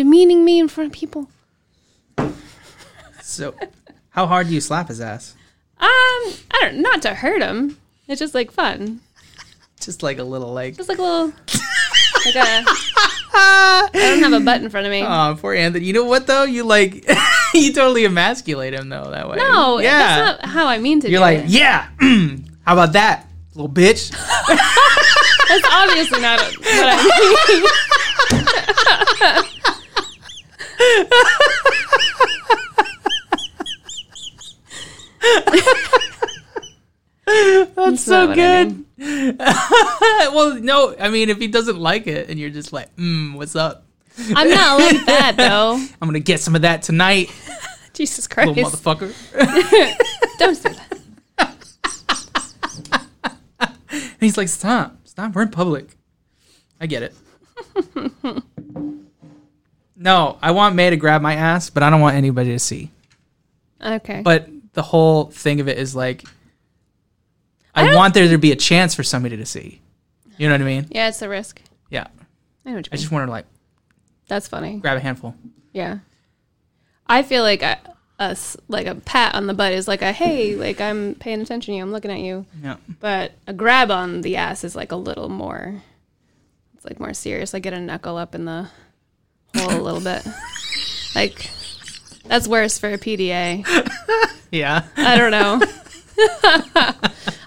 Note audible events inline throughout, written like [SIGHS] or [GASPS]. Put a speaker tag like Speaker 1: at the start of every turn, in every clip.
Speaker 1: in front of people.
Speaker 2: So, how hard do you slap his ass?
Speaker 1: Um, I don't not to hurt him. It's just like fun.
Speaker 2: Just like a little like.
Speaker 1: Just like a little like a
Speaker 2: [LAUGHS]
Speaker 1: I don't have a butt in front of me.
Speaker 2: Oh, poor Anthony. You know what though? You like, [LAUGHS] you totally emasculate him though that way.
Speaker 1: no,
Speaker 2: yeah.
Speaker 1: that's not how I mean to
Speaker 2: You're
Speaker 1: do
Speaker 2: like,
Speaker 1: it.
Speaker 2: yeah. mm, how about that, little bitch?
Speaker 1: That's obviously not what I mean.
Speaker 2: [LAUGHS] That's
Speaker 1: not
Speaker 2: so
Speaker 1: what I
Speaker 2: good. [LAUGHS] well, no, I mean, if he doesn't like it, and you're just like, mm, what's up?
Speaker 1: I'm
Speaker 2: [LAUGHS]
Speaker 1: not like that though.
Speaker 2: I'm gonna get some of that tonight,
Speaker 1: Jesus
Speaker 2: little
Speaker 1: Christ.
Speaker 2: motherfucker.
Speaker 1: [LAUGHS] Don't say that.
Speaker 2: And he's like, stop, stop, we're in public. I [LAUGHS] get it. no, I want May to grab my ass, but I don't want anybody to see.
Speaker 1: Okay.
Speaker 2: But the whole thing of it is like, I,
Speaker 1: don't-
Speaker 2: want there to be a chance for somebody to see. You know what I mean?
Speaker 1: yeah, it's a risk.
Speaker 2: Yeah.
Speaker 1: I know what you
Speaker 2: I
Speaker 1: mean.
Speaker 2: just want her to like
Speaker 1: That's funny.
Speaker 2: grab a handful.
Speaker 1: Yeah. I feel like a, a s- like a pat on the butt is like a hey, like I'm paying attention to you, I'm looking at you.
Speaker 2: Yeah.
Speaker 1: But a grab on the ass is like a little more. It's like more serious. I get a knuckle up in the hole a little bit.
Speaker 2: [LAUGHS]
Speaker 1: Like that's worse for a PDA.
Speaker 2: Yeah.
Speaker 1: I don't know. [LAUGHS]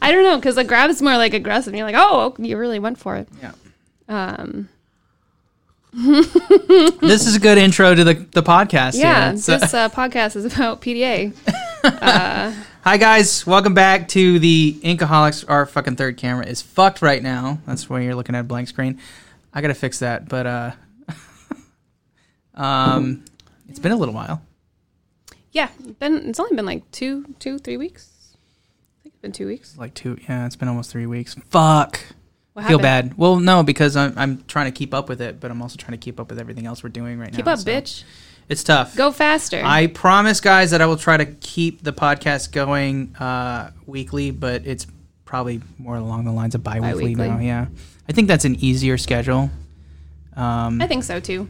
Speaker 1: I don't know because a grab is more like aggressive. You're like, oh, you really went for it.
Speaker 2: Yeah.
Speaker 1: Um,
Speaker 2: [LAUGHS] this is a good intro to the, the podcast.
Speaker 1: yeah,
Speaker 2: here. So-
Speaker 1: this uh, podcast is about PDA.
Speaker 2: hi guys, welcome back to the Inkaholics. Our fucking third camera is fucked right now. That's why you're looking at a blank screen. I gotta fix that, but uh, [LAUGHS] um, it's been a little while.
Speaker 1: Yeah, been it's only been like two, two, three weeks. I think it's been two weeks.
Speaker 2: Like two, yeah, it's been almost three weeks. Fuck,
Speaker 1: What
Speaker 2: feel
Speaker 1: happened?
Speaker 2: bad. Well, no, because I'm I'm trying to keep up with it, but I'm also trying to keep up with everything else we're doing right
Speaker 1: Keep
Speaker 2: now.
Speaker 1: up,
Speaker 2: so
Speaker 1: bitch.
Speaker 2: It's tough.
Speaker 1: Go faster.
Speaker 2: I promise, guys, that I will try to keep the podcast going uh, weekly, but it's probably more along the lines of bi-weekly,
Speaker 1: Bi-weekly.
Speaker 2: now. Yeah, I think that's an easier schedule. Um,
Speaker 1: I think so too.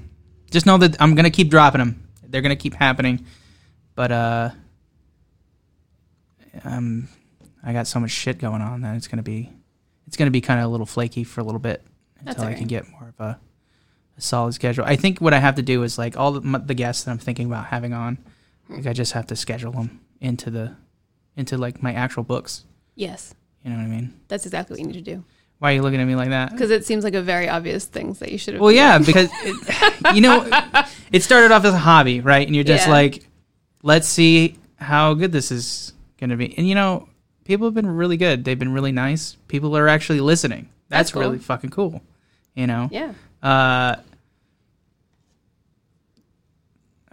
Speaker 2: just know that I'm gonna keep dropping them. They're gonna keep happening, but uh, um, I got so much shit going on that it's gonna be, it's gonna be kind of a little flaky for a little bit
Speaker 1: That's
Speaker 2: until I
Speaker 1: alright.
Speaker 2: can get more of a, a solid schedule. I think what I have to do is like all the, m- the guests that I'm thinking about having on, like I just have to schedule them into the, into like my actual books.
Speaker 1: Yes,
Speaker 2: You know what I mean?
Speaker 1: that's exactly what you need to do
Speaker 2: Why are you looking at me like that?
Speaker 1: because it seems like a very obvious thing that you should have.
Speaker 2: Well, yeah, because it, [LAUGHS] you know, it started off as a hobby, right? And you're just
Speaker 1: Yeah.
Speaker 2: like, let's see how good this is going to be. And you know, people have been really good. They've been really nice. People are actually listening.
Speaker 1: That's
Speaker 2: That's,
Speaker 1: cool.
Speaker 2: really fucking cool. You know.
Speaker 1: yeah.
Speaker 2: Uh,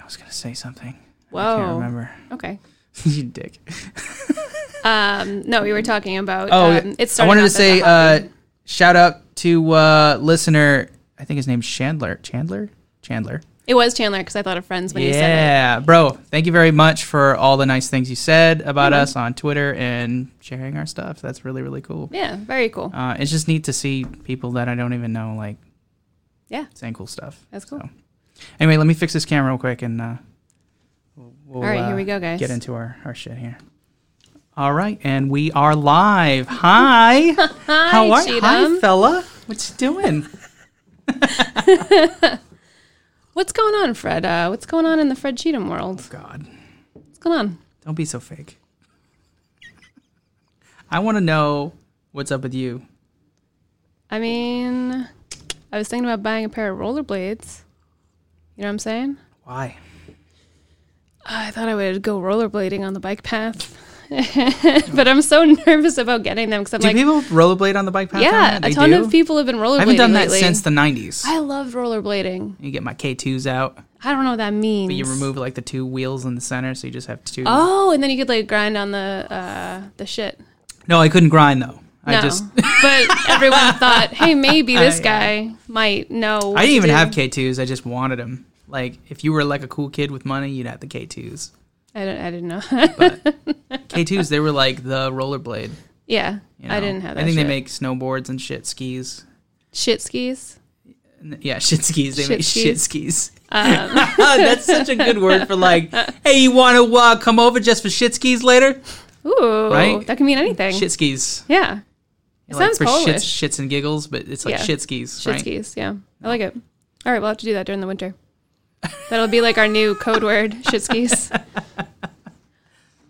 Speaker 2: I was gonna say something. I can't
Speaker 1: Whoa.
Speaker 2: remember. [LAUGHS]
Speaker 1: Okay.
Speaker 2: you dick.
Speaker 1: Um, no, we were talking about.
Speaker 2: Oh,
Speaker 1: um, it
Speaker 2: I
Speaker 1: started off
Speaker 2: wanted to
Speaker 1: as a
Speaker 2: say uh,
Speaker 1: hobby.
Speaker 2: shout out to uh, listener. I think his name's Chandler. Chandler. Chandler.
Speaker 1: it was Chandler because I thought of friends when
Speaker 2: yeah,
Speaker 1: you said it.
Speaker 2: bro. Thank you very much for all the nice things you said about
Speaker 1: Mm-hmm.
Speaker 2: us on Twitter and sharing our stuff. That's really really cool.
Speaker 1: Yeah, very cool.
Speaker 2: Uh, it's just neat to see people that I don't even know like
Speaker 1: Yeah,
Speaker 2: saying cool stuff.
Speaker 1: that's cool.
Speaker 2: So, Anyway, let me fix this camera real quick and uh, we'll, we'll,
Speaker 1: All right, here
Speaker 2: uh,
Speaker 1: we go, guys.
Speaker 2: Get into our our shit here. All right, and we are live. Hi,
Speaker 1: [LAUGHS] Hi,
Speaker 2: how are you,
Speaker 1: Cheatham.
Speaker 2: hi, fella? What you doing?
Speaker 1: What's going on, Fred? Uh, what's going on in the Fred Cheatham world?
Speaker 2: God,
Speaker 1: What's going on?
Speaker 2: don't be so fake. I want to know what's up with you.
Speaker 1: I mean, I was thinking about buying a pair of rollerblades. You know what I'm saying?
Speaker 2: Why?
Speaker 1: I thought I would go rollerblading on the bike path, [LAUGHS] but I'm so [LAUGHS] nervous about getting them because I'm
Speaker 2: Do
Speaker 1: like,
Speaker 2: people rollerblade on the bike path?
Speaker 1: yeah,
Speaker 2: down there?
Speaker 1: a
Speaker 2: They
Speaker 1: ton
Speaker 2: do?
Speaker 1: of people have been rollerblading
Speaker 2: I haven't done that
Speaker 1: lately.
Speaker 2: since the '90s.
Speaker 1: I love rollerblading.
Speaker 2: you get my K2s out,
Speaker 1: I don't know what that means.
Speaker 2: but you remove like the two wheels in the center, so you just have two.
Speaker 1: Oh, and then you could like grind on the uh, the shit.
Speaker 2: No, I couldn't grind though.
Speaker 1: No,
Speaker 2: I just
Speaker 1: [LAUGHS] but everyone thought, hey, maybe this
Speaker 2: [LAUGHS] I-
Speaker 1: guy might know. what
Speaker 2: I didn't
Speaker 1: to
Speaker 2: even
Speaker 1: do.
Speaker 2: have K2s. I just wanted them. Like if you were like a cool kid with money, you'd have the K2s.
Speaker 1: I, don't, I didn't know. [LAUGHS]
Speaker 2: K2s, they were like the rollerblade.
Speaker 1: yeah,
Speaker 2: you
Speaker 1: I
Speaker 2: know?
Speaker 1: didn't have. That
Speaker 2: I think
Speaker 1: shit.
Speaker 2: they make snowboards and shit skis.
Speaker 1: shit skis.
Speaker 2: Yeah, [LAUGHS] shit skis. They
Speaker 1: Shit
Speaker 2: make shit
Speaker 1: skis. Um.
Speaker 2: skis. [LAUGHS] That's such a good word for
Speaker 1: [LAUGHS]
Speaker 2: like, hey, you want to uh, come over just for shit skis later?
Speaker 1: Ooh,
Speaker 2: Right?
Speaker 1: that can mean anything.
Speaker 2: Shit skis.
Speaker 1: Yeah. It
Speaker 2: Like,
Speaker 1: sounds
Speaker 2: for
Speaker 1: Polish.
Speaker 2: Shits, shits and giggles, but it's like
Speaker 1: Yeah.
Speaker 2: shit skis,
Speaker 1: Shit
Speaker 2: right? Oh.
Speaker 1: skis, yeah. I like it. All right, we'll have to do that during the winter. That'll be like our new code
Speaker 2: [LAUGHS]
Speaker 1: word, shit skis.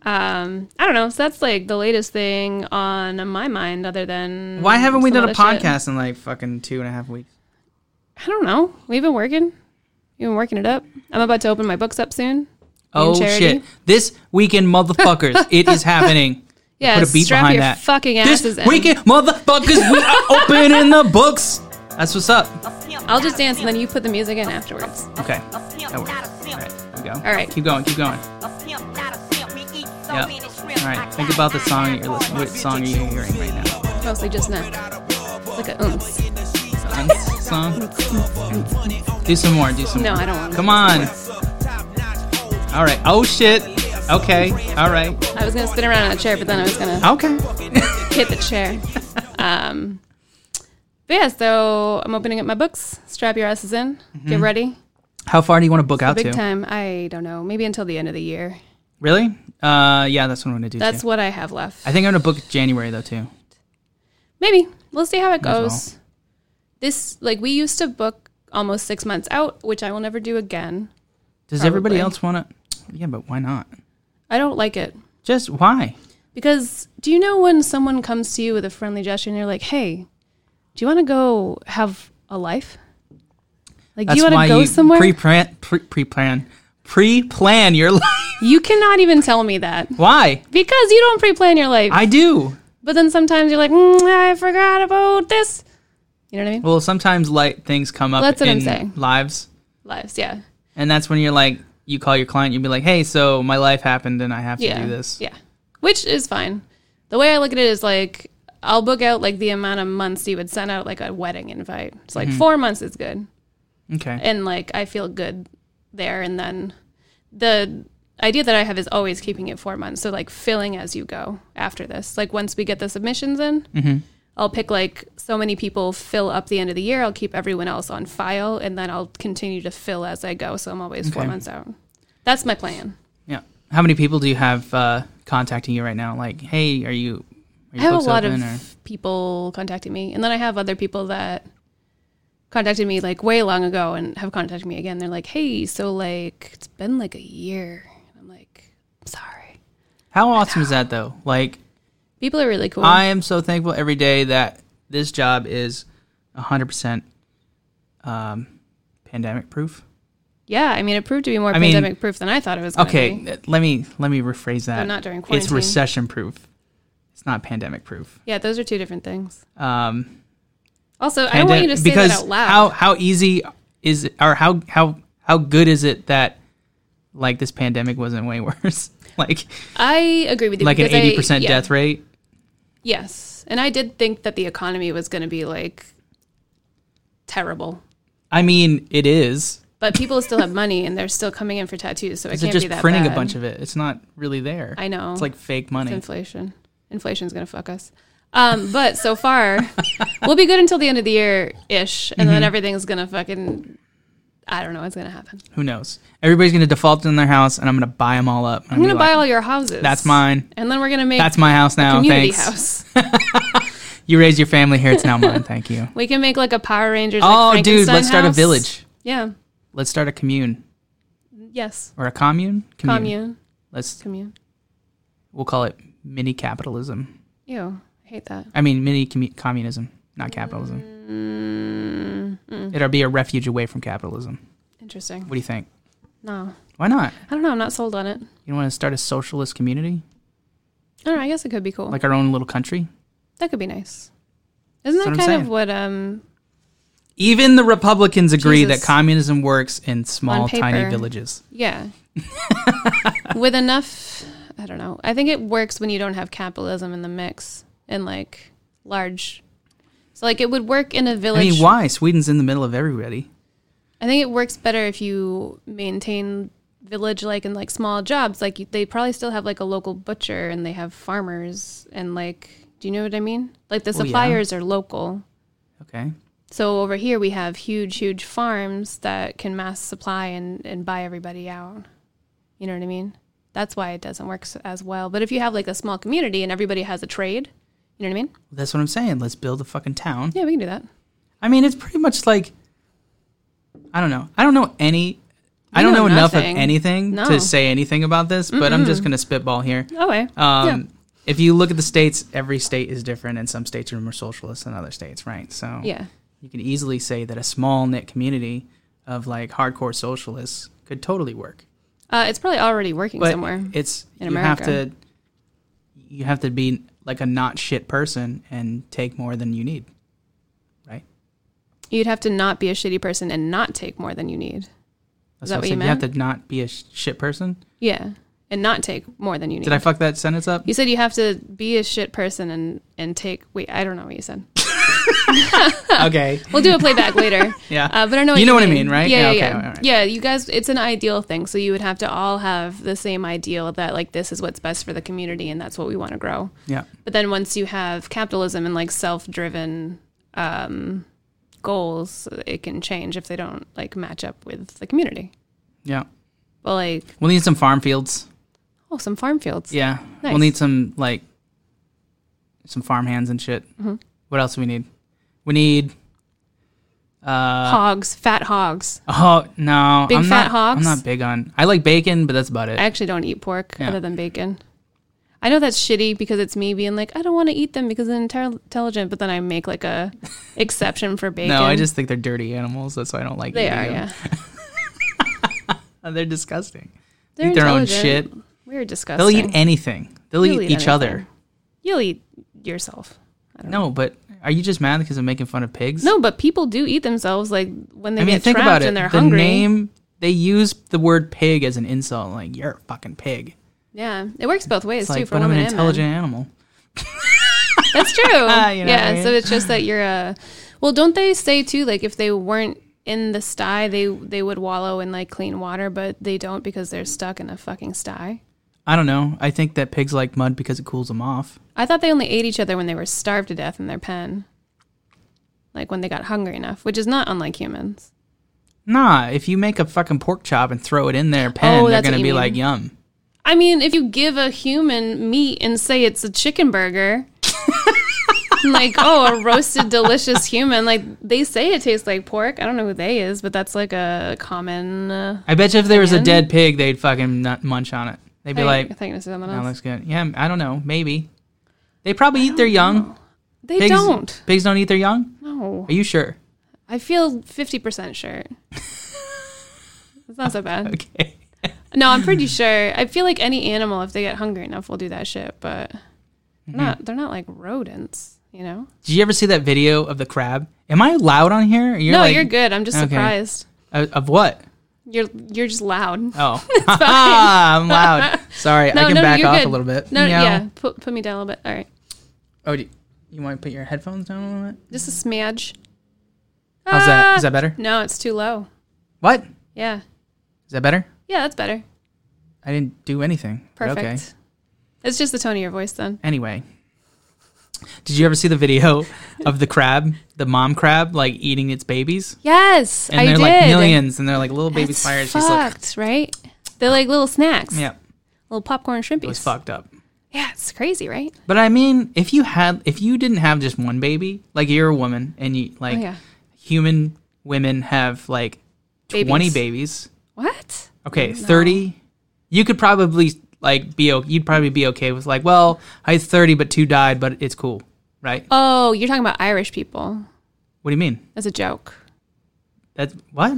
Speaker 1: Um, I don't know. So that's like the latest thing on my mind, other than
Speaker 2: Why haven't we
Speaker 1: some
Speaker 2: done a
Speaker 1: other shit.
Speaker 2: podcast in like fucking two and a half weeks?
Speaker 1: I don't know. We've been working. We've been working it up. I'm about to open my books up soon.
Speaker 2: Oh
Speaker 1: charity.
Speaker 2: shit! This weekend,
Speaker 1: [LAUGHS]
Speaker 2: motherfuckers, it is happening.
Speaker 1: Yeah,
Speaker 2: Put a beat
Speaker 1: strap
Speaker 2: behind
Speaker 1: your
Speaker 2: that.
Speaker 1: fucking
Speaker 2: This
Speaker 1: asses in.
Speaker 2: weekend, motherfuckers, we
Speaker 1: [LAUGHS]
Speaker 2: are opening the books. That's what's up.
Speaker 1: I'll just dance and then you put the music in afterwards.
Speaker 2: Okay, that works. All right, keep
Speaker 1: All right.
Speaker 2: going. keep going, keep going.
Speaker 3: Yep.
Speaker 2: Yep. All right, think about the song that you're listening. What song are you hearing right now?
Speaker 1: Mostly just now. Like a oomph.
Speaker 2: Dance song? Do some more. Do some
Speaker 1: No,
Speaker 2: more.
Speaker 1: I don't want to.
Speaker 2: Come on. All right. Oh shit. Okay. All right.
Speaker 1: I was gonna spin around on a chair, but then I was gonna
Speaker 2: Okay.
Speaker 1: hit the
Speaker 2: [LAUGHS]
Speaker 1: chair. Um, but yeah, so I'm opening up my books. Strap your asses in. Get ready.
Speaker 2: Mm-hmm. How far do you want to book out
Speaker 1: Big
Speaker 2: to?
Speaker 1: time. I don't know. Maybe until the end of the year.
Speaker 2: Really? Uh, yeah, that's what I'm gonna do.
Speaker 1: That's
Speaker 2: too.
Speaker 1: what I have left.
Speaker 2: I think I'm gonna book January though too.
Speaker 1: Maybe we'll see how it
Speaker 2: as well.
Speaker 1: goes. This like we used to book almost six months out, which I will never do again.
Speaker 2: Does everybody
Speaker 1: Probably.
Speaker 2: else want to? Yeah, but why not?
Speaker 1: I don't like it
Speaker 2: Just why?
Speaker 1: because do you know when someone comes to you with a friendly gesture and you're like, "Hey, do you want to go have a life?" Like, do you want to go somewhere?
Speaker 2: pre-plan, pre- pre-plan, pre-plan your [LAUGHS] life.
Speaker 1: you cannot even tell me that.
Speaker 2: why?
Speaker 1: Because you don't pre-plan your life.
Speaker 2: I do.
Speaker 1: but then sometimes you're like, mm, I forgot about this. You know what I mean?
Speaker 2: Well, sometimes like things come up
Speaker 1: That's what I'm
Speaker 2: in
Speaker 1: saying.
Speaker 2: lives,
Speaker 1: Lives, yeah,
Speaker 2: and that's when you're like, you call your client, you'd be like, "Hey, so my life happened, and I have to
Speaker 1: yeah,
Speaker 2: do this."
Speaker 1: yeah. Which is fine. The way I look at it is like I'll book out like the amount of months you would send out like a wedding invite. It's
Speaker 2: Mm-hmm.
Speaker 1: like four months is good,
Speaker 2: Okay.
Speaker 1: and like I feel good there. And then the idea that I have is always keeping it four months, so like filling as you go after this. Like once we get the submissions in,
Speaker 2: Mm-hmm.
Speaker 1: I'll pick like so many people fill up the end of the year. I'll keep everyone else on file, and then I'll continue to fill as I go. So I'm always four
Speaker 2: Okay.
Speaker 1: months out. That's my plan.
Speaker 2: yeah. How many people do you have uh, contacting you right now? Like, hey, are you? Are
Speaker 1: I
Speaker 2: your
Speaker 1: have a
Speaker 2: books
Speaker 1: lot
Speaker 2: open,
Speaker 1: of people contacting me, and then I have other people that contacted me like way long ago and have contacted me again. They're like, "Hey, so like it's been like a year." I'm like, "I'm sorry."
Speaker 2: How awesome is that though? Like,
Speaker 1: People are really cool.
Speaker 2: I am so thankful every day that this job is 100% um, pandemic proof.
Speaker 1: yeah, I mean, it proved to be more
Speaker 2: I mean-
Speaker 1: pandemic proof than I thought it was. Gonna
Speaker 2: Okay,
Speaker 1: Be.
Speaker 2: uh, let me let me rephrase that.
Speaker 1: not during
Speaker 2: It's
Speaker 1: quarantine.
Speaker 2: recession proof. It's not pandemic proof.
Speaker 1: Yeah, those are two different things.
Speaker 2: Um,
Speaker 1: Also, I don't want you to
Speaker 2: pandem-
Speaker 1: say
Speaker 2: because
Speaker 1: that out loud.
Speaker 2: how how easy is it, or how how how good is it that like this pandemic wasn't way [LAUGHS] worse? like
Speaker 1: I agree with you.
Speaker 2: like an
Speaker 1: because I-
Speaker 2: 80%
Speaker 1: yeah.
Speaker 2: death rate?
Speaker 1: Yes. And I did think that the economy was going to be like terrible.
Speaker 2: I mean, it is.
Speaker 1: But people still have money and they're still coming in for tattoos, so it
Speaker 2: They're
Speaker 1: can't
Speaker 2: just
Speaker 1: be that
Speaker 2: printing
Speaker 1: bad.
Speaker 2: a bunch of it. It's not really there.
Speaker 1: I know.
Speaker 2: It's like fake money.
Speaker 1: inflation. Inflation's going to fuck us. Um, but so
Speaker 2: [LAUGHS]
Speaker 1: far, we'll be good until the end of the year ish, and
Speaker 2: Mm-hmm.
Speaker 1: then everything's going to fucking. I don't know what's going to happen.
Speaker 2: Who knows? Everybody's gonna default in their house, and I'm gonna buy them all up.
Speaker 1: I'm going
Speaker 2: to
Speaker 1: to buy all your houses.
Speaker 2: That's mine.
Speaker 1: And then we're going to make
Speaker 2: That's my house now.
Speaker 1: community
Speaker 2: Thanks.
Speaker 1: house.
Speaker 2: You raised your family here. It's
Speaker 1: [LAUGHS]
Speaker 2: now mine. Thank you.
Speaker 1: We can make like a Power Rangers. like,
Speaker 2: oh, dude,
Speaker 1: Frankenstein
Speaker 2: let's start a
Speaker 1: house.
Speaker 2: village.
Speaker 1: Yeah.
Speaker 2: Let's start a commune
Speaker 1: Yes.
Speaker 2: or a commune. Commune.
Speaker 1: Commune.
Speaker 2: Let's
Speaker 1: Commune.
Speaker 2: we'll call it mini capitalism.
Speaker 1: Ew. I hate that.
Speaker 2: I mean, mini commu- communism, not capitalism. It'll be a refuge away from capitalism.
Speaker 1: Mm-hmm. Interesting.
Speaker 2: What do you think?
Speaker 1: No,
Speaker 2: Why not?
Speaker 1: I don't know. I'm not sold on it.
Speaker 2: You want to start a socialist community,
Speaker 1: I don't know. I guess it could be cool.
Speaker 2: like our own little country?
Speaker 1: that could be nice. Isn't that
Speaker 2: That's what I'm
Speaker 1: kind of
Speaker 2: saying.
Speaker 1: what um
Speaker 2: Even the Republicans agree
Speaker 1: Jesus.
Speaker 2: that communism works in small, tiny
Speaker 1: paper.
Speaker 2: villages.
Speaker 1: yeah.
Speaker 2: [LAUGHS]
Speaker 1: With enough I don't know. I think it works when you don't have capitalism in the mix and like large so like it would work in a
Speaker 2: I
Speaker 1: village.
Speaker 2: mean, why? Sweden's in the middle of everybody.
Speaker 1: I think it works better if you maintain village like and like small jobs. Like you, they probably still have like a local butcher and they have farmers and like do you know what I mean? Like the
Speaker 2: Oh, yeah.
Speaker 1: suppliers are local.
Speaker 2: Okay.
Speaker 1: So over here we have huge, huge farms that can mass supply and, and buy everybody out. You know what I mean? That's why it doesn't work s- as well. But if you have like a small community and everybody has a trade, you know what I mean?
Speaker 2: That's what I'm saying. Let's build a fucking town.
Speaker 1: Yeah, we can do that.
Speaker 2: I mean, it's pretty much like I don't know. I don't know any. I
Speaker 1: You
Speaker 2: don't know,
Speaker 1: know
Speaker 2: enough of
Speaker 1: nothing.
Speaker 2: anything
Speaker 1: No.
Speaker 2: to say anything about this, but I'm just gonna spitball here.
Speaker 1: Okay.
Speaker 2: Um,
Speaker 1: Yeah.
Speaker 2: If you look at the states, every state is different, and some states are more socialist than other states, right? So
Speaker 1: yeah.
Speaker 2: you can easily say that a small knit community of like hardcore socialists could totally work.
Speaker 1: Uh, it's probably already working
Speaker 2: But
Speaker 1: somewhere.
Speaker 2: it's
Speaker 1: in
Speaker 2: you have
Speaker 1: America.
Speaker 2: to you have to be like a not shit person and take more than you need, right?
Speaker 1: You'd have to not be a shitty person and not take more than you need.
Speaker 2: That's
Speaker 1: that what
Speaker 2: I'm
Speaker 1: you
Speaker 2: saying. You have to not be a sh- shit person.
Speaker 1: Yeah. And not take more than you need.
Speaker 2: Did I fuck that sentence up?
Speaker 1: You said you have to be a shit person and and take. Wait, I don't know what you said. [LAUGHS]
Speaker 2: okay.
Speaker 1: We'll do a playback later.
Speaker 2: [LAUGHS] Yeah.
Speaker 1: Uh, but I know what
Speaker 2: You know what I mean, right?
Speaker 1: Yeah, yeah,
Speaker 2: Yeah, okay,
Speaker 1: yeah.
Speaker 2: all right.
Speaker 1: Yeah, you guys, it's an ideal thing. So you would have to all have the same ideal that like this is what's best for the community and that's what we want to grow.
Speaker 2: Yeah.
Speaker 1: But then once you have capitalism and like self-driven um, goals, it can change if they don't like match up with the community.
Speaker 2: Yeah.
Speaker 1: But like,
Speaker 2: We'll need some farm fields.
Speaker 1: oh, some farm fields.
Speaker 2: Yeah. We'll
Speaker 1: Nice.
Speaker 2: need some like some farm hands and shit.
Speaker 1: Mm-hmm.
Speaker 2: What else do we need? We need uh
Speaker 1: Hogs, fat hogs.
Speaker 2: oh no.
Speaker 1: Big
Speaker 2: I'm
Speaker 1: fat
Speaker 2: not,
Speaker 1: hogs?
Speaker 2: I'm not big on I like bacon, but that's about it.
Speaker 1: I actually don't eat pork
Speaker 2: Yeah.
Speaker 1: other than bacon. I know that's shitty because it's me being like, I don't want to eat them because they're intel- intelligent, but then I make like
Speaker 2: [LAUGHS]
Speaker 1: a exception for bacon.
Speaker 2: no, I just think they're dirty animals. That's why I don't like
Speaker 1: they
Speaker 2: eating
Speaker 1: are,
Speaker 2: them.
Speaker 1: yeah.
Speaker 2: Uh, They're disgusting.
Speaker 1: They're
Speaker 2: eat their own
Speaker 1: intelligent.
Speaker 2: shit.
Speaker 1: We're disgusting.
Speaker 2: They'll eat anything. They'll,
Speaker 1: They'll eat
Speaker 2: eat, each other.
Speaker 1: You'll eat yourself.
Speaker 2: No, but are you just mad because I'm making fun of pigs?
Speaker 1: No, but people do eat themselves like when they
Speaker 2: I mean,
Speaker 1: get
Speaker 2: think
Speaker 1: trapped
Speaker 2: about it.
Speaker 1: and they're
Speaker 2: the
Speaker 1: hungry.
Speaker 2: name they use the word pig as an insult. Like you're a fucking pig.
Speaker 1: yeah, it works both ways
Speaker 2: It's
Speaker 1: too
Speaker 2: like,
Speaker 1: for
Speaker 2: but I'm
Speaker 1: women
Speaker 2: an
Speaker 1: and men.
Speaker 2: intelligent animal.
Speaker 1: That's true.
Speaker 2: [LAUGHS] You know what
Speaker 1: yeah.
Speaker 2: I mean?
Speaker 1: So it's just that you're a. Well, don't they say too? Like if they weren't in the sty, they they would wallow in like clean water, but they don't because they're stuck in a fucking sty.
Speaker 2: I don't know. I think that pigs like mud because it cools them off.
Speaker 1: I thought they only ate each other when they were starved to death in their pen. Like when they got hungry enough, which is not unlike humans.
Speaker 2: Nah, if you make a fucking pork chop and throw it
Speaker 1: [GASPS]
Speaker 2: in their pen, they're
Speaker 1: Oh, that's
Speaker 2: gonna
Speaker 1: what
Speaker 2: be
Speaker 1: you mean.
Speaker 2: like, yum.
Speaker 1: I mean, if you give a human meat and say it's a chicken
Speaker 2: [LAUGHS]
Speaker 1: burger, like, oh, a roasted, delicious human, like they say it tastes like pork. I don't know who they is, but that's like a common. Uh,
Speaker 2: I bet you if there was a
Speaker 1: Again?
Speaker 2: dead pig, they'd fucking nut munch on it. They'd be
Speaker 1: thing.
Speaker 2: like,
Speaker 1: I think it's someone
Speaker 2: that
Speaker 1: else.
Speaker 2: looks good. Yeah, I don't know. Maybe. They probably eat their young.
Speaker 1: They
Speaker 2: Pigs
Speaker 1: don't.
Speaker 2: Pigs don't eat their young?
Speaker 1: No,
Speaker 2: Are you sure? [LAUGHS]
Speaker 1: I feel fifty percent sure. it's not so bad.
Speaker 2: Okay. [LAUGHS]
Speaker 1: No, I'm pretty sure. I feel like any animal, if they get hungry enough, will do that shit. But
Speaker 2: Mm-hmm.
Speaker 1: they're not they're not like rodents, you know.
Speaker 2: Did you ever see that video of the crab? Am I loud on here? You're
Speaker 1: no,
Speaker 2: like-
Speaker 1: you're good. I'm just
Speaker 2: okay.
Speaker 1: surprised.
Speaker 2: Of, of what?
Speaker 1: You're you're just loud.
Speaker 2: Oh, [LAUGHS] I'm loud. Sorry,
Speaker 1: [LAUGHS]
Speaker 2: I
Speaker 1: No,
Speaker 2: can
Speaker 1: no,
Speaker 2: back
Speaker 1: you're
Speaker 2: off
Speaker 1: good.
Speaker 2: a little bit.
Speaker 1: No,
Speaker 2: Meow.
Speaker 1: yeah. Put put me down a little bit. All right,
Speaker 2: Oh, do you, you want to put your headphones down a little bit?
Speaker 1: just a smidge.
Speaker 2: How's that? Is
Speaker 1: Ah!
Speaker 2: that better?
Speaker 1: No, it's too low.
Speaker 2: What?
Speaker 1: Yeah,
Speaker 2: Is that better?
Speaker 1: yeah, that's better.
Speaker 2: I didn't do anything. but
Speaker 1: Perfect.
Speaker 2: Okay.
Speaker 1: It's just the tone of your voice then.
Speaker 2: Anyway, did you ever see the video of the crab, the mom crab, like eating its babies?
Speaker 1: Yes,
Speaker 2: And
Speaker 1: I
Speaker 2: they're
Speaker 1: did.
Speaker 2: like millions, and they're like little baby
Speaker 1: That's
Speaker 2: spiders. She's like,
Speaker 1: fucked, right? They're like little snacks.
Speaker 2: yeah,
Speaker 1: little popcorn shrimpies.
Speaker 2: it was fucked up.
Speaker 1: Yeah, it's crazy, right?
Speaker 2: But I mean, if you had, if you didn't have just one baby, like you're a woman and you like
Speaker 1: oh yeah.
Speaker 2: human women have like 20
Speaker 1: Babies.
Speaker 2: babies.
Speaker 1: What?
Speaker 2: Okay, 30. You could probably like be o- you'd probably be okay with like, well, I had 30 but two died, but it's cool, right?
Speaker 1: Oh, you're talking about Irish people.
Speaker 2: What do you mean?
Speaker 1: That's a joke.
Speaker 2: That's
Speaker 1: [LAUGHS]
Speaker 2: what?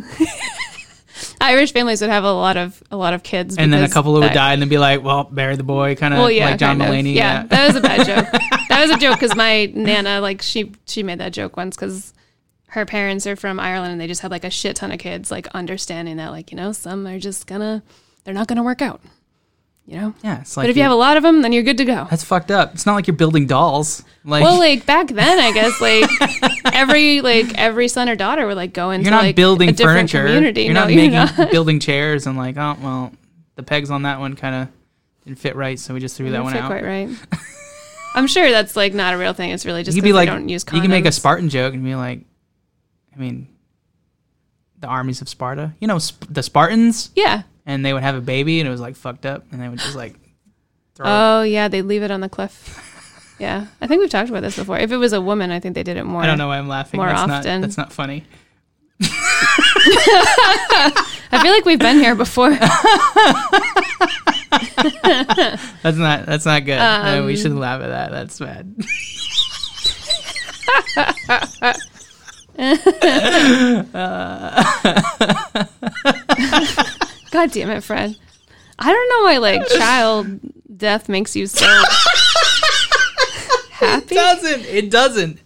Speaker 1: Irish families would have a lot of a lot of kids,
Speaker 2: And then a
Speaker 1: because
Speaker 2: couple would
Speaker 1: that-
Speaker 2: die and then be like, well, bury the boy kind of
Speaker 1: Well, yeah,
Speaker 2: like John
Speaker 1: kind of.
Speaker 2: Mulaney.
Speaker 1: Yeah,
Speaker 2: yeah.
Speaker 1: that was a bad joke.
Speaker 2: [LAUGHS]
Speaker 1: that was a joke because my nana, like she she made that joke once because her parents are from Ireland and they just had like a shit ton of kids, like understanding that like you know some are just gonna they're not gonna work out, you know.
Speaker 2: Yeah, it's like
Speaker 1: But if you have a lot of them, then you're good to go.
Speaker 2: That's fucked up. It's not like you're building dolls. Like
Speaker 1: Well, like back then, I guess like
Speaker 2: [LAUGHS]
Speaker 1: every like every son or daughter would like go into
Speaker 2: you're not
Speaker 1: like
Speaker 2: building
Speaker 1: a different
Speaker 2: furniture.
Speaker 1: community.
Speaker 2: You're
Speaker 1: no,
Speaker 2: not
Speaker 1: you're
Speaker 2: [LAUGHS] making
Speaker 1: not. [LAUGHS]
Speaker 2: building chairs and like, oh, well, the pegs on that one kind of didn't fit right, so we just threw that
Speaker 1: Didn't
Speaker 2: one
Speaker 1: fit
Speaker 2: out.
Speaker 1: Quite right. I'm sure that's like not a real thing. It's really just
Speaker 2: you could be like,
Speaker 1: don't use condoms.
Speaker 2: you can make a Spartan joke and be like, I mean, the armies of Sparta. You know, sp- the Spartans,
Speaker 1: Yeah.
Speaker 2: and they would have a baby, and it was like fucked up, and they would just like throw. it.
Speaker 1: Oh yeah, they leave it on the cliff. Yeah, I think we've talked about this before. If it was a woman, I think they did it more.
Speaker 2: I don't know why I'm laughing.
Speaker 1: more
Speaker 2: that's
Speaker 1: often.
Speaker 2: not that's not funny.
Speaker 1: I feel like we've been
Speaker 2: [LAUGHS]
Speaker 1: here before.
Speaker 2: That's not that's not good. No,
Speaker 1: Um,
Speaker 2: we shouldn't laugh at that. That's bad. [LAUGHS]
Speaker 1: God damn it, Fred. I don't know why like child death makes you
Speaker 2: [LAUGHS]
Speaker 1: so happy.
Speaker 2: doesn't. It doesn't.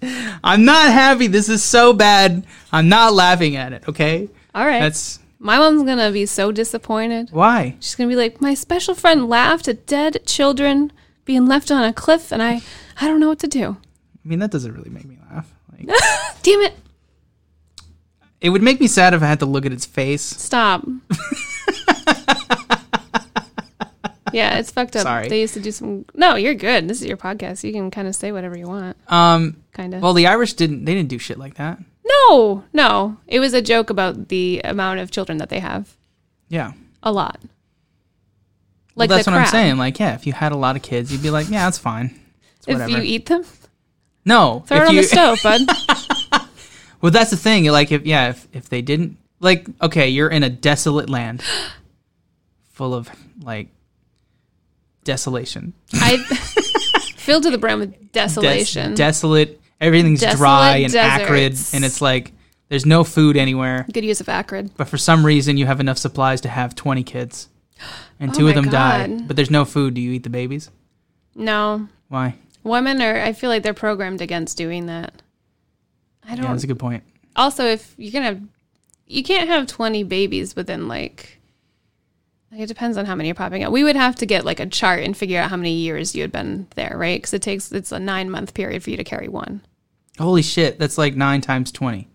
Speaker 2: I'm not happy. This is so bad. I'm not laughing at it. Okay.
Speaker 1: All right.
Speaker 2: That's
Speaker 1: My mom's gonna be so disappointed.
Speaker 2: why.
Speaker 1: She's gonna be like, My special friend laughed at dead children being left on a cliff and I I don't know what to do.
Speaker 2: I mean, that doesn't really make me laugh. Like,
Speaker 1: Damn it.
Speaker 2: it would make me sad if I had to look at its face. [LAUGHS]
Speaker 1: Stop. yeah, it's fucked up.
Speaker 2: Sorry.
Speaker 1: They used to do some No, you're good. This is your podcast. You can kinda say whatever you want.
Speaker 2: Um.
Speaker 1: Kinda.
Speaker 2: Well, the Irish didn't. They didn't do shit like that.
Speaker 1: no, no. It was a joke about the amount of children that they have.
Speaker 2: Yeah.
Speaker 1: A lot.
Speaker 2: Well,
Speaker 1: Like
Speaker 2: that's
Speaker 1: the
Speaker 2: what I'm
Speaker 1: crab.
Speaker 2: saying. Like, yeah, if you had a lot of kids, you'd be like, yeah, that's fine. It's
Speaker 1: If
Speaker 2: whatever.
Speaker 1: you eat them,
Speaker 2: no.
Speaker 1: throw
Speaker 2: if
Speaker 1: it on
Speaker 2: you,
Speaker 1: the stove,
Speaker 2: [LAUGHS]
Speaker 1: bud.
Speaker 2: Well, that's the thing. Like, if yeah, if, if they didn't, like, okay, you're in a desolate land, [GASPS] full of like desolation,
Speaker 1: I [LAUGHS] filled to the brim with
Speaker 2: Des-
Speaker 1: desolation.
Speaker 2: desolate. Everything's
Speaker 1: Desolate
Speaker 2: dry and
Speaker 1: deserts.
Speaker 2: acrid, and it's like there's no food anywhere.
Speaker 1: Good use of acrid.
Speaker 2: But for some reason, you have enough supplies to have
Speaker 1: [GASPS]
Speaker 2: 20 kids, and
Speaker 1: Oh
Speaker 2: two of
Speaker 1: my
Speaker 2: them die.
Speaker 1: God.
Speaker 2: But there's no food. Do you eat the babies?
Speaker 1: No,
Speaker 2: Why?
Speaker 1: women are. I feel like they're programmed against doing that. I
Speaker 2: Yeah,
Speaker 1: don't.
Speaker 2: that's a good point.
Speaker 1: also, if you can have, you can't have twenty babies within like. Like it depends on how many you're popping out. We would have to get like a chart and figure out how many years you had been there, right? Because it takes it's a nine month period for you to carry one.
Speaker 2: Holy shit, that's like nine times 20.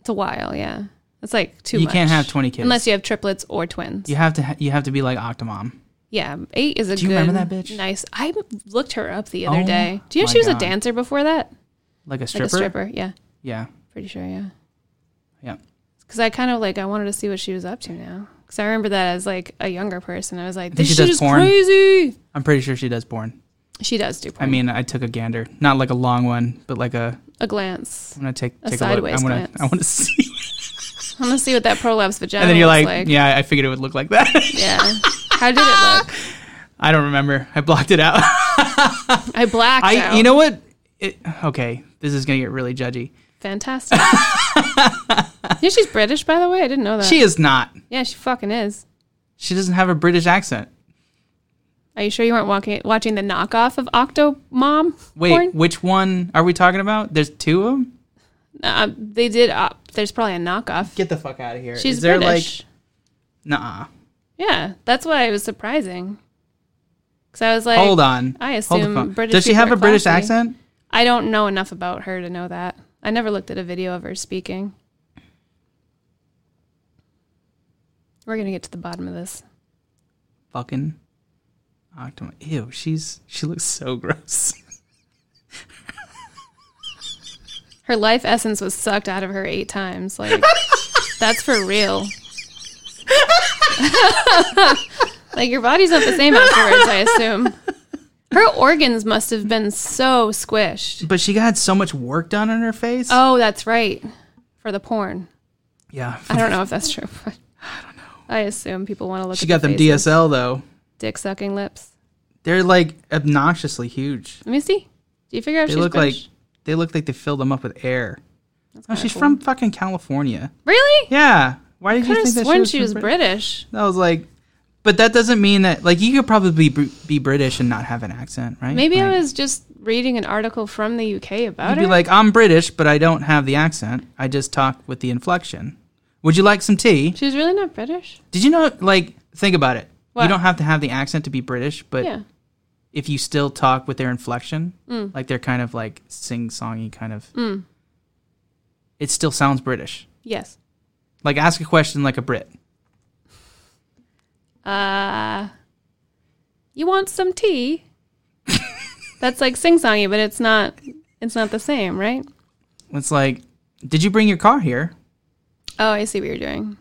Speaker 1: It's a while, yeah. It's like too.
Speaker 2: you
Speaker 1: much.
Speaker 2: can't have 20 kids
Speaker 1: unless you have triplets or twins.
Speaker 2: you have to. Ha- you have to be like Octomom.
Speaker 1: Yeah, eight is a
Speaker 2: Do you
Speaker 1: good.
Speaker 2: remember that bitch?
Speaker 1: Nice. I looked her up the other
Speaker 2: Oh
Speaker 1: day. Do you know
Speaker 2: my
Speaker 1: she was
Speaker 2: God.
Speaker 1: a dancer before that?
Speaker 2: Like a
Speaker 1: Like
Speaker 2: stripper.
Speaker 1: a stripper. Yeah,
Speaker 2: Yeah.
Speaker 1: pretty sure. Yeah.
Speaker 2: Yeah.
Speaker 1: Because I kind of like I wanted to see what she was up to now. Because I remember that as like a younger person, I was like,
Speaker 2: think
Speaker 1: "This
Speaker 2: she
Speaker 1: shit
Speaker 2: does
Speaker 1: is
Speaker 2: porn.
Speaker 1: crazy."
Speaker 2: I'm pretty sure she does porn.
Speaker 1: She does do.
Speaker 2: I
Speaker 1: Porn.
Speaker 2: mean, I took a gander, not like a long one, but like a.
Speaker 1: a glance.
Speaker 2: I'm gonna take
Speaker 1: A
Speaker 2: take a, look.
Speaker 1: sideways
Speaker 2: I'm gonna.
Speaker 1: glance.
Speaker 2: I want to [LAUGHS] see.
Speaker 1: I want to see what that prolapse vagina.
Speaker 2: and then you're
Speaker 1: looks
Speaker 2: like,
Speaker 1: like,
Speaker 2: yeah, I figured it would look like that. [LAUGHS]
Speaker 1: yeah. How did it look?
Speaker 2: I don't remember. I blocked it out.
Speaker 1: I blacked out.
Speaker 2: I. You know what? It, okay, this is gonna get really judgy. [LAUGHS]
Speaker 1: fantastic. yeah, she's British, by the way. I didn't know that.
Speaker 2: She is not.
Speaker 1: yeah, she fucking is.
Speaker 2: She doesn't have a British accent.
Speaker 1: Are you sure you weren't walking, watching the knockoff of Octo Mom?
Speaker 2: Wait, which one are we talking about? There's two of them.
Speaker 1: Uh, they did. Op- there's probably a knockoff.
Speaker 2: Get the fuck out of here.
Speaker 1: She's
Speaker 2: is there
Speaker 1: British.
Speaker 2: like nah?
Speaker 1: yeah, that's why it was surprising. Because I was like,
Speaker 2: Hold on.
Speaker 1: I
Speaker 2: Hold
Speaker 1: assume
Speaker 2: the phone.
Speaker 1: British
Speaker 2: Does she
Speaker 1: people
Speaker 2: have
Speaker 1: are
Speaker 2: a British
Speaker 1: classy.
Speaker 2: accent?
Speaker 1: I don't know enough about her to know that. I never looked at a video of her speaking. We're gonna get to the bottom of this.
Speaker 2: Fucking. Octomom. Ew, she's she looks so gross. [LAUGHS]
Speaker 1: Her life essence was sucked out of her eight times. Like, that's for real. [LAUGHS] like, your body's not the same afterwards, I assume. Her organs must have been so squished.
Speaker 2: But she got so much work done on her face.
Speaker 1: Oh, that's right. For the porn.
Speaker 2: yeah.
Speaker 1: I don't know if that's true. But I assume people want to look
Speaker 2: She
Speaker 1: at
Speaker 2: got them DSL though.
Speaker 1: dick sucking lips.
Speaker 2: They're like obnoxiously huge.
Speaker 1: Let me see. Do you figure out if
Speaker 2: They
Speaker 1: she's
Speaker 2: look
Speaker 1: British?
Speaker 2: like they look like they filled them up with air. No,
Speaker 1: kinda
Speaker 2: she's
Speaker 1: cool.
Speaker 2: from fucking California.
Speaker 1: Really?
Speaker 2: Yeah. Why
Speaker 1: I
Speaker 2: did you
Speaker 1: could have
Speaker 2: think that
Speaker 1: sworn
Speaker 2: she was, from Brit-
Speaker 1: British.
Speaker 2: I was like, but that doesn't mean that like you could probably be, be British and not have an accent, right?
Speaker 1: Maybe
Speaker 2: Like,
Speaker 1: I was just reading an article from the UK about
Speaker 2: You'd
Speaker 1: her.
Speaker 2: be like, I'm British, but I don't have the accent. I just talk with the inflection. Would you like some tea?
Speaker 1: She's really not British.
Speaker 2: Did you know? Like, think about it.
Speaker 1: What?
Speaker 2: You don't have to have the accent to be British, but
Speaker 1: yeah.
Speaker 2: if you still talk with their inflection,
Speaker 1: Mm.
Speaker 2: like they're kind of like sing songy kind of, it still sounds British.
Speaker 1: Yes.
Speaker 2: Like ask a question like a Brit.
Speaker 1: Uh, you want some
Speaker 2: [LAUGHS]
Speaker 1: tea? That's like sing songy, but it's not. It's not the same, right?
Speaker 2: It's like, Did you bring your car here?
Speaker 1: Oh, I see what you're doing.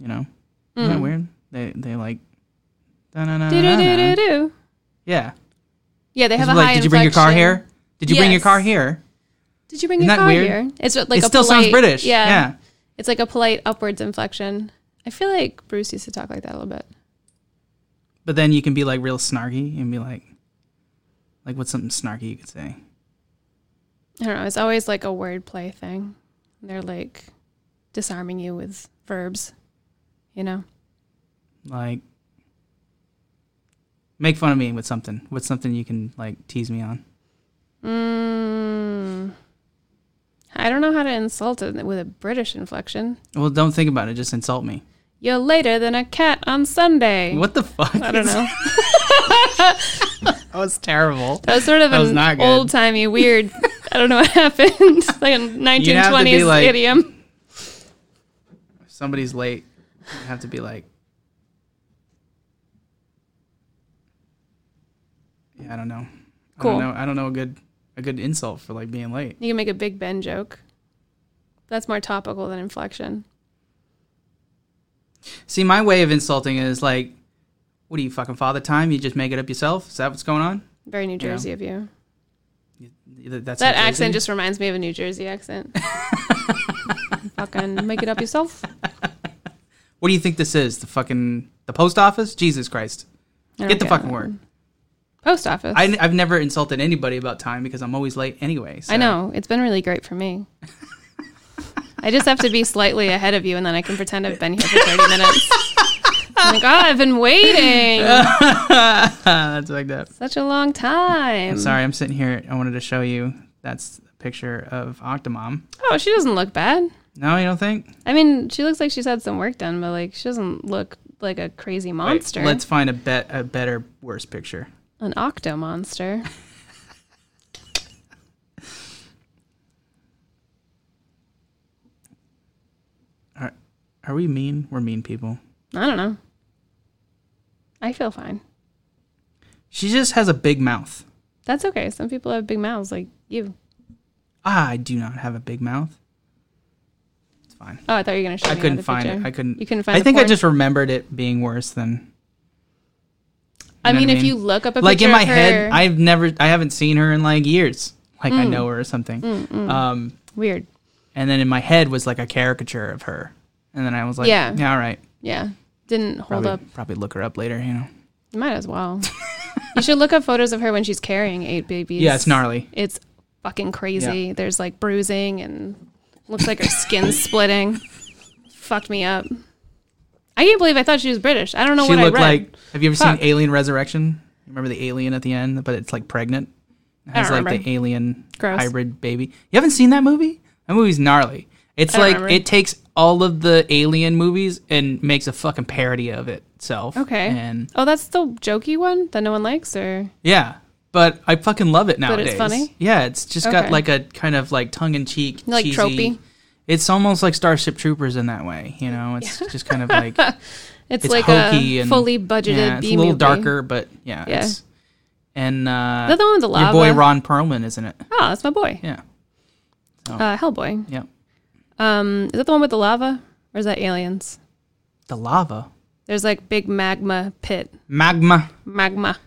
Speaker 2: You know, isn't
Speaker 1: Mm.
Speaker 2: that weird? They they like. da-na-na-na-na-na.
Speaker 1: Do do do do do.
Speaker 2: Yeah.
Speaker 1: Yeah, they have a
Speaker 2: It's Uh-huh. like,
Speaker 1: high.
Speaker 2: did you bring your car
Speaker 1: inflection.
Speaker 2: here? Did you bring your car
Speaker 1: Yes.
Speaker 2: here?
Speaker 1: Did you bring
Speaker 2: Isn't
Speaker 1: your
Speaker 2: that
Speaker 1: car
Speaker 2: weird?
Speaker 1: here? It's like
Speaker 2: it
Speaker 1: a
Speaker 2: still sounds
Speaker 1: polite-
Speaker 2: British.
Speaker 1: Yeah,
Speaker 2: yeah.
Speaker 1: it's like a polite upwards inflection. I feel like Bruce used to talk like that a little bit.
Speaker 2: But then you can be like real snarky and be like, like what's something snarky you could say?
Speaker 1: I don't know. It's always like a wordplay thing. They're like disarming you with verbs, you know?
Speaker 2: Like, make fun of me with something. What's something you can like tease me on?
Speaker 1: Mm. I don't know how to insult it with a British inflection.
Speaker 2: Well, don't think about it. Just insult me.
Speaker 1: You're later than a cat on Sunday.
Speaker 2: What the fuck?
Speaker 1: I
Speaker 2: [LAUGHS]
Speaker 1: don't know.
Speaker 2: that was terrible.
Speaker 1: That was sort of
Speaker 2: [LAUGHS] That was not
Speaker 1: an
Speaker 2: good.
Speaker 1: old timey weird. I don't know what [LAUGHS] happened. like a 1920s
Speaker 2: like-
Speaker 1: idiom.
Speaker 2: If somebody's late, you have to be like, yeah, I don't know. I
Speaker 1: Cool.
Speaker 2: don't know. I don't know a good a good insult for like being late.
Speaker 1: You can make a Big Ben joke. That's more topical than inflection.
Speaker 2: See, my way of insulting is like, what are you fucking father time? You just make it up yourself? Is that what's going on?
Speaker 1: Very New Jersey of you.
Speaker 2: Th- That's
Speaker 1: That
Speaker 2: New Jersey?
Speaker 1: accent just reminds me of a New Jersey
Speaker 2: [LAUGHS]
Speaker 1: accent. Fucking make it up yourself.
Speaker 2: What do you think this is? The fucking the post office? Jesus Christ!
Speaker 1: I don't
Speaker 2: Get the
Speaker 1: get
Speaker 2: fucking
Speaker 1: it.
Speaker 2: word.
Speaker 1: Post office.
Speaker 2: I, have never insulted anybody about time because I'm always late anyway. so-
Speaker 1: I
Speaker 2: [LAUGHS]
Speaker 1: know. It's been really great for me. I just have to be slightly ahead of you, and then I can pretend I've been here for
Speaker 2: [LAUGHS]
Speaker 1: 30 minutes. I'm like, oh, I've been waiting
Speaker 2: it's like that.
Speaker 1: such a long time.
Speaker 2: I'm sorry. I'm sitting here. I wanted to show you. That's a picture of Octomom.
Speaker 1: Oh, she doesn't look bad.
Speaker 2: No, you don't think? Wait,
Speaker 1: I mean, she looks like she's had some work done, but like, she doesn't look like a crazy monster.
Speaker 2: let's find a bet a better worse picture.
Speaker 1: An octo monster.
Speaker 2: Are, are we mean? We're mean people.
Speaker 1: I don't know. I feel fine.
Speaker 2: She just has a big mouth.
Speaker 1: That's okay. Some people have big mouths, like you.
Speaker 2: Ah, I do not have a big mouth. It's fine.
Speaker 1: Oh, I thought you were gonna show
Speaker 2: I
Speaker 1: me
Speaker 2: couldn't
Speaker 1: another
Speaker 2: find
Speaker 1: picture.
Speaker 2: it. I couldn't.
Speaker 1: You couldn't find.
Speaker 2: I
Speaker 1: the
Speaker 2: think I
Speaker 1: porn?
Speaker 2: just remembered it being worse than
Speaker 1: I
Speaker 2: know
Speaker 1: mean,
Speaker 2: what I
Speaker 1: if you
Speaker 2: mean?
Speaker 1: look up a
Speaker 2: like
Speaker 1: picture
Speaker 2: in my
Speaker 1: of
Speaker 2: head.
Speaker 1: her- Mm.
Speaker 2: I've never. I haven't seen her in like years. Like I know her or something. Um,
Speaker 1: weird.
Speaker 2: and then in my head was like a caricature of her. And then I was like,
Speaker 1: Yeah.
Speaker 2: yeah, all right.
Speaker 1: Yeah, didn't hold
Speaker 2: Probably,
Speaker 1: up.
Speaker 2: probably look her up later. You know.
Speaker 1: You might as
Speaker 2: [LAUGHS]
Speaker 1: well. you should look up photos of her when she's carrying eight babies.
Speaker 2: Yeah, it's gnarly.
Speaker 1: It's fucking crazy. There's like bruising and looks like her
Speaker 2: [LAUGHS]
Speaker 1: skin's splitting. Fucked me up. I can't believe I thought she was British. I don't know
Speaker 2: She
Speaker 1: what I
Speaker 2: looked
Speaker 1: read.
Speaker 2: like. Have you ever
Speaker 1: Fuck.
Speaker 2: seen Alien Resurrection? Remember the alien at the end, but it's like pregnant. It has like
Speaker 1: remember.
Speaker 2: the alien
Speaker 1: Gross.
Speaker 2: hybrid baby. You haven't seen that movie? That movie's gnarly. It's
Speaker 1: I don't
Speaker 2: like
Speaker 1: remember.
Speaker 2: it takes all of the alien movies and makes a fucking parody of itself.
Speaker 1: okay.
Speaker 2: And
Speaker 1: oh, that's the jokey one that no one likes, or
Speaker 2: yeah. But I fucking love it
Speaker 1: But
Speaker 2: nowadays.
Speaker 1: it's funny?
Speaker 2: Yeah, it's just got
Speaker 1: Okay.
Speaker 2: like a kind of like tongue in cheek,
Speaker 1: Like
Speaker 2: cheesy.
Speaker 1: tropey?
Speaker 2: It's almost like Starship Troopers in that way, you know. It's just kind
Speaker 1: [LAUGHS]
Speaker 2: of like
Speaker 1: it's,
Speaker 2: it's
Speaker 1: like
Speaker 2: hokey
Speaker 1: a
Speaker 2: and
Speaker 1: fully budgeted
Speaker 2: yeah, it's
Speaker 1: B
Speaker 2: a little
Speaker 1: movie.
Speaker 2: darker, but yeah,
Speaker 1: Yeah.
Speaker 2: It's, and uh,
Speaker 1: that the one with the
Speaker 2: your boy
Speaker 1: lava?
Speaker 2: Ron Perlman, isn't it?
Speaker 1: Oh, that's my boy.
Speaker 2: Yeah,
Speaker 1: Uh, Hellboy.
Speaker 2: yeah.
Speaker 1: Um, is that the one with the lava, or is that aliens?
Speaker 2: The lava
Speaker 1: There's like big magma pit,
Speaker 2: magma.
Speaker 1: magma,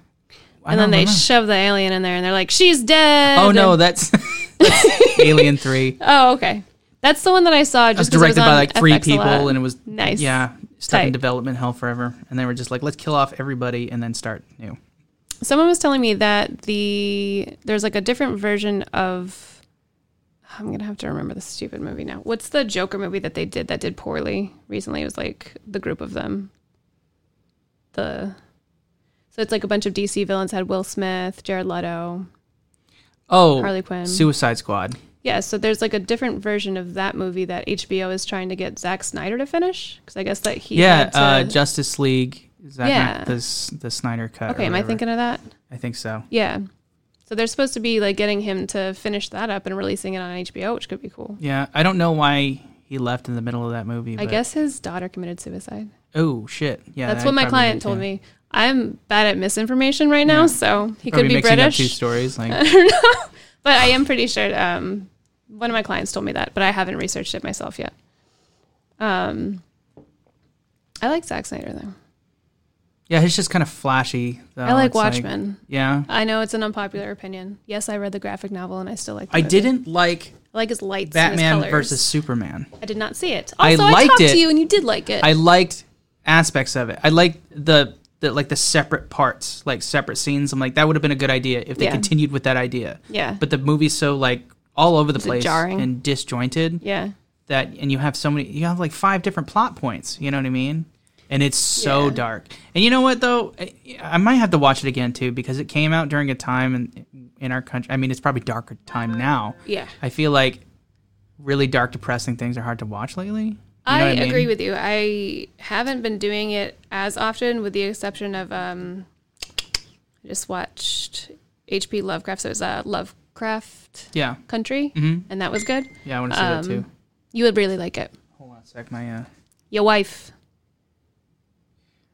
Speaker 2: I
Speaker 1: and
Speaker 2: don't
Speaker 1: then they
Speaker 2: remember.
Speaker 1: shove the alien in there, and they're like, "She's dead."
Speaker 2: oh no,
Speaker 1: And- [LAUGHS]
Speaker 2: that's, that's Alien Three.
Speaker 1: oh okay, that's the one that I saw.
Speaker 2: It was
Speaker 1: Just 'cause
Speaker 2: directed
Speaker 1: it was
Speaker 2: by
Speaker 1: on
Speaker 2: like three
Speaker 1: FX a lot.
Speaker 2: people, and it was
Speaker 1: Nice.
Speaker 2: Yeah, stuck in
Speaker 1: Tight.
Speaker 2: development hell forever, and they were just like, let's kill off everybody and then start new.
Speaker 1: someone was telling me that the there's like a different version of. I'm gonna have to remember the stupid movie now. What's the Joker movie that they did that did poorly recently? It was like the group of them. The so it's like a bunch of DC villains had Will Smith, Jared Leto,
Speaker 2: Oh,
Speaker 1: Harley Quinn.
Speaker 2: Suicide Squad.
Speaker 1: Yeah, so there's like a different version of that movie that HBO is trying to get Zack Snyder to finish because I guess that he
Speaker 2: Yeah,
Speaker 1: had to-
Speaker 2: uh, Justice League. Is that
Speaker 1: Yeah.
Speaker 2: not the, S- the Snyder cut? or
Speaker 1: okay, am I
Speaker 2: whatever?
Speaker 1: thinking of that?
Speaker 2: I think so.
Speaker 1: Yeah, so they're supposed to be like getting him to finish that up and releasing it on HBO, which could be cool.
Speaker 2: Yeah, I don't know why he left in the middle of that movie.
Speaker 1: I
Speaker 2: but-
Speaker 1: guess his daughter committed suicide.
Speaker 2: Oh shit! Yeah,
Speaker 1: That's
Speaker 2: that
Speaker 1: what my
Speaker 2: probably
Speaker 1: client
Speaker 2: did,
Speaker 1: told
Speaker 2: yeah.
Speaker 1: me. I'm bad at misinformation right now, so he
Speaker 2: Probably
Speaker 1: could be
Speaker 2: mixing up
Speaker 1: [LAUGHS]
Speaker 2: two
Speaker 1: British,
Speaker 2: stories. Like
Speaker 1: but I am pretty sure um, one of my clients told me that, but I haven't researched it myself yet. Um, I like Zack Snyder though.
Speaker 2: Yeah, it's just kind of flashy. Though.
Speaker 1: I like
Speaker 2: It's like-
Speaker 1: Watchmen.
Speaker 2: yeah.
Speaker 1: I know it's an unpopular opinion. Yes, I read the graphic novel and I still like. The
Speaker 2: I
Speaker 1: movie.
Speaker 2: didn't like
Speaker 1: I like his lights. and his
Speaker 2: Batman
Speaker 1: colors.
Speaker 2: versus Superman.
Speaker 1: I did not see it.
Speaker 2: I
Speaker 1: Also, I,
Speaker 2: liked
Speaker 1: talked
Speaker 2: it.
Speaker 1: to you and you did like it.
Speaker 2: I liked aspects of it. I liked the, the like the separate parts, like separate scenes. I'm like, that would have been a good idea if they
Speaker 1: Yeah.
Speaker 2: continued with that idea.
Speaker 1: yeah,
Speaker 2: But the movie's so like all over the
Speaker 1: it
Speaker 2: place
Speaker 1: jarring?
Speaker 2: and disjointed
Speaker 1: yeah.
Speaker 2: that, and you have so many, you have like five different plot points. You know what I mean? And it's so
Speaker 1: Yeah.
Speaker 2: dark. And you know what though, I, I might have to watch it again too because it came out during a time in in our country. I mean, it's probably darker time now.
Speaker 1: Yeah.
Speaker 2: I feel like really dark, depressing things are hard to watch lately. You know
Speaker 1: I,
Speaker 2: what mean?
Speaker 1: agree with you. I haven't been doing it as often, with the exception of um, I just watched H.P. Lovecraft. So it was uh, Lovecraft
Speaker 2: Yeah,
Speaker 1: Country,
Speaker 2: Mm-hmm.
Speaker 1: and that was good.
Speaker 2: yeah, I want to see that
Speaker 1: Um,
Speaker 2: too.
Speaker 1: You would really like it.
Speaker 2: Hold on a sec, my uh,
Speaker 1: Your wife,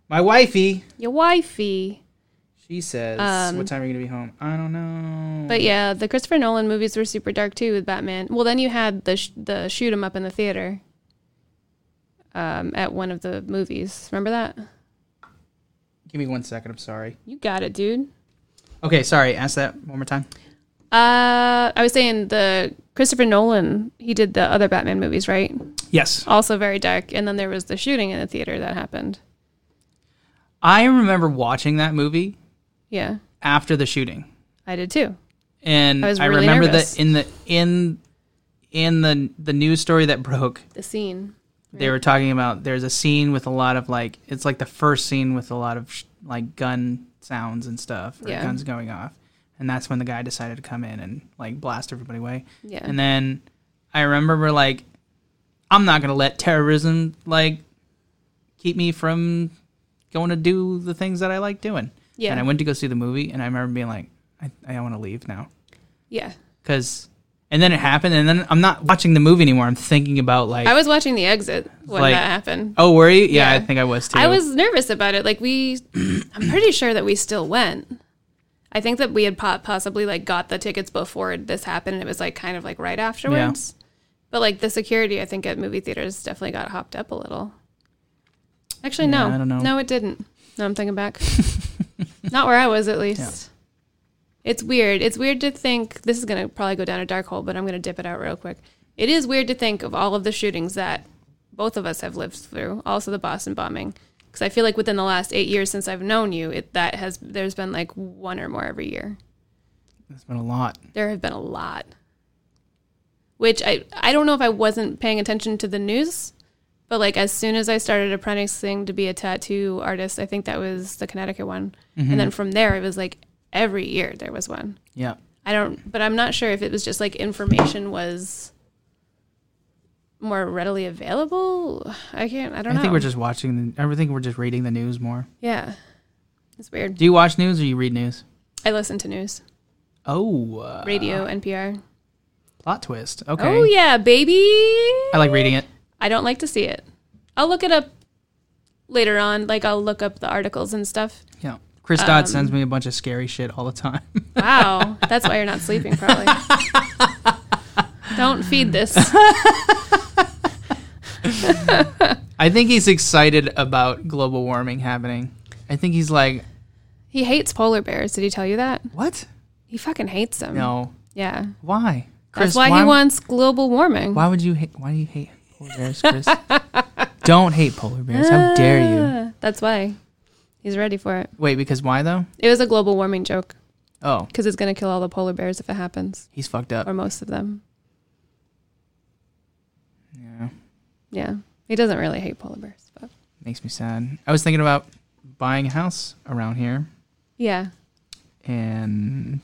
Speaker 2: my wifey.
Speaker 1: your wifey.
Speaker 2: She says,
Speaker 1: Um,
Speaker 2: "What time are you gonna be home?" I don't know.
Speaker 1: But yeah, the Christopher Nolan movies were super dark too with Batman. Well, then you had the sh- the shoot 'em up in the theater. Um, at one of the movies. Remember that?
Speaker 2: Give me one second. I'm sorry.
Speaker 1: You got it, dude.
Speaker 2: Okay, sorry. Ask that one more time.
Speaker 1: Uh, I was saying the Christopher Nolan. He did the other Batman movies, right?
Speaker 2: Yes,
Speaker 1: Also very dark. And then there was the shooting in the theater that happened.
Speaker 2: I remember watching that movie
Speaker 1: Yeah,
Speaker 2: after the shooting,
Speaker 1: I did too.
Speaker 2: and
Speaker 1: I
Speaker 2: I,
Speaker 1: was really
Speaker 2: remember
Speaker 1: nervous.
Speaker 2: that in the in in the the news story that broke,
Speaker 1: The scene.
Speaker 2: they were talking about there's a scene with a lot of like it's like the first scene with a lot of sh- like gun sounds and stuff or
Speaker 1: Yeah.
Speaker 2: guns going off and that's when the guy decided to come in and like blast everybody away
Speaker 1: Yeah.
Speaker 2: and then i remember like i'm not gonna let terrorism like keep me from going to do the things that i like doing
Speaker 1: Yeah.
Speaker 2: and i went to go see the movie and i remember being like i, I want to leave now
Speaker 1: yeah.
Speaker 2: because and then it happened and then i'm not watching the movie anymore i'm thinking about like
Speaker 1: I was watching the exit when
Speaker 2: Like-
Speaker 1: that happened.
Speaker 2: oh were you yeah, i
Speaker 1: Yeah.
Speaker 2: think i was too
Speaker 1: I was nervous about it. Like we, [CLEARS THROAT] I'm pretty sure that we still went. I think that we had po- possibly like got the tickets before this happened, and it was like kind of like right afterwards. But like the security, I think at movie theaters definitely got hopped up a little. Actually, no,
Speaker 2: Yeah, I don't know.
Speaker 1: no, it didn't. No, I'm thinking
Speaker 2: [LAUGHS]
Speaker 1: back. Not where I was, at least. It's weird. It's weird to think this is going to probably go down a dark hole, but I'm going to dip it out real quick. It is weird to think of all of the shootings that both of us have lived through, also the Boston bombing, because I feel like within the last eight years since I've known you, it, that has there's been like one or more every year.
Speaker 2: It's been a lot.
Speaker 1: There have been a lot, which I I don't know if I wasn't paying attention to the news, but like as soon as I started apprenticing to be a tattoo artist, I think that was the Connecticut one, and
Speaker 2: Mm-hmm.
Speaker 1: then from there it was like every year there was one.
Speaker 2: Yeah.
Speaker 1: I don't, but I'm not sure if it was just like information was more readily available. I can't, I don't
Speaker 2: I
Speaker 1: know.
Speaker 2: think we're just watching the, I think we're just reading the news more.
Speaker 1: yeah. It's weird.
Speaker 2: Do you watch news or you read news?
Speaker 1: I listen to news,
Speaker 2: Oh, uh,
Speaker 1: radio, NPR.
Speaker 2: plot twist. Okay.
Speaker 1: Oh, yeah, baby.
Speaker 2: I like reading it.
Speaker 1: I don't like to see it. I'll look it up later on. Like, I'll look up the articles and stuff.
Speaker 2: Yeah. Chris
Speaker 1: Um,
Speaker 2: Dodd sends me a bunch of scary shit all the time. [LAUGHS]
Speaker 1: Wow. [LAUGHS] That's why you're not sleeping, probably. don't feed this.
Speaker 2: I think he's excited about global warming happening. I think he's like,
Speaker 1: He hates polar bears. Did he tell you that?
Speaker 2: what?
Speaker 1: He fucking hates them.
Speaker 2: No.
Speaker 1: Yeah.
Speaker 2: Why?
Speaker 1: That's why, he wants global warming.
Speaker 2: Why would you hate? Why do you hate polar bears, Chris? [LAUGHS] Don't hate polar bears. How dare you?
Speaker 1: Ah, That's why. He's ready for it.
Speaker 2: Wait, because why though?
Speaker 1: It was a global warming joke
Speaker 2: Oh,
Speaker 1: because it's going to kill all the polar bears if it happens,
Speaker 2: he's fucked up.
Speaker 1: or most of them.
Speaker 2: Yeah.
Speaker 1: Yeah. He doesn't really hate polar bears, but
Speaker 2: Makes me sad. I was thinking about buying a house around here,
Speaker 1: yeah.
Speaker 2: and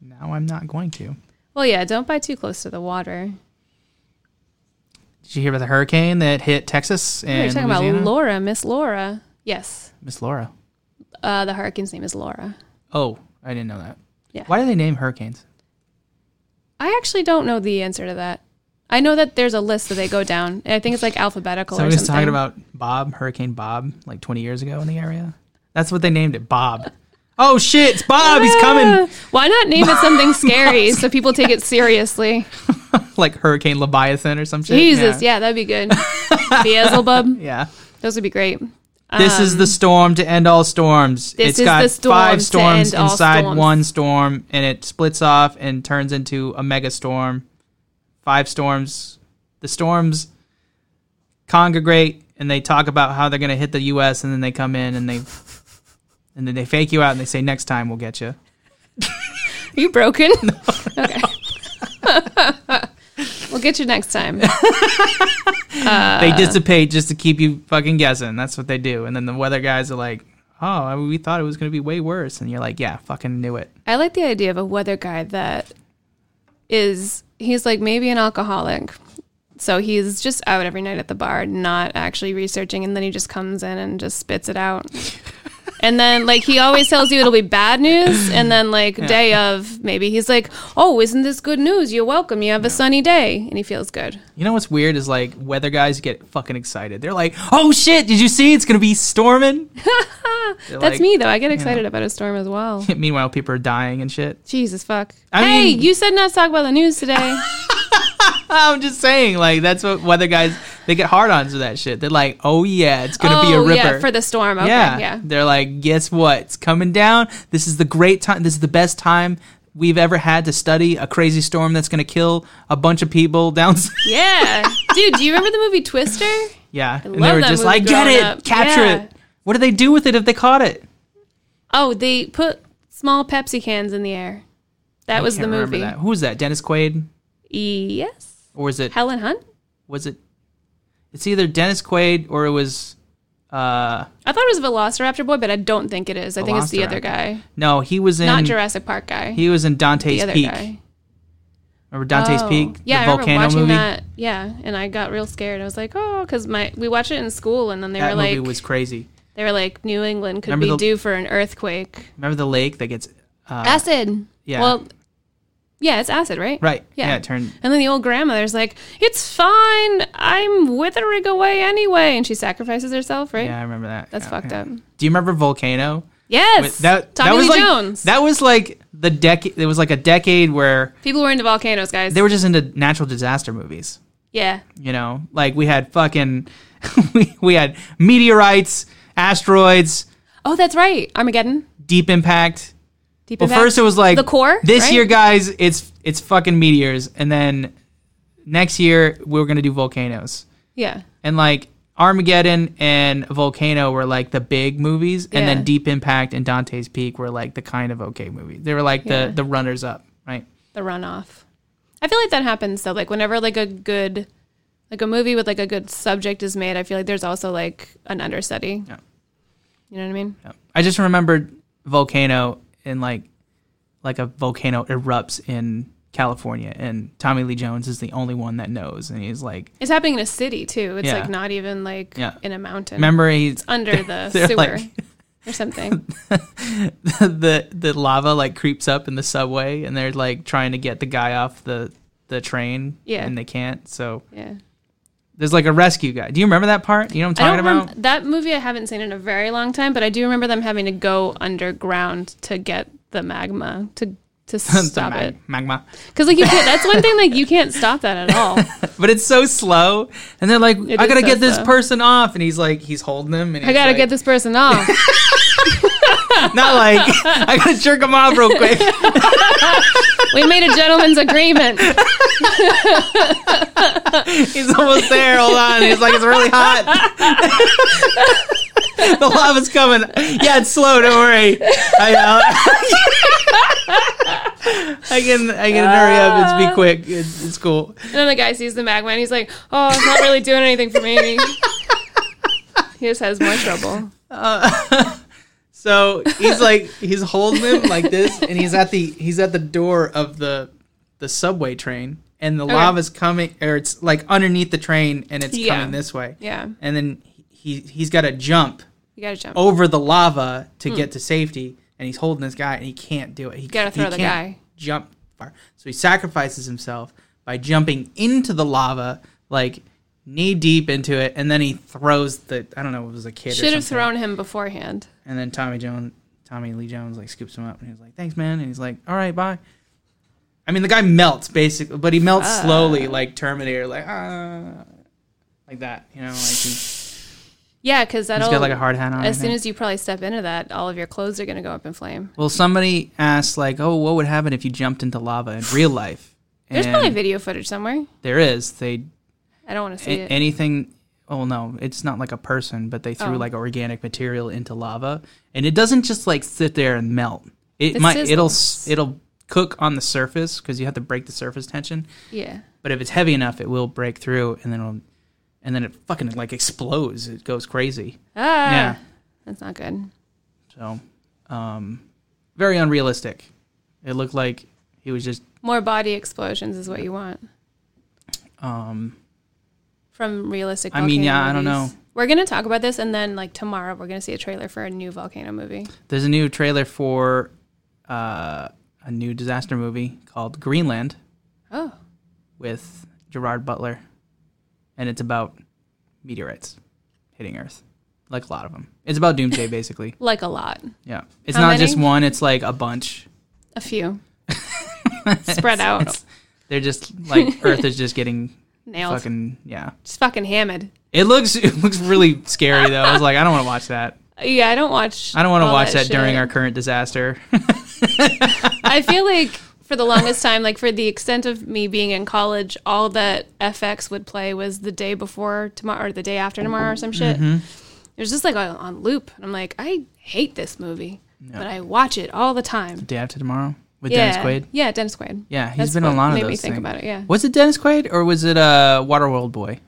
Speaker 2: now I'm not going to.
Speaker 1: Well, yeah, don't buy too close to the water.
Speaker 2: Did you hear about the hurricane that hit Texas
Speaker 1: Oh, You're
Speaker 2: and
Speaker 1: talking
Speaker 2: Louisiana?
Speaker 1: about Laura, Miss Laura. Yes.
Speaker 2: Miss Laura.
Speaker 1: Uh, the hurricane's name is Laura.
Speaker 2: Oh, I didn't know that.
Speaker 1: Yeah.
Speaker 2: Why do they name hurricanes?
Speaker 1: I actually don't know the answer to that. I know that there's a list that they go down. and I think it's like alphabetical
Speaker 2: Somebody
Speaker 1: or
Speaker 2: was
Speaker 1: something.
Speaker 2: talking about Bob, Hurricane Bob, like 20 years ago in the area. That's what they named it, Bob.
Speaker 1: [LAUGHS]
Speaker 2: Oh
Speaker 1: Ah,
Speaker 2: shit, it's Bob. He's coming. [LAUGHS]
Speaker 1: Why not name it something scary so people take it seriously?
Speaker 2: like Hurricane Leviathan or some shit.
Speaker 1: Jesus, yeah, that'd be
Speaker 2: [LAUGHS]
Speaker 1: good. Beelzebub.
Speaker 2: Yeah.
Speaker 1: Those would be great.
Speaker 2: This is the storm to end all storms.
Speaker 1: Um, This
Speaker 2: it's
Speaker 1: is
Speaker 2: got
Speaker 1: the storm
Speaker 2: five
Speaker 1: to
Speaker 2: storms
Speaker 1: end all
Speaker 2: inside
Speaker 1: storms.
Speaker 2: one storm, and it splits off and turns into a mega storm. Five storms. The storms congregate and they talk about how they're going to hit the U.S. and then they come in and they and then they fake you out and they say next time we'll get you.
Speaker 1: Are you
Speaker 2: [LAUGHS]
Speaker 1: broken? Okay. [LAUGHS] we'll get you next
Speaker 2: [LAUGHS]
Speaker 1: time.
Speaker 2: they
Speaker 1: Uh.
Speaker 2: dissipate just to keep you fucking guessing. That's what they do. And then the weather guys are like, "Oh, I- we thought it was going to be way worse," and you're like, "Yeah, fucking knew it."
Speaker 1: I like the idea of a weather guy that is he's like maybe an alcoholic. So he's just out every night at the bar, not actually researching, and then he just comes in and just spits it
Speaker 2: [LAUGHS]
Speaker 1: out. and then like he always tells you it'll be bad news, and then like day of maybe he's like, "Oh, isn't this good news? You're welcome. You have a sunny day," and he feels good.
Speaker 2: You know what's weird is like weather guys get fucking excited. They're like, "Oh shit, did you see? It's gonna be storming."
Speaker 1: [LAUGHS]
Speaker 2: They're
Speaker 1: That's
Speaker 2: like-
Speaker 1: me though. I get excited about a storm as well.
Speaker 2: [LAUGHS] Meanwhile, people are dying and shit.
Speaker 1: Jesus fuck.
Speaker 2: I
Speaker 1: hey,
Speaker 2: mean-
Speaker 1: you said not to talk about the news today.
Speaker 2: Oh, I'm just saying, like that's what weather guys they get hard ons with that shit. They're like, "Oh yeah, it's [LAUGHS] gonna be a
Speaker 1: Oh,
Speaker 2: ripper."
Speaker 1: yeah, for the storm. Okay,
Speaker 2: yeah.
Speaker 1: yeah.
Speaker 2: They're like, guess what? It's coming down. This is the great time. This is the best time we've ever had to study a crazy storm that's going to kill a bunch of people down.
Speaker 1: [LAUGHS]
Speaker 2: s-
Speaker 1: Yeah. Dude, do you remember the movie Twister?
Speaker 2: yeah. And they
Speaker 1: love
Speaker 2: were
Speaker 1: that
Speaker 2: just
Speaker 1: movie
Speaker 2: like, get
Speaker 1: growing
Speaker 2: it,
Speaker 1: up.
Speaker 2: capture
Speaker 1: Yeah.
Speaker 2: it. What do they do with it if they caught it?
Speaker 1: Oh, they put small Pepsi cans in the air. That was the
Speaker 2: Can't remember
Speaker 1: movie.
Speaker 2: that. Who was that? Dennis Quaid?
Speaker 1: Yes.
Speaker 2: Or was it,
Speaker 1: Helen Hunt?
Speaker 2: was it, it's either Dennis Quaid or it was, uh,
Speaker 1: I thought it was Velociraptor Boy, but I don't think it is. I think it's the other
Speaker 2: Velociraptor.
Speaker 1: guy.
Speaker 2: no, he was in,
Speaker 1: Not Jurassic Park guy.
Speaker 2: he was in Dante's
Speaker 1: the other
Speaker 2: Peak.
Speaker 1: guy.
Speaker 2: Remember Dante's
Speaker 1: Oh.
Speaker 2: Peak?
Speaker 1: Yeah, I
Speaker 2: the
Speaker 1: remember
Speaker 2: volcano
Speaker 1: watching
Speaker 2: movie?
Speaker 1: that. Yeah, and I got real scared. I was like, oh, because my we watched it in school, and then they
Speaker 2: That
Speaker 1: were
Speaker 2: movie
Speaker 1: like,
Speaker 2: was crazy.
Speaker 1: they were like, New England could
Speaker 2: Remember
Speaker 1: be
Speaker 2: the-
Speaker 1: due for an earthquake.
Speaker 2: Remember the lake that gets, uh,
Speaker 1: acid.
Speaker 2: yeah.
Speaker 1: Well, yeah, it's acid, right?
Speaker 2: Right.
Speaker 1: Yeah.
Speaker 2: Yeah. it turned.
Speaker 1: And then the old grandmother's like, "It's fine. I'm withering away anyway," and she sacrifices herself. Right?
Speaker 2: Yeah, I remember that.
Speaker 1: That's
Speaker 2: Yeah,
Speaker 1: fucked
Speaker 2: yeah.
Speaker 1: up.
Speaker 2: Do you remember Volcano?
Speaker 1: Yes.
Speaker 2: That
Speaker 1: Tommy
Speaker 2: that was
Speaker 1: Lee
Speaker 2: like
Speaker 1: Jones.
Speaker 2: that was like the decade. It was like a decade where
Speaker 1: People were into volcanoes, guys.
Speaker 2: they were just into natural disaster movies.
Speaker 1: yeah.
Speaker 2: You know, like we had fucking [LAUGHS] we we had meteorites, asteroids,
Speaker 1: Oh, that's right. Armageddon.
Speaker 2: deep impact.
Speaker 1: Deep
Speaker 2: Well,
Speaker 1: Impact.
Speaker 2: first it was like
Speaker 1: the core.
Speaker 2: This
Speaker 1: right?
Speaker 2: year, guys, it's it's fucking meteors, and then next year we we're gonna do volcanoes.
Speaker 1: Yeah.
Speaker 2: and like Armageddon and Volcano were like the big movies, and
Speaker 1: Yeah.
Speaker 2: then Deep Impact and Dante's Peak were like the kind of okay movies. They were like
Speaker 1: Yeah.
Speaker 2: the the runners up, right?
Speaker 1: The runoff. I feel like that happens though. Like whenever like a good, like a movie with like a good subject is made, I feel like there's also like an understudy.
Speaker 2: Yeah.
Speaker 1: You know what I mean?
Speaker 2: Yeah. I just remembered Volcano and like like a volcano erupts in California, and Tommy Lee Jones is the only one that knows, and he's like,
Speaker 1: It's happening in a city too. It's
Speaker 2: Yeah.
Speaker 1: like not even like
Speaker 2: Yeah.
Speaker 1: in a mountain.
Speaker 2: remember he's
Speaker 1: under the
Speaker 2: they're
Speaker 1: sewer
Speaker 2: like-
Speaker 1: or something.
Speaker 2: [LAUGHS] the the lava like creeps up in the subway, and they're like trying to get the guy off the the train,
Speaker 1: Yeah.
Speaker 2: and they can't. So
Speaker 1: Yeah.
Speaker 2: there's like a rescue guy. Do you remember that part? You know what I'm
Speaker 1: I
Speaker 2: talking
Speaker 1: don't
Speaker 2: about?
Speaker 1: remember that movie I haven't seen in a very long time, but I do remember them having to go underground to get the magma
Speaker 2: [LAUGHS]
Speaker 1: to to
Speaker 2: It's a
Speaker 1: stop
Speaker 2: mag-
Speaker 1: it.
Speaker 2: Magma.
Speaker 1: Cuz like you can't that's one thing like you can't stop that at
Speaker 2: [LAUGHS]
Speaker 1: all.
Speaker 2: But it's so slow. And they're like,
Speaker 1: It
Speaker 2: I
Speaker 1: is
Speaker 2: gotta
Speaker 1: so
Speaker 2: get this
Speaker 1: slow.
Speaker 2: person off. And he's like, he's holding him. And
Speaker 1: I got to get
Speaker 2: this.
Speaker 1: this person off. [LAUGHS]
Speaker 2: Not like, [LAUGHS] I gotta jerk him off real quick.
Speaker 1: We made a gentleman's agreement.
Speaker 2: he's almost there. Hold on. He's like, it's really hot. [LAUGHS] the lava's coming. Yeah, it's slow. Don't worry. I, I'll- [LAUGHS] I can I can hurry up. It's be quick. It's, it's cool.
Speaker 1: And then the guy sees the magma and he's like, "Oh, it's not really doing anything for me." He just has more trouble.
Speaker 2: So he's like he's holding him like this, and he's at the he's at the door of the the subway train, and the lava's coming, or it's like underneath the train, and it's
Speaker 1: Yeah.
Speaker 2: coming this way,
Speaker 1: Yeah.
Speaker 2: and then he he's got to jump
Speaker 1: You got to jump.
Speaker 2: over the lava to get to safety, and he's holding this guy, and he can't do it. He
Speaker 1: Hmm. Gotta
Speaker 2: he
Speaker 1: throw the
Speaker 2: can't
Speaker 1: guy.
Speaker 2: Jump far, so he sacrifices himself by jumping into the lava, like knee deep into it, and then he throws the I don't know, it was a kid. or
Speaker 1: Should have
Speaker 2: something.
Speaker 1: thrown him beforehand.
Speaker 2: And then Tommy Jones, Tommy Lee Jones, like scoops him up and he's like, "Thanks, man." And he's like, "All right, bye." I mean, the guy melts basically, but he melts
Speaker 1: Fuck.
Speaker 2: slowly, like Terminator, like ah, like that. You know, like he, he's
Speaker 1: Yeah, because that'll
Speaker 2: got like a hard hat on. I
Speaker 1: as soon
Speaker 2: think.
Speaker 1: as you probably step into that, all of your clothes are gonna go up in flame.
Speaker 2: well, somebody asked like, oh, what would happen if you jumped into lava in real life?
Speaker 1: There's
Speaker 2: And
Speaker 1: probably video footage somewhere.
Speaker 2: there is. They
Speaker 1: I don't want to see
Speaker 2: a-
Speaker 1: it.
Speaker 2: anything oh no it's not like a person but they threw
Speaker 1: Oh.
Speaker 2: like organic material into lava and it doesn't just like sit there and melt it,
Speaker 1: It
Speaker 2: might it'll s-
Speaker 1: sizzles.
Speaker 2: it'll cook on the surface because you have to break the surface tension
Speaker 1: yeah.
Speaker 2: but if it's heavy enough it will break through and then it'll and then it fucking like explodes it goes crazy
Speaker 1: Ah.
Speaker 2: yeah
Speaker 1: That's not good.
Speaker 2: so um very unrealistic it looked like he was just
Speaker 1: More body explosions is what you want
Speaker 2: um
Speaker 1: from realistic.
Speaker 2: I mean,
Speaker 1: volcano
Speaker 2: yeah, I don't
Speaker 1: movies.
Speaker 2: know.
Speaker 1: We're gonna talk about this, and then like tomorrow, we're gonna see a trailer for a new volcano movie.
Speaker 2: There's a new trailer for uh, a new disaster movie called Greenland
Speaker 1: Oh,
Speaker 2: with Gerard Butler, and it's about meteorites hitting Earth, like a lot of them. It's
Speaker 1: [LAUGHS]
Speaker 2: about doomsday, basically.
Speaker 1: like a lot,
Speaker 2: Yeah, it's
Speaker 1: How
Speaker 2: not
Speaker 1: many?
Speaker 2: just one; it's like a bunch.
Speaker 1: a
Speaker 2: [LAUGHS]
Speaker 1: few spread out,
Speaker 2: They're just
Speaker 1: [LAUGHS]
Speaker 2: like Earth is just getting
Speaker 1: nailed,
Speaker 2: fucking yeah.
Speaker 1: just fucking hammered.
Speaker 2: It looks it looks really scary though. I was like, I don't want to watch that.
Speaker 1: Yeah, I don't watch.
Speaker 2: I don't want to
Speaker 1: all
Speaker 2: watch that, during
Speaker 1: shit.
Speaker 2: our
Speaker 1: [LAUGHS]
Speaker 2: current disaster.
Speaker 1: I feel like for the longest time, like for the extent of me being in college, all that FX would play was the day before tomorrow or the day after tomorrow or some shit.
Speaker 2: Mm-hmm.
Speaker 1: It was just like on, on loop. And I'm like, I hate this movie, but I watch it all the time.
Speaker 2: Day after tomorrow with
Speaker 1: yeah,
Speaker 2: Dennis Quaid.
Speaker 1: yeah, Dennis Quaid.
Speaker 2: Yeah, he's
Speaker 1: That's
Speaker 2: been on a
Speaker 1: what
Speaker 2: lot of
Speaker 1: made
Speaker 2: those.
Speaker 1: me think
Speaker 2: things.
Speaker 1: about it, yeah.
Speaker 2: Was it Dennis Quaid or was it uh, Waterworld boy?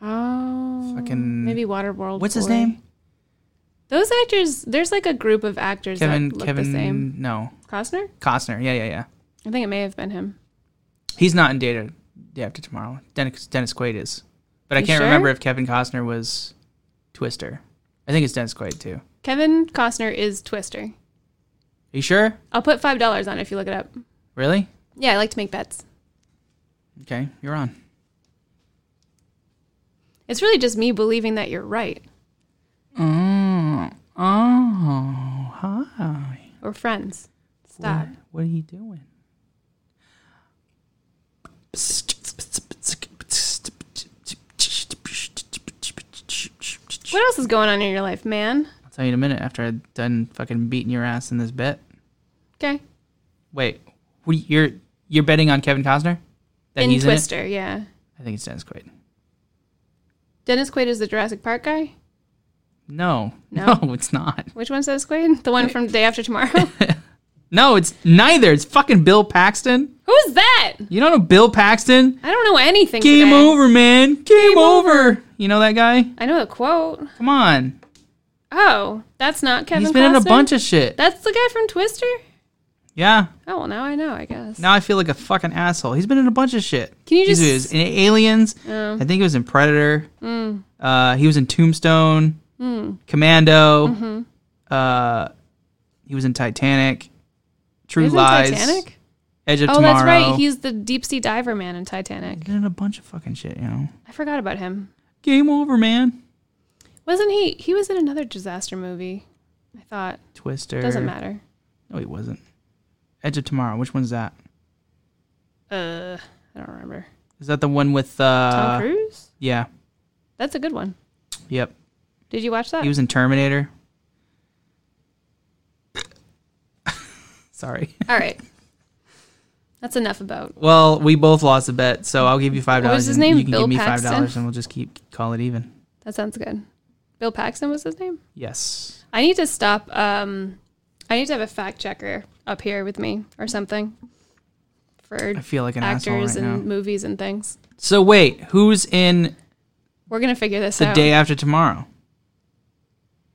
Speaker 1: Oh,
Speaker 2: Fucking-
Speaker 1: maybe Waterworld.
Speaker 2: What's his
Speaker 1: Boy.
Speaker 2: name?
Speaker 1: Those actors. There's like a group of actors
Speaker 2: Kevin.
Speaker 1: that look
Speaker 2: Kevin.
Speaker 1: the same.
Speaker 2: No,
Speaker 1: Costner.
Speaker 2: Costner. Yeah, yeah, yeah.
Speaker 1: I think it may have been him.
Speaker 2: He's not in Data Day After Tomorrow. Dennis Dennis Quaid is, but I
Speaker 1: You
Speaker 2: can't
Speaker 1: sure?
Speaker 2: remember if Kevin Costner was Twister. I think it's Dennis Quaid too. Are
Speaker 1: Kevin Costner is Twister.
Speaker 2: you sure?
Speaker 1: I'll put five dollars on it if you look it up.
Speaker 2: Really?
Speaker 1: Yeah, I like to make bets.
Speaker 2: Okay, you're on.
Speaker 1: It's really just me believing that you're right.
Speaker 2: Oh, oh, hi.
Speaker 1: We're friends. Stop.
Speaker 2: What, what are you doing?
Speaker 1: What else is going on in your life, man?
Speaker 2: I'll tell you in a minute after I've done fucking beating your ass in this bet.
Speaker 1: Okay.
Speaker 2: Wait, what, you're you're betting on Kevin Costner? That
Speaker 1: in
Speaker 2: he's
Speaker 1: Twister, yeah.
Speaker 2: in it? I think it's Dennis Quaid.
Speaker 1: Dennis Quaid is the Jurassic Park guy.
Speaker 2: No, [LAUGHS] no,
Speaker 1: No?
Speaker 2: it's not.
Speaker 1: Which one's Dennis Quaid? The one from the day after
Speaker 2: [LAUGHS]
Speaker 1: tomorrow?
Speaker 2: No, it's neither. It's fucking Bill Paxton.
Speaker 1: Who's that?
Speaker 2: You don't know Bill Paxton?
Speaker 1: I don't know anything.
Speaker 2: Game
Speaker 1: today.
Speaker 2: over, man. Game, over. You know that guy?
Speaker 1: I know the quote.
Speaker 2: Come on.
Speaker 1: Oh, that's not Kevin.
Speaker 2: He's been in a
Speaker 1: Costner?
Speaker 2: bunch of shit.
Speaker 1: That's the guy from Twister.
Speaker 2: yeah.
Speaker 1: Oh well, now I know. I guess.
Speaker 2: Now I feel like a fucking asshole. He's been in a bunch of shit.
Speaker 1: Can you
Speaker 2: He's-
Speaker 1: just-
Speaker 2: he was in Aliens?
Speaker 1: Oh. Mm.
Speaker 2: I think he was in Predator. Uh, he was in Tombstone, Commando.
Speaker 1: Mm-hmm.
Speaker 2: Uh, he was in Titanic, True
Speaker 1: Isn't
Speaker 2: Lies,
Speaker 1: Titanic?
Speaker 2: Edge of
Speaker 1: Oh,
Speaker 2: Tomorrow.
Speaker 1: that's right. He's the deep sea diver man in Titanic.
Speaker 2: been in a bunch of fucking shit, you know.
Speaker 1: I forgot about him.
Speaker 2: Game over, man.
Speaker 1: Wasn't he? He was in another disaster movie. I thought
Speaker 2: Twister.
Speaker 1: doesn't matter.
Speaker 2: No, he wasn't. Edge of Tomorrow. Which one's that?
Speaker 1: Uh, I don't remember.
Speaker 2: Is that the one with
Speaker 1: Tom
Speaker 2: uh?
Speaker 1: Cruise.
Speaker 2: Yeah.
Speaker 1: That's a good one.
Speaker 2: Yep.
Speaker 1: Did you watch that?
Speaker 2: He was in
Speaker 1: [LAUGHS]
Speaker 2: Terminator. Sorry.
Speaker 1: All right. That's enough about.
Speaker 2: Well, we both lost a bet, so I'll give you five dollars.
Speaker 1: was his name?
Speaker 2: You can
Speaker 1: Bill
Speaker 2: give me
Speaker 1: Paxton?
Speaker 2: five dollars, and we'll just keep call it even.
Speaker 1: That sounds good. Bill Paxton was his name.
Speaker 2: Yes.
Speaker 1: I need to stop. Um, I need to have a fact checker up here with me or something for
Speaker 2: I feel like an
Speaker 1: actors
Speaker 2: asshole right
Speaker 1: and
Speaker 2: now.
Speaker 1: movies and things.
Speaker 2: So wait, who's in
Speaker 1: We're gonna figure this
Speaker 2: the
Speaker 1: out.
Speaker 2: day after tomorrow?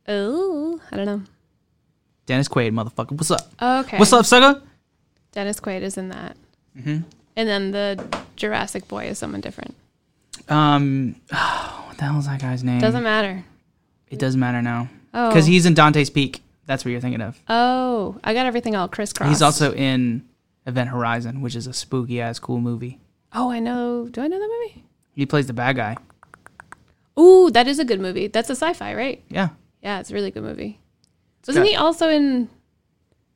Speaker 1: Oh, I don't know.
Speaker 2: Dennis Quaid, motherfucker. What's up?
Speaker 1: Okay.
Speaker 2: What's up, sucker?
Speaker 1: Dennis Quaid is in that.
Speaker 2: Mm-hmm.
Speaker 1: And then the Jurassic Boy is someone different.
Speaker 2: Um, [SIGHS] what the hell's that guy's name?
Speaker 1: Doesn't matter.
Speaker 2: it doesn't matter now
Speaker 1: Oh.
Speaker 2: because he's in Dante's Peak. That's what you're thinking of.
Speaker 1: Oh, I got everything all crisscrossed.
Speaker 2: He's also in Event Horizon, which is a spooky ass cool movie.
Speaker 1: Oh, I know. Do I know that movie?
Speaker 2: He plays the bad guy.
Speaker 1: Ooh, that is a good movie. That's a sci-fi, right?
Speaker 2: Yeah.
Speaker 1: Yeah, it's a really good movie. Wasn't
Speaker 2: got-
Speaker 1: he also in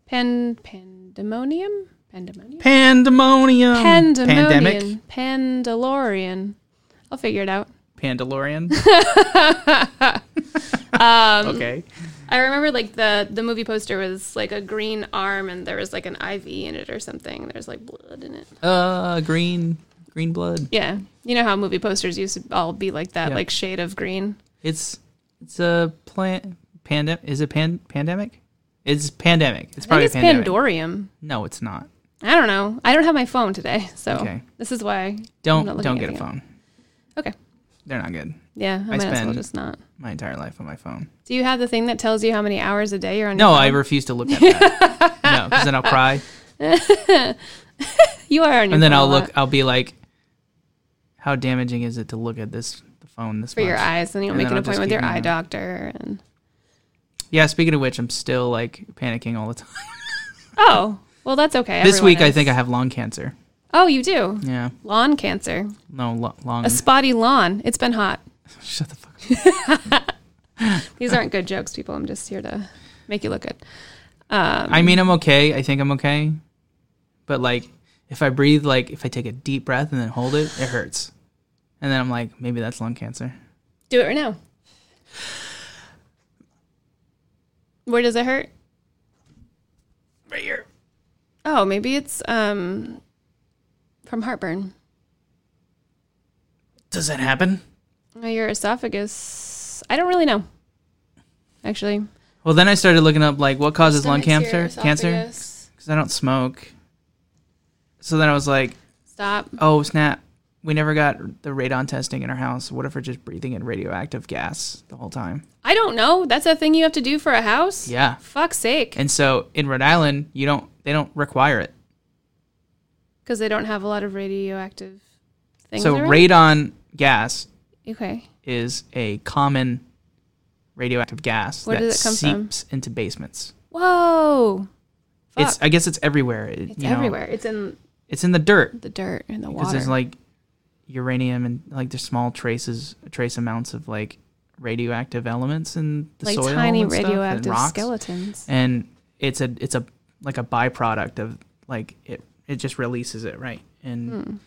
Speaker 1: Pan Pandemonium? Pandemonium.
Speaker 2: Pandemonium. Pandemic.
Speaker 1: Pandemonium. Pandalorian. I'll figure it out.
Speaker 2: Pandalorian.
Speaker 1: [LAUGHS]
Speaker 2: [LAUGHS]
Speaker 1: Um,
Speaker 2: okay.
Speaker 1: I remember like the the movie poster was like a green arm and there was like an IV in it or something. There's like blood in it.
Speaker 2: Uh, green, green blood.
Speaker 1: Yeah. You know how movie posters used to all be like that,
Speaker 2: Yeah.
Speaker 1: like shade of green.
Speaker 2: It's it's a plant pandemic. Is it pan pandemic? It's pandemic. It's
Speaker 1: I
Speaker 2: probably
Speaker 1: think it's
Speaker 2: pandemic.
Speaker 1: Pandorium.
Speaker 2: No, it's not.
Speaker 1: I don't know. I don't have my phone today, [LAUGHS] so
Speaker 2: Okay.
Speaker 1: this is why. I'm not
Speaker 2: Don't
Speaker 1: looking
Speaker 2: don't
Speaker 1: at
Speaker 2: get a
Speaker 1: it.
Speaker 2: phone.
Speaker 1: Okay.
Speaker 2: They're not good.
Speaker 1: Yeah, I, might as well
Speaker 2: spend-
Speaker 1: just not.
Speaker 2: My entire life on my phone.
Speaker 1: Do you have the thing that tells you how many hours a day you're on?
Speaker 2: No,
Speaker 1: your
Speaker 2: I
Speaker 1: phone?
Speaker 2: refuse to look at that.
Speaker 1: [LAUGHS]
Speaker 2: no, because then I'll cry,
Speaker 1: You are on your
Speaker 2: and then
Speaker 1: phone a
Speaker 2: I'll
Speaker 1: lot
Speaker 2: look. I'll be like, how damaging is it to look at this the phone this
Speaker 1: for your
Speaker 2: much?
Speaker 1: eyes, and you'll
Speaker 2: and
Speaker 1: make
Speaker 2: then
Speaker 1: an
Speaker 2: I'll just
Speaker 1: appointment with your eye
Speaker 2: keep moving.
Speaker 1: doctor. And [LAUGHS]
Speaker 2: Yeah. Speaking of which, I'm still like panicking all the time. [LAUGHS]
Speaker 1: oh, well, that's okay.
Speaker 2: this
Speaker 1: Everyone
Speaker 2: week, I
Speaker 1: is.
Speaker 2: think I have lung cancer.
Speaker 1: Oh, you do
Speaker 2: Yeah.
Speaker 1: lawn cancer,
Speaker 2: No, lo- long.
Speaker 1: a spotty lawn. It's been hot.
Speaker 2: [LAUGHS] Shut the fuck up.
Speaker 1: These aren't good jokes, people. I'm just here to make you look good. Um,
Speaker 2: I mean, I'm okay. I think I'm okay. But like, if I breathe, like, if I take a deep breath and then hold it, it hurts. And then I'm like, maybe that's lung cancer.
Speaker 1: Do it right now. Where does it hurt?
Speaker 2: Right here.
Speaker 1: Oh, maybe it's um from heartburn.
Speaker 2: Does that happen?
Speaker 1: Uh, Your esophagus. I don't really know. Actually,
Speaker 2: Well, then I started looking up like what causes lung cancer. Cancer,
Speaker 1: Esophagus.
Speaker 2: because I don't smoke. So then I was like,
Speaker 1: Stop.
Speaker 2: oh snap, we never got the radon testing in our house. What if we're just breathing in radioactive gas the whole time?
Speaker 1: I don't know. That's a thing you have to do for a house.
Speaker 2: Yeah.
Speaker 1: Fuck's sake.
Speaker 2: And so in Rhode Island, you don't they don't require it.
Speaker 1: Because they don't have a lot of radioactive things.
Speaker 2: So
Speaker 1: around.
Speaker 2: radon gas
Speaker 1: Okay.
Speaker 2: is a common radioactive gas
Speaker 1: Where
Speaker 2: that
Speaker 1: does it come from?
Speaker 2: seeps into basements.
Speaker 1: Whoa. Fuck.
Speaker 2: It's I guess it's everywhere. It-
Speaker 1: It's
Speaker 2: you know,
Speaker 1: everywhere. It's in
Speaker 2: It's in the dirt
Speaker 1: the dirt and the
Speaker 2: because
Speaker 1: water.
Speaker 2: there's like uranium and like there's small traces, trace amounts of like radioactive elements in the
Speaker 1: Like
Speaker 2: soil,
Speaker 1: tiny
Speaker 2: and stuff, and
Speaker 1: radioactive
Speaker 2: rocks.
Speaker 1: skeletons.
Speaker 2: And it's a it's a like a byproduct of like it it just releases it right and.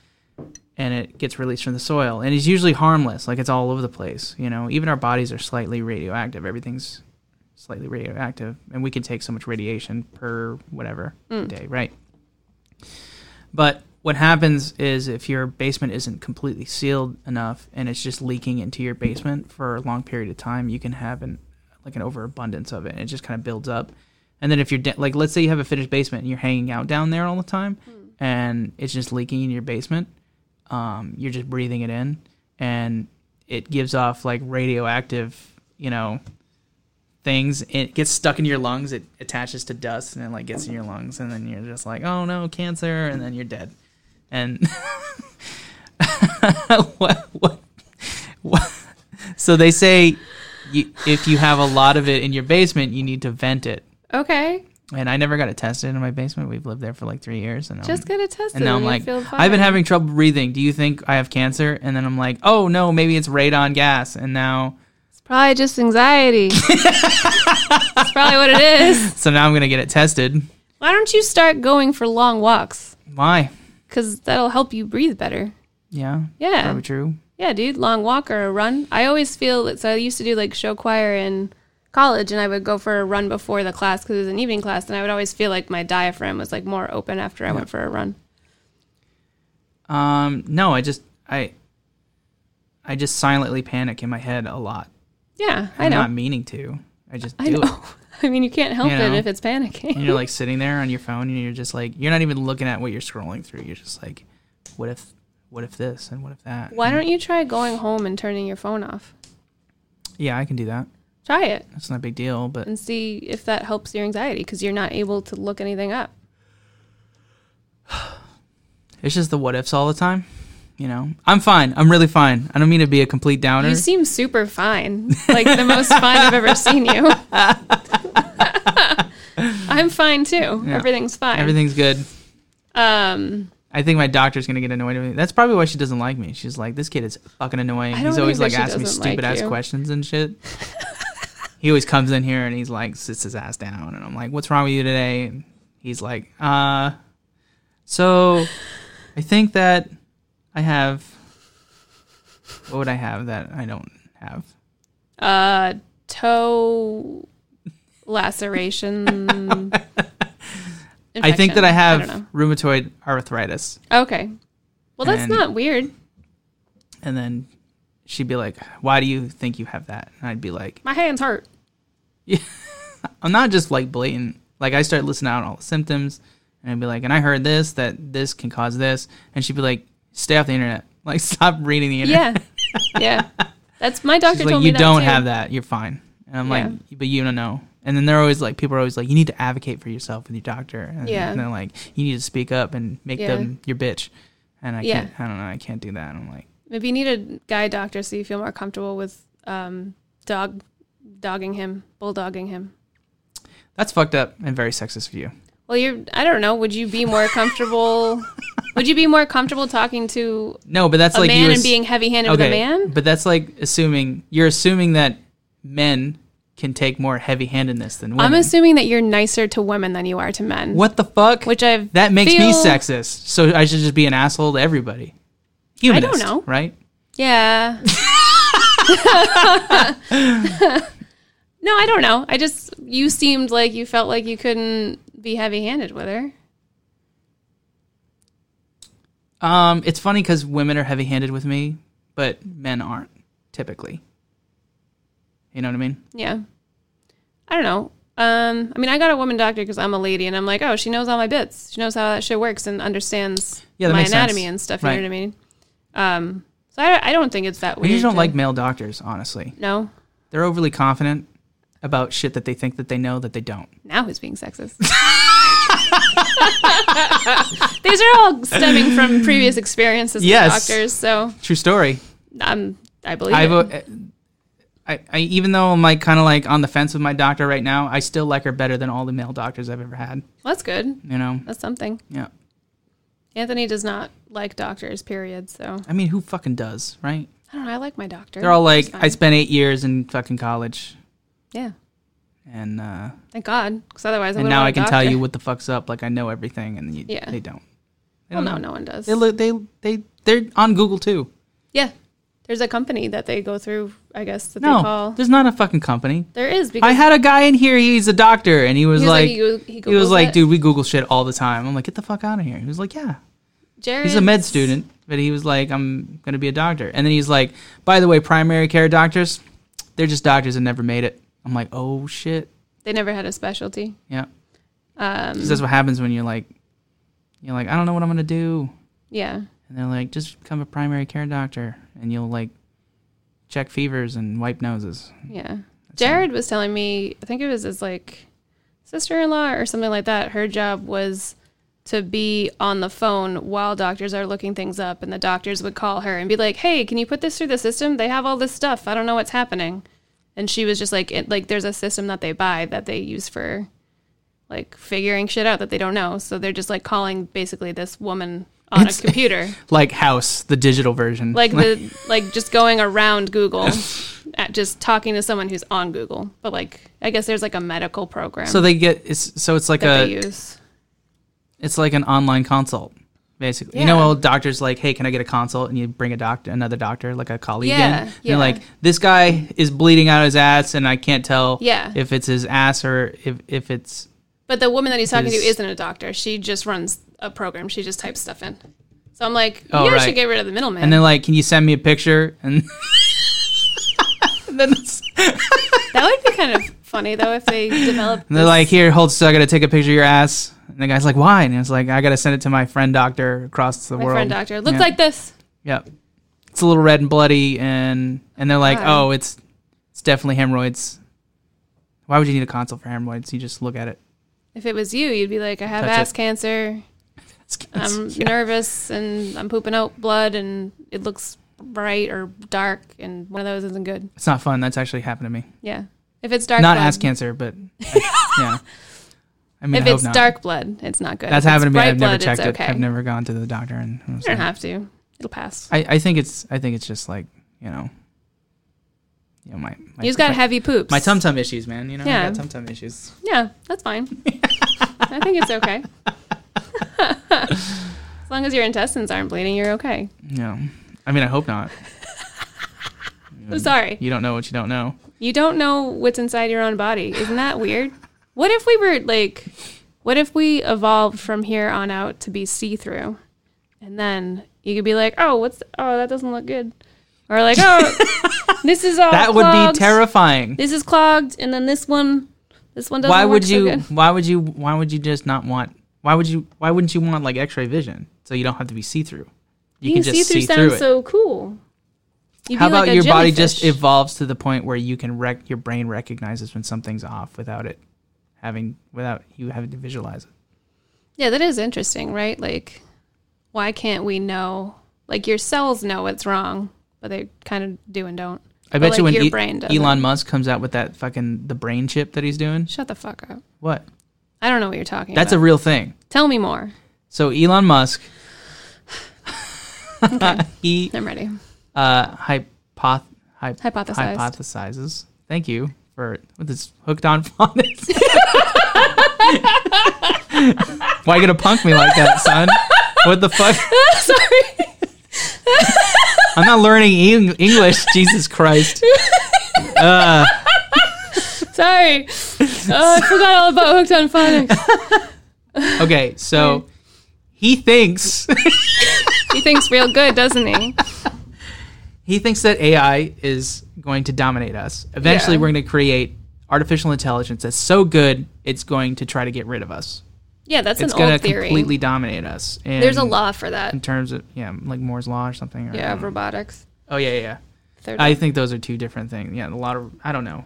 Speaker 2: And it gets released from the soil, and it's usually harmless. Like it's all over the place, you know. Even our bodies are slightly radioactive. Everything's slightly radioactive, and we can take so much radiation per whatever day, right? But what happens is if your basement isn't completely sealed enough and it's just leaking into your basement for a long period of time, you can have an like an overabundance of it, and it just kind of builds up. And then if you're de- like, let's say you have a finished basement and you're hanging out down there all the time, and it's just leaking in your basement, um, you're just breathing it in, and it gives off like radioactive, you know, things. It gets stuck in your lungs. It attaches to dust and it like gets in your lungs, and then you're just like, oh no, cancer, and then you're dead. And [LAUGHS] what, what, what? So they say you, if you have a lot of it in your basement, you need to vent it.
Speaker 1: Okay.
Speaker 2: And I never got it tested in my basement. We've lived there for like three years, and
Speaker 1: Just
Speaker 2: I'm,
Speaker 1: get it tested.
Speaker 2: and now I'm
Speaker 1: you
Speaker 2: like,
Speaker 1: feel
Speaker 2: I've
Speaker 1: fine.
Speaker 2: been having trouble breathing. Do you think I have cancer? And then I'm like, oh no, maybe it's radon gas. And now,
Speaker 1: It's probably just
Speaker 2: [LAUGHS]
Speaker 1: anxiety. That's probably what it is.
Speaker 2: so now I'm gonna get it tested.
Speaker 1: Why don't you start going for long walks?
Speaker 2: Why?
Speaker 1: Because that'll help you breathe better.
Speaker 2: Yeah,
Speaker 1: Yeah.
Speaker 2: probably true.
Speaker 1: Yeah, dude, long walk or a run. I always feel that. So I used to do like show choir in college, and I would go for a run before the class because it was an evening class, and I would always feel like my diaphragm was like more open after I went for a run.
Speaker 2: Um, no, I just I, I just silently panic in my head a lot.
Speaker 1: Yeah,
Speaker 2: I'm
Speaker 1: I know. [LAUGHS]
Speaker 2: not meaning to. I just do
Speaker 1: I
Speaker 2: it.
Speaker 1: know. I mean, you can't help
Speaker 2: You know.
Speaker 1: it if it's panicking.
Speaker 2: And you're like sitting there on your phone, and you're just like, you're not even looking at what you're scrolling through. You're just like, what if, what if this, and what if that?
Speaker 1: Why don't you try going home and turning your phone off?
Speaker 2: Yeah, I can do that.
Speaker 1: Try it
Speaker 2: That's not a big deal, but
Speaker 1: and see if that helps your anxiety because you're not able to look anything up.
Speaker 2: It's just the what ifs all the time. You know, I'm fine. I'm really fine. I don't mean to be a complete downer.
Speaker 1: You seem super fine. Like the most fine I've ever seen you. [LAUGHS] I'm fine too. Everything's fine.
Speaker 2: Everything's good.
Speaker 1: Um,
Speaker 2: I think my doctor's gonna get annoyed with me. That's probably why she doesn't like me. She's like, this kid is fucking annoying.
Speaker 1: I don't
Speaker 2: He's always
Speaker 1: think
Speaker 2: like
Speaker 1: that she
Speaker 2: asking me
Speaker 1: doesn't
Speaker 2: stupid
Speaker 1: like
Speaker 2: ass
Speaker 1: you.
Speaker 2: questions and shit.
Speaker 1: [LAUGHS]
Speaker 2: he always comes in here and he's like sits his ass down, and I'm like, what's wrong with you today? And he's like, uh, So I think that I have. What would I have that I don't have?
Speaker 1: Uh, toe
Speaker 2: [LAUGHS]
Speaker 1: laceration.
Speaker 2: I think that
Speaker 1: infection.
Speaker 2: I have
Speaker 1: don't know.
Speaker 2: rheumatoid arthritis.
Speaker 1: Okay. Well, that's
Speaker 2: And-
Speaker 1: not weird.
Speaker 2: And then she'd be like, Why do you think you have that? And I'd be like,
Speaker 1: My hands hurt.
Speaker 2: I'm not just like blatant. Like I started listing out all the symptoms, and I'd be like, and I heard this that this can cause this, and she'd be like, stay off the internet. [LAUGHS] Like stop reading the internet.
Speaker 1: Yeah. yeah.
Speaker 2: [LAUGHS]
Speaker 1: That's my doctor
Speaker 2: She's like,
Speaker 1: told
Speaker 2: you
Speaker 1: me that
Speaker 2: don't
Speaker 1: too.
Speaker 2: have that. You're fine. And I'm
Speaker 1: Yeah.
Speaker 2: like, but you don't know. And then they're always like, people are always like, you need to advocate for yourself with your doctor. And,
Speaker 1: Yeah.
Speaker 2: And they're like, you need to speak up and make
Speaker 1: Yeah.
Speaker 2: them your bitch. And I
Speaker 1: Yeah.
Speaker 2: can't. I don't know. I can't do that. And I'm like,
Speaker 1: Maybe you need a guy doctor so you feel more comfortable with um, dog dogging him, bulldogging him.
Speaker 2: that's fucked up and very sexist for you.
Speaker 1: Well, you're. I don't know. Would you be more
Speaker 2: [LAUGHS]
Speaker 1: comfortable? would you be more comfortable talking to
Speaker 2: No, but that's
Speaker 1: a
Speaker 2: like you
Speaker 1: man and
Speaker 2: ass-
Speaker 1: being heavy-handed with a man?
Speaker 2: But that's like assuming you're assuming that men can take more heavy handedness than women.
Speaker 1: I'm assuming that you're nicer to women than you are to men.
Speaker 2: what the fuck?
Speaker 1: Which I've
Speaker 2: that makes me
Speaker 1: feel-
Speaker 2: sexist. So I should just be an asshole to everybody. Humanist,
Speaker 1: know.
Speaker 2: right? [LAUGHS]
Speaker 1: Yeah. [LAUGHS] no, I don't know. I just you seemed like you felt like you couldn't be heavy-handed with her.
Speaker 2: Um, it's funny because women are heavy handed with me, but men aren't typically. You know what I mean?
Speaker 1: Yeah. I don't know. Um, I mean, I got a woman doctor because I'm a lady, and I'm like, oh, she knows all my bits. She knows how that shit works and understands
Speaker 2: Yeah, that
Speaker 1: my
Speaker 2: makes sense.
Speaker 1: anatomy and stuff. You
Speaker 2: Right.
Speaker 1: know what I mean? Um, so I, I don't think it's that
Speaker 2: We
Speaker 1: weird.
Speaker 2: just don't
Speaker 1: to-
Speaker 2: like male doctors, honestly.
Speaker 1: No.
Speaker 2: They're overly confident about shit that they think that they know that they don't.
Speaker 1: Now who's being sexist? [LAUGHS] These are all stemming from previous experiences with
Speaker 2: Yes.
Speaker 1: doctors, so
Speaker 2: True story.
Speaker 1: I'm, I believe
Speaker 2: I've,
Speaker 1: it.
Speaker 2: uh, I, I even though I'm like kind of like on the fence with my doctor right now, I still like her better than all the male doctors I've ever had.
Speaker 1: That's good.
Speaker 2: You know?
Speaker 1: That's something.
Speaker 2: Yeah.
Speaker 1: Anthony does not like doctors, period. So
Speaker 2: I mean, who fucking does, right?
Speaker 1: I don't know. I like my doctor.
Speaker 2: They're all
Speaker 1: It's
Speaker 2: like,
Speaker 1: fine.
Speaker 2: I spent eight years in fucking college,
Speaker 1: yeah.
Speaker 2: and uh,
Speaker 1: Thank God, because otherwise, I
Speaker 2: and
Speaker 1: would've
Speaker 2: now
Speaker 1: had a
Speaker 2: I can tell
Speaker 1: doctor.
Speaker 2: you what the fuck's up. Like I know everything, and you,
Speaker 1: Yeah.
Speaker 2: they don't.
Speaker 1: [LAUGHS]
Speaker 2: They
Speaker 1: Well, no,
Speaker 2: don't know.
Speaker 1: no one does.
Speaker 2: They look. They they they're on Google too.
Speaker 1: yeah, there's a company that they go through. I guess that they
Speaker 2: No,
Speaker 1: call.
Speaker 2: there's not a fucking company.
Speaker 1: there is because
Speaker 2: I had a guy in here. He's a doctor, and he was,
Speaker 1: he was
Speaker 2: like,
Speaker 1: like, he, go- he,
Speaker 2: he was
Speaker 1: Googles
Speaker 2: like,
Speaker 1: it.
Speaker 2: dude, we Google shit all the time. I'm like, get the fuck out of here. He was like, yeah.
Speaker 1: Jared's,
Speaker 2: He's a med student, but he was like, I'm going to be a doctor. And then he's like, by the way, primary care doctors, they're just doctors that never made it. I'm like, oh shit.
Speaker 1: They never had a specialty.
Speaker 2: Yeah.
Speaker 1: Um,
Speaker 2: 'Cause that's what happens when you're like, you're like, I don't know what I'm going to do.
Speaker 1: yeah,
Speaker 2: And they're like, just become a primary care doctor and you'll like check fevers and wipe noses.
Speaker 1: yeah. Jared was telling me, I think it was his like sister-in-law or something like that. Her job was to be on the phone while doctors are looking things up, and the doctors would call her and be like, "Hey, can you put this through the system? They have all this stuff. I don't know what's happening." And she was just like, it, "Like, there's a system that they buy that they use for like figuring shit out that they don't know. So they're just like calling basically this woman on
Speaker 2: It's-
Speaker 1: a computer,
Speaker 2: Like House, the digital version.
Speaker 1: like the
Speaker 2: [LAUGHS]
Speaker 1: like just going around Google." At just talking to someone who's on Google, but like I guess there's like a medical program
Speaker 2: so uh, they get, it's, so it's like
Speaker 1: that
Speaker 2: a,
Speaker 1: they use.
Speaker 2: it's like an online consult basically you know
Speaker 1: Yeah.
Speaker 2: how doctors like hey can i get a consult and you bring a doctor another doctor like a colleague
Speaker 1: Yeah,
Speaker 2: in and
Speaker 1: yeah.
Speaker 2: they're like this guy is bleeding out his ass and i can't tell
Speaker 1: Yeah.
Speaker 2: if it's his ass or if, if it's
Speaker 1: But the woman that he's talking to
Speaker 2: Is-
Speaker 1: isn't a doctor. She just runs a program. She just types stuff in. So I'm like, you
Speaker 2: Oh,
Speaker 1: guys
Speaker 2: right.
Speaker 1: should get rid of the middleman.
Speaker 2: and they're like can you send me a picture and, [LAUGHS] and then it's-
Speaker 1: that would be kind of funny though if
Speaker 2: [LAUGHS]
Speaker 1: they develop.
Speaker 2: and they're like here hold still i gotta take a picture of your ass and the guy's like why and it's like i gotta send it to my friend doctor across the
Speaker 1: my
Speaker 2: world
Speaker 1: friend doctor looks
Speaker 2: Yeah.
Speaker 1: like this.
Speaker 2: Yep. It's a little red and bloody and and they're like,
Speaker 1: Wow.
Speaker 2: "Oh, it's it's definitely hemorrhoids." Why would you need a consult for hemorrhoids? You just look at it.
Speaker 1: If it was you, you'd be like, I have
Speaker 2: Touch
Speaker 1: ass
Speaker 2: it.
Speaker 1: cancer.
Speaker 2: It's- it's-
Speaker 1: I'm
Speaker 2: yeah.
Speaker 1: nervous and I'm pooping out blood and it looks bright or dark and one of those isn't good.
Speaker 2: It's not fun. That's actually happened to me.
Speaker 1: Yeah. If it's dark,
Speaker 2: not
Speaker 1: blood,
Speaker 2: ass cancer, but
Speaker 1: [LAUGHS]
Speaker 2: I- yeah. I mean,
Speaker 1: If
Speaker 2: I hope
Speaker 1: it's
Speaker 2: not.
Speaker 1: dark blood, it's not good.
Speaker 2: that's
Speaker 1: If it's
Speaker 2: happened to me.
Speaker 1: bright
Speaker 2: I've never
Speaker 1: blood, it's
Speaker 2: checked it.
Speaker 1: okay.
Speaker 2: I've never gone to the doctor, and I, was
Speaker 1: You don't
Speaker 2: like-
Speaker 1: have to. It'll pass.
Speaker 2: I, I think it's I think it's just like you know, you know my my
Speaker 1: you just got
Speaker 2: my,
Speaker 1: heavy poops.
Speaker 2: my tum tum issues, man. You know, I
Speaker 1: Yeah.
Speaker 2: [LAUGHS] got tum tum issues.
Speaker 1: Yeah, that's fine. I think it's okay. [LAUGHS] As long as your intestines aren't bleeding, you're okay.
Speaker 2: No. I mean, I hope not.
Speaker 1: I'm Oh, sorry.
Speaker 2: You don't know what you don't know.
Speaker 1: You don't know what's inside your own body. Isn't that weird? What if we were like, what if we evolved from here on out to be see through? And then you could be like, oh, what's, oh, that doesn't look good. Or like,
Speaker 2: [LAUGHS]
Speaker 1: oh, this is all.
Speaker 2: That would be
Speaker 1: clogged.
Speaker 2: terrifying.
Speaker 1: This is clogged. And then this one, this one doesn't
Speaker 2: Why
Speaker 1: work
Speaker 2: would
Speaker 1: so
Speaker 2: you
Speaker 1: good.
Speaker 2: why would you why would you just not want why would you why wouldn't you want like x-ray vision so you don't have to be see-through? You
Speaker 1: Being
Speaker 2: can just see
Speaker 1: sounds
Speaker 2: through it.
Speaker 1: so cool. You'd
Speaker 2: How
Speaker 1: be
Speaker 2: about
Speaker 1: like a
Speaker 2: your body just
Speaker 1: jellyfish.
Speaker 2: evolves to the point where you can rec- your brain recognizes when something's off without it having without you having to visualize it.
Speaker 1: Yeah, that is interesting, right? Like, why can't we know? Like, your cells know what's wrong, but they kind of do and don't. But,
Speaker 2: I bet
Speaker 1: like,
Speaker 2: you when
Speaker 1: your
Speaker 2: E-
Speaker 1: brain doesn't.
Speaker 2: Elon Musk comes out with that fucking the brain chip that he's doing,
Speaker 1: Shut the fuck up.
Speaker 2: what?
Speaker 1: I don't know what you're talking
Speaker 2: That's a
Speaker 1: about.
Speaker 2: real thing.
Speaker 1: A- Tell me more.
Speaker 2: So
Speaker 1: [LAUGHS]
Speaker 2: Elon Musk, [LAUGHS] he
Speaker 1: I'm ready.
Speaker 2: uh, hypoth- hy-
Speaker 1: Hypothesized.
Speaker 2: hypothesizes. Thank you for with this hooked on
Speaker 1: [LAUGHS]
Speaker 2: phonics. Why you gonna punk me like that, son? What the fuck?
Speaker 1: [LAUGHS] Sorry. [LAUGHS]
Speaker 2: I'm not learning Eng- English. [LAUGHS] Jesus Christ.
Speaker 1: Sorry. Oh, I forgot all about Hooked on
Speaker 2: [LAUGHS]
Speaker 1: Phonics.
Speaker 2: Okay, so he thinks
Speaker 1: He thinks real good, doesn't he?
Speaker 2: he thinks that AI is going to dominate us. Eventually,
Speaker 1: Yeah.
Speaker 2: we're going to create artificial intelligence that's so good it's going to try to get rid of us.
Speaker 1: Yeah, that's
Speaker 2: It's
Speaker 1: an
Speaker 2: going
Speaker 1: old
Speaker 2: to
Speaker 1: theory.
Speaker 2: completely dominate us. And
Speaker 1: There's a law for that.
Speaker 2: in terms of yeah, like Moore's law or something. Or,
Speaker 1: Yeah, robotics.
Speaker 2: Oh yeah, yeah, yeah.
Speaker 1: Third
Speaker 2: I think those are two different things. Yeah, a lot of I don't know.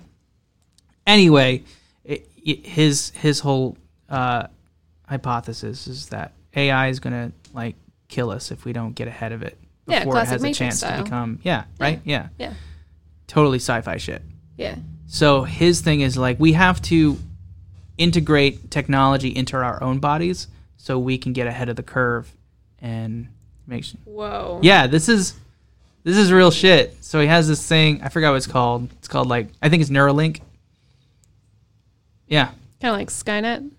Speaker 2: Anyway, it, it, his his whole uh, hypothesis is that AI is gonna like kill us if we don't get ahead of it
Speaker 1: Yeah,
Speaker 2: before it
Speaker 1: classic
Speaker 2: has a
Speaker 1: Matrix
Speaker 2: chance to
Speaker 1: style.
Speaker 2: become. Yeah, right. Yeah.
Speaker 1: Yeah.
Speaker 2: totally sci-fi shit.
Speaker 1: Yeah.
Speaker 2: So his thing is like we have to integrate technology into our own bodies so we can get ahead of the curve and make sure
Speaker 1: Whoa.
Speaker 2: yeah, this is this is real shit. So he has this thing. I forgot what it's called. It's called like I think it's Neuralink. Yeah,
Speaker 1: Kind of like Skynet.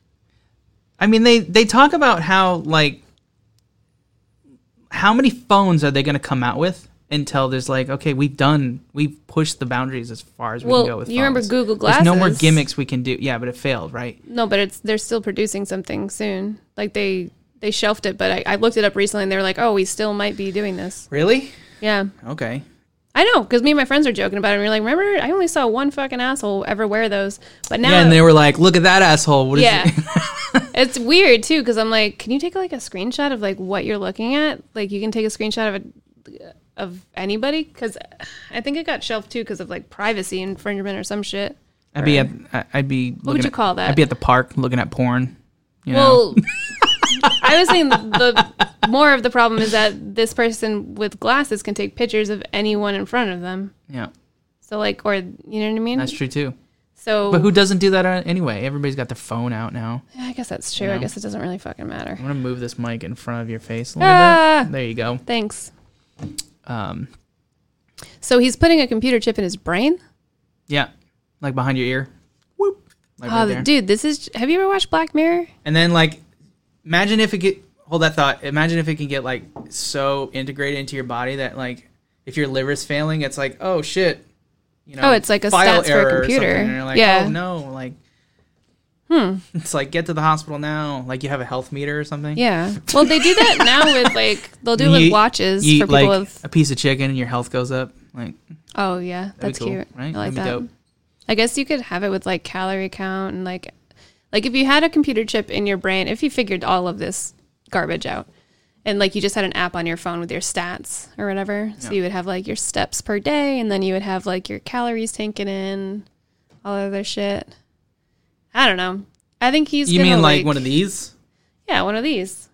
Speaker 2: I mean they they talk about how like how many phones are they going to come out with until there's like okay we've done we've pushed the boundaries as far as we
Speaker 1: Well,
Speaker 2: can go with.
Speaker 1: you remember
Speaker 2: phones.
Speaker 1: Google
Speaker 2: There's no more
Speaker 1: Glasses.
Speaker 2: gimmicks we can do. Yeah, but it failed, right?
Speaker 1: No, but it's they're still producing something soon. Like they they shelved it, but I, I looked it up recently, and they were like, "Oh, we still might be doing this."
Speaker 2: Really?
Speaker 1: Yeah,
Speaker 2: Okay.
Speaker 1: I know, because me and my friends are joking about it. And we are like, "Remember, I only saw one fucking asshole ever wear those." But now,
Speaker 2: Yeah, and they were like, "Look at that asshole." What is
Speaker 1: Yeah.
Speaker 2: it? [LAUGHS]
Speaker 1: it's weird too, because I'm like, "Can you take like a screenshot of like what you're looking at? Like, you can take a screenshot of a, of anybody, because I think it got shelved too because of like privacy infringement or some shit."
Speaker 2: I'd be at I- I'd be. What
Speaker 1: would you call that?
Speaker 2: I'd be at the park looking at porn. You
Speaker 1: Well,
Speaker 2: know?
Speaker 1: I was saying the the more of the problem is that this person with glasses can take pictures of anyone in front of them.
Speaker 2: Yeah,
Speaker 1: So like, or you know what I mean?
Speaker 2: that's true too.
Speaker 1: So
Speaker 2: But who doesn't do that uh, anyway? Everybody's got their phone out now.
Speaker 1: Yeah, I guess that's true. I guess it doesn't really fucking matter.
Speaker 2: I'm gonna move this mic in front of your face a little
Speaker 1: Ah.
Speaker 2: bit. There you go.
Speaker 1: Thanks.
Speaker 2: Um,
Speaker 1: So he's putting a computer chip in his brain.
Speaker 2: yeah, like behind your ear. Whoop. Like right
Speaker 1: Oh,
Speaker 2: there.
Speaker 1: dude, this is. Have you ever watched Black Mirror?
Speaker 2: And then like, imagine if it get hold that thought. Imagine if it can get like so integrated into your body that like if your liver's failing, it's like oh shit. You know,
Speaker 1: Oh, it's like a stats for a
Speaker 2: or something,
Speaker 1: computer.
Speaker 2: And you're like,
Speaker 1: Yeah.
Speaker 2: oh no, like. Hmm. [LAUGHS] It's like get to the hospital now. Like you have a health meter or something.
Speaker 1: Yeah. Well, they do that now with like they'll do it with
Speaker 2: You-
Speaker 1: watches
Speaker 2: you
Speaker 1: for
Speaker 2: eat,
Speaker 1: people
Speaker 2: like
Speaker 1: with.
Speaker 2: a piece of chicken and your health goes up. Like
Speaker 1: Oh yeah,
Speaker 2: that'd
Speaker 1: that's
Speaker 2: be cool,
Speaker 1: cute.
Speaker 2: right?
Speaker 1: I like
Speaker 2: That'd be
Speaker 1: that. I guess you could have it with like calorie count and like like if you had a computer chip in your brain, if you figured all of this garbage out and like you just had an app on your phone with your stats or whatever, so you would have like your steps per day and then you would have like your calories taken in, all other shit. I don't know. I think he's
Speaker 2: You
Speaker 1: gonna,
Speaker 2: mean like, one of these?
Speaker 1: Yeah, one of these.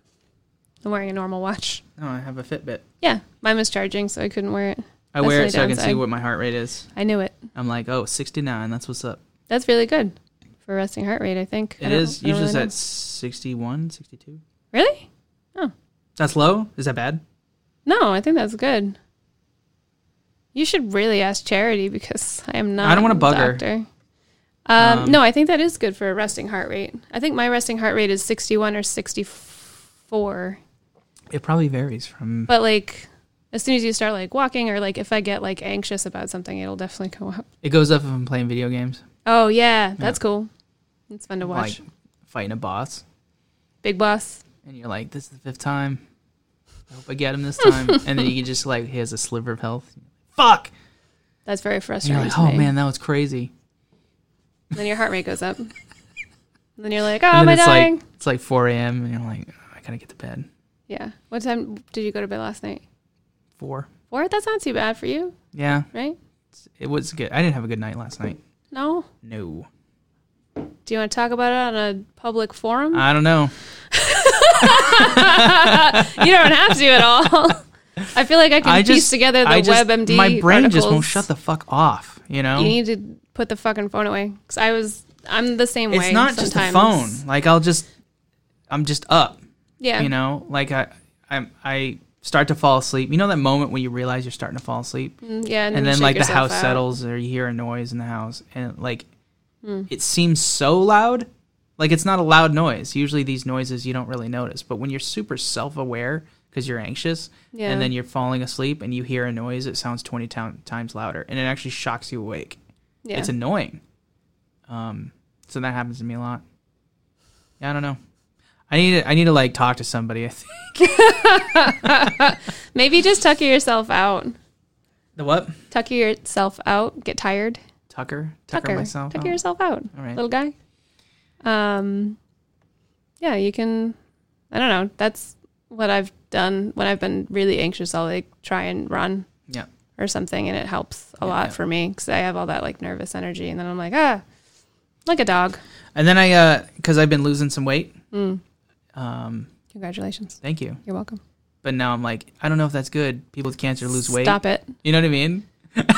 Speaker 1: I'm wearing a normal watch.
Speaker 2: No, Oh, I have a Fitbit.
Speaker 1: Yeah, mine was charging so I couldn't wear it.
Speaker 2: I wear it
Speaker 1: That's
Speaker 2: so
Speaker 1: my
Speaker 2: I can see
Speaker 1: downside.
Speaker 2: what my heart rate is.
Speaker 1: I knew it.
Speaker 2: I'm like, oh, 69. That's what's up.
Speaker 1: That's really good for resting heart rate, I think. I
Speaker 2: It
Speaker 1: don't-
Speaker 2: is.
Speaker 1: I don't
Speaker 2: Usually it's
Speaker 1: really
Speaker 2: at 61, 62.
Speaker 1: know. Really?
Speaker 2: That's low. Is that bad?
Speaker 1: No, I think that's good. You should really ask Charity because I am not.
Speaker 2: I don't wanna
Speaker 1: a
Speaker 2: bug her. Um,
Speaker 1: doctor. Um, no, I think that is good for a resting heart rate. I think my resting heart rate is 61 or 64. four.
Speaker 2: It probably varies from.
Speaker 1: But like as soon as you start like walking or like if I get like anxious about something, it'll definitely go up.
Speaker 2: It goes up if I'm playing video games,
Speaker 1: Oh yeah, that's cool. It's fun to watch.
Speaker 2: like fighting a boss,
Speaker 1: Big boss.
Speaker 2: and you're like, "This is the fifth time. I hope I get him this
Speaker 1: [LAUGHS]
Speaker 2: time." and then you can just like, he has a sliver of health. Fuck!
Speaker 1: That's very
Speaker 2: And you're
Speaker 1: frustrating.
Speaker 2: like,
Speaker 1: to
Speaker 2: "Oh
Speaker 1: me.
Speaker 2: man, that was crazy."
Speaker 1: And then your heart rate goes
Speaker 2: [LAUGHS]
Speaker 1: up. And then you're like, oh, am
Speaker 2: and
Speaker 1: I
Speaker 2: then it's
Speaker 1: dying?
Speaker 2: like it's like 4 a.m. and you're like, "Oh, "I gotta get to bed."
Speaker 1: yeah. What time did you go to bed last night?
Speaker 2: Four.
Speaker 1: Four? That's not too bad for you,
Speaker 2: Yeah,
Speaker 1: right?
Speaker 2: it was good. I didn't have a good night last night.
Speaker 1: No?
Speaker 2: No,
Speaker 1: Do you want to talk about it on a public forum?
Speaker 2: I don't know.
Speaker 1: you don't have to at all. [LAUGHS] I feel like I can
Speaker 2: I
Speaker 1: piece
Speaker 2: just
Speaker 1: together the
Speaker 2: I just,
Speaker 1: WebMD.
Speaker 2: My brain just won't
Speaker 1: articles.
Speaker 2: shut the fuck off. You know,
Speaker 1: You need to put the fucking phone away. Because I was, I'm the same way.
Speaker 2: it's not just the
Speaker 1: sometimes.
Speaker 2: phone. Like I'll just, I'm just up.
Speaker 1: Yeah.
Speaker 2: You know, like I, I, I start to fall asleep. You know that moment when you realize you're starting to fall asleep,
Speaker 1: Mm, Yeah.
Speaker 2: and,
Speaker 1: you
Speaker 2: then
Speaker 1: shake
Speaker 2: like the
Speaker 1: yourself
Speaker 2: house
Speaker 1: out.
Speaker 2: settles or you hear a noise in the house, and like
Speaker 1: Hmm.
Speaker 2: it seems so loud. Like it's not a loud noise. Usually these noises you don't really notice, but when you're super self-aware because you're anxious,
Speaker 1: Yeah.
Speaker 2: and then you're falling asleep and you hear a noise, it sounds twenty ti- times louder, and it actually shocks you awake
Speaker 1: Yeah.
Speaker 2: it's annoying. Um, so that happens to me a lot. Yeah, I don't know. I need to, I need to like talk to somebody. I think
Speaker 1: Maybe just tucker yourself out.
Speaker 2: the what
Speaker 1: Tucker yourself out. Get tired.
Speaker 2: Tucker Tucker,
Speaker 1: Tucker.
Speaker 2: myself. Oh,
Speaker 1: Tucker
Speaker 2: out.
Speaker 1: yourself out.
Speaker 2: All right.
Speaker 1: Little guy. Um, yeah, you can. I don't know. That's what I've done when I've been really anxious. I'll like try and run.
Speaker 2: Yeah.
Speaker 1: or something and it helps a
Speaker 2: Yeah,
Speaker 1: lot
Speaker 2: yeah.
Speaker 1: for me because i have all that like nervous energy and then i'm like ah like a dog
Speaker 2: And then I uh because I've been losing some weight. Um,
Speaker 1: congratulations
Speaker 2: thank you.
Speaker 1: you're welcome
Speaker 2: But now I'm like I don't know if that's good. People with cancer lose weight.
Speaker 1: stop it
Speaker 2: You know what I mean? [LAUGHS] and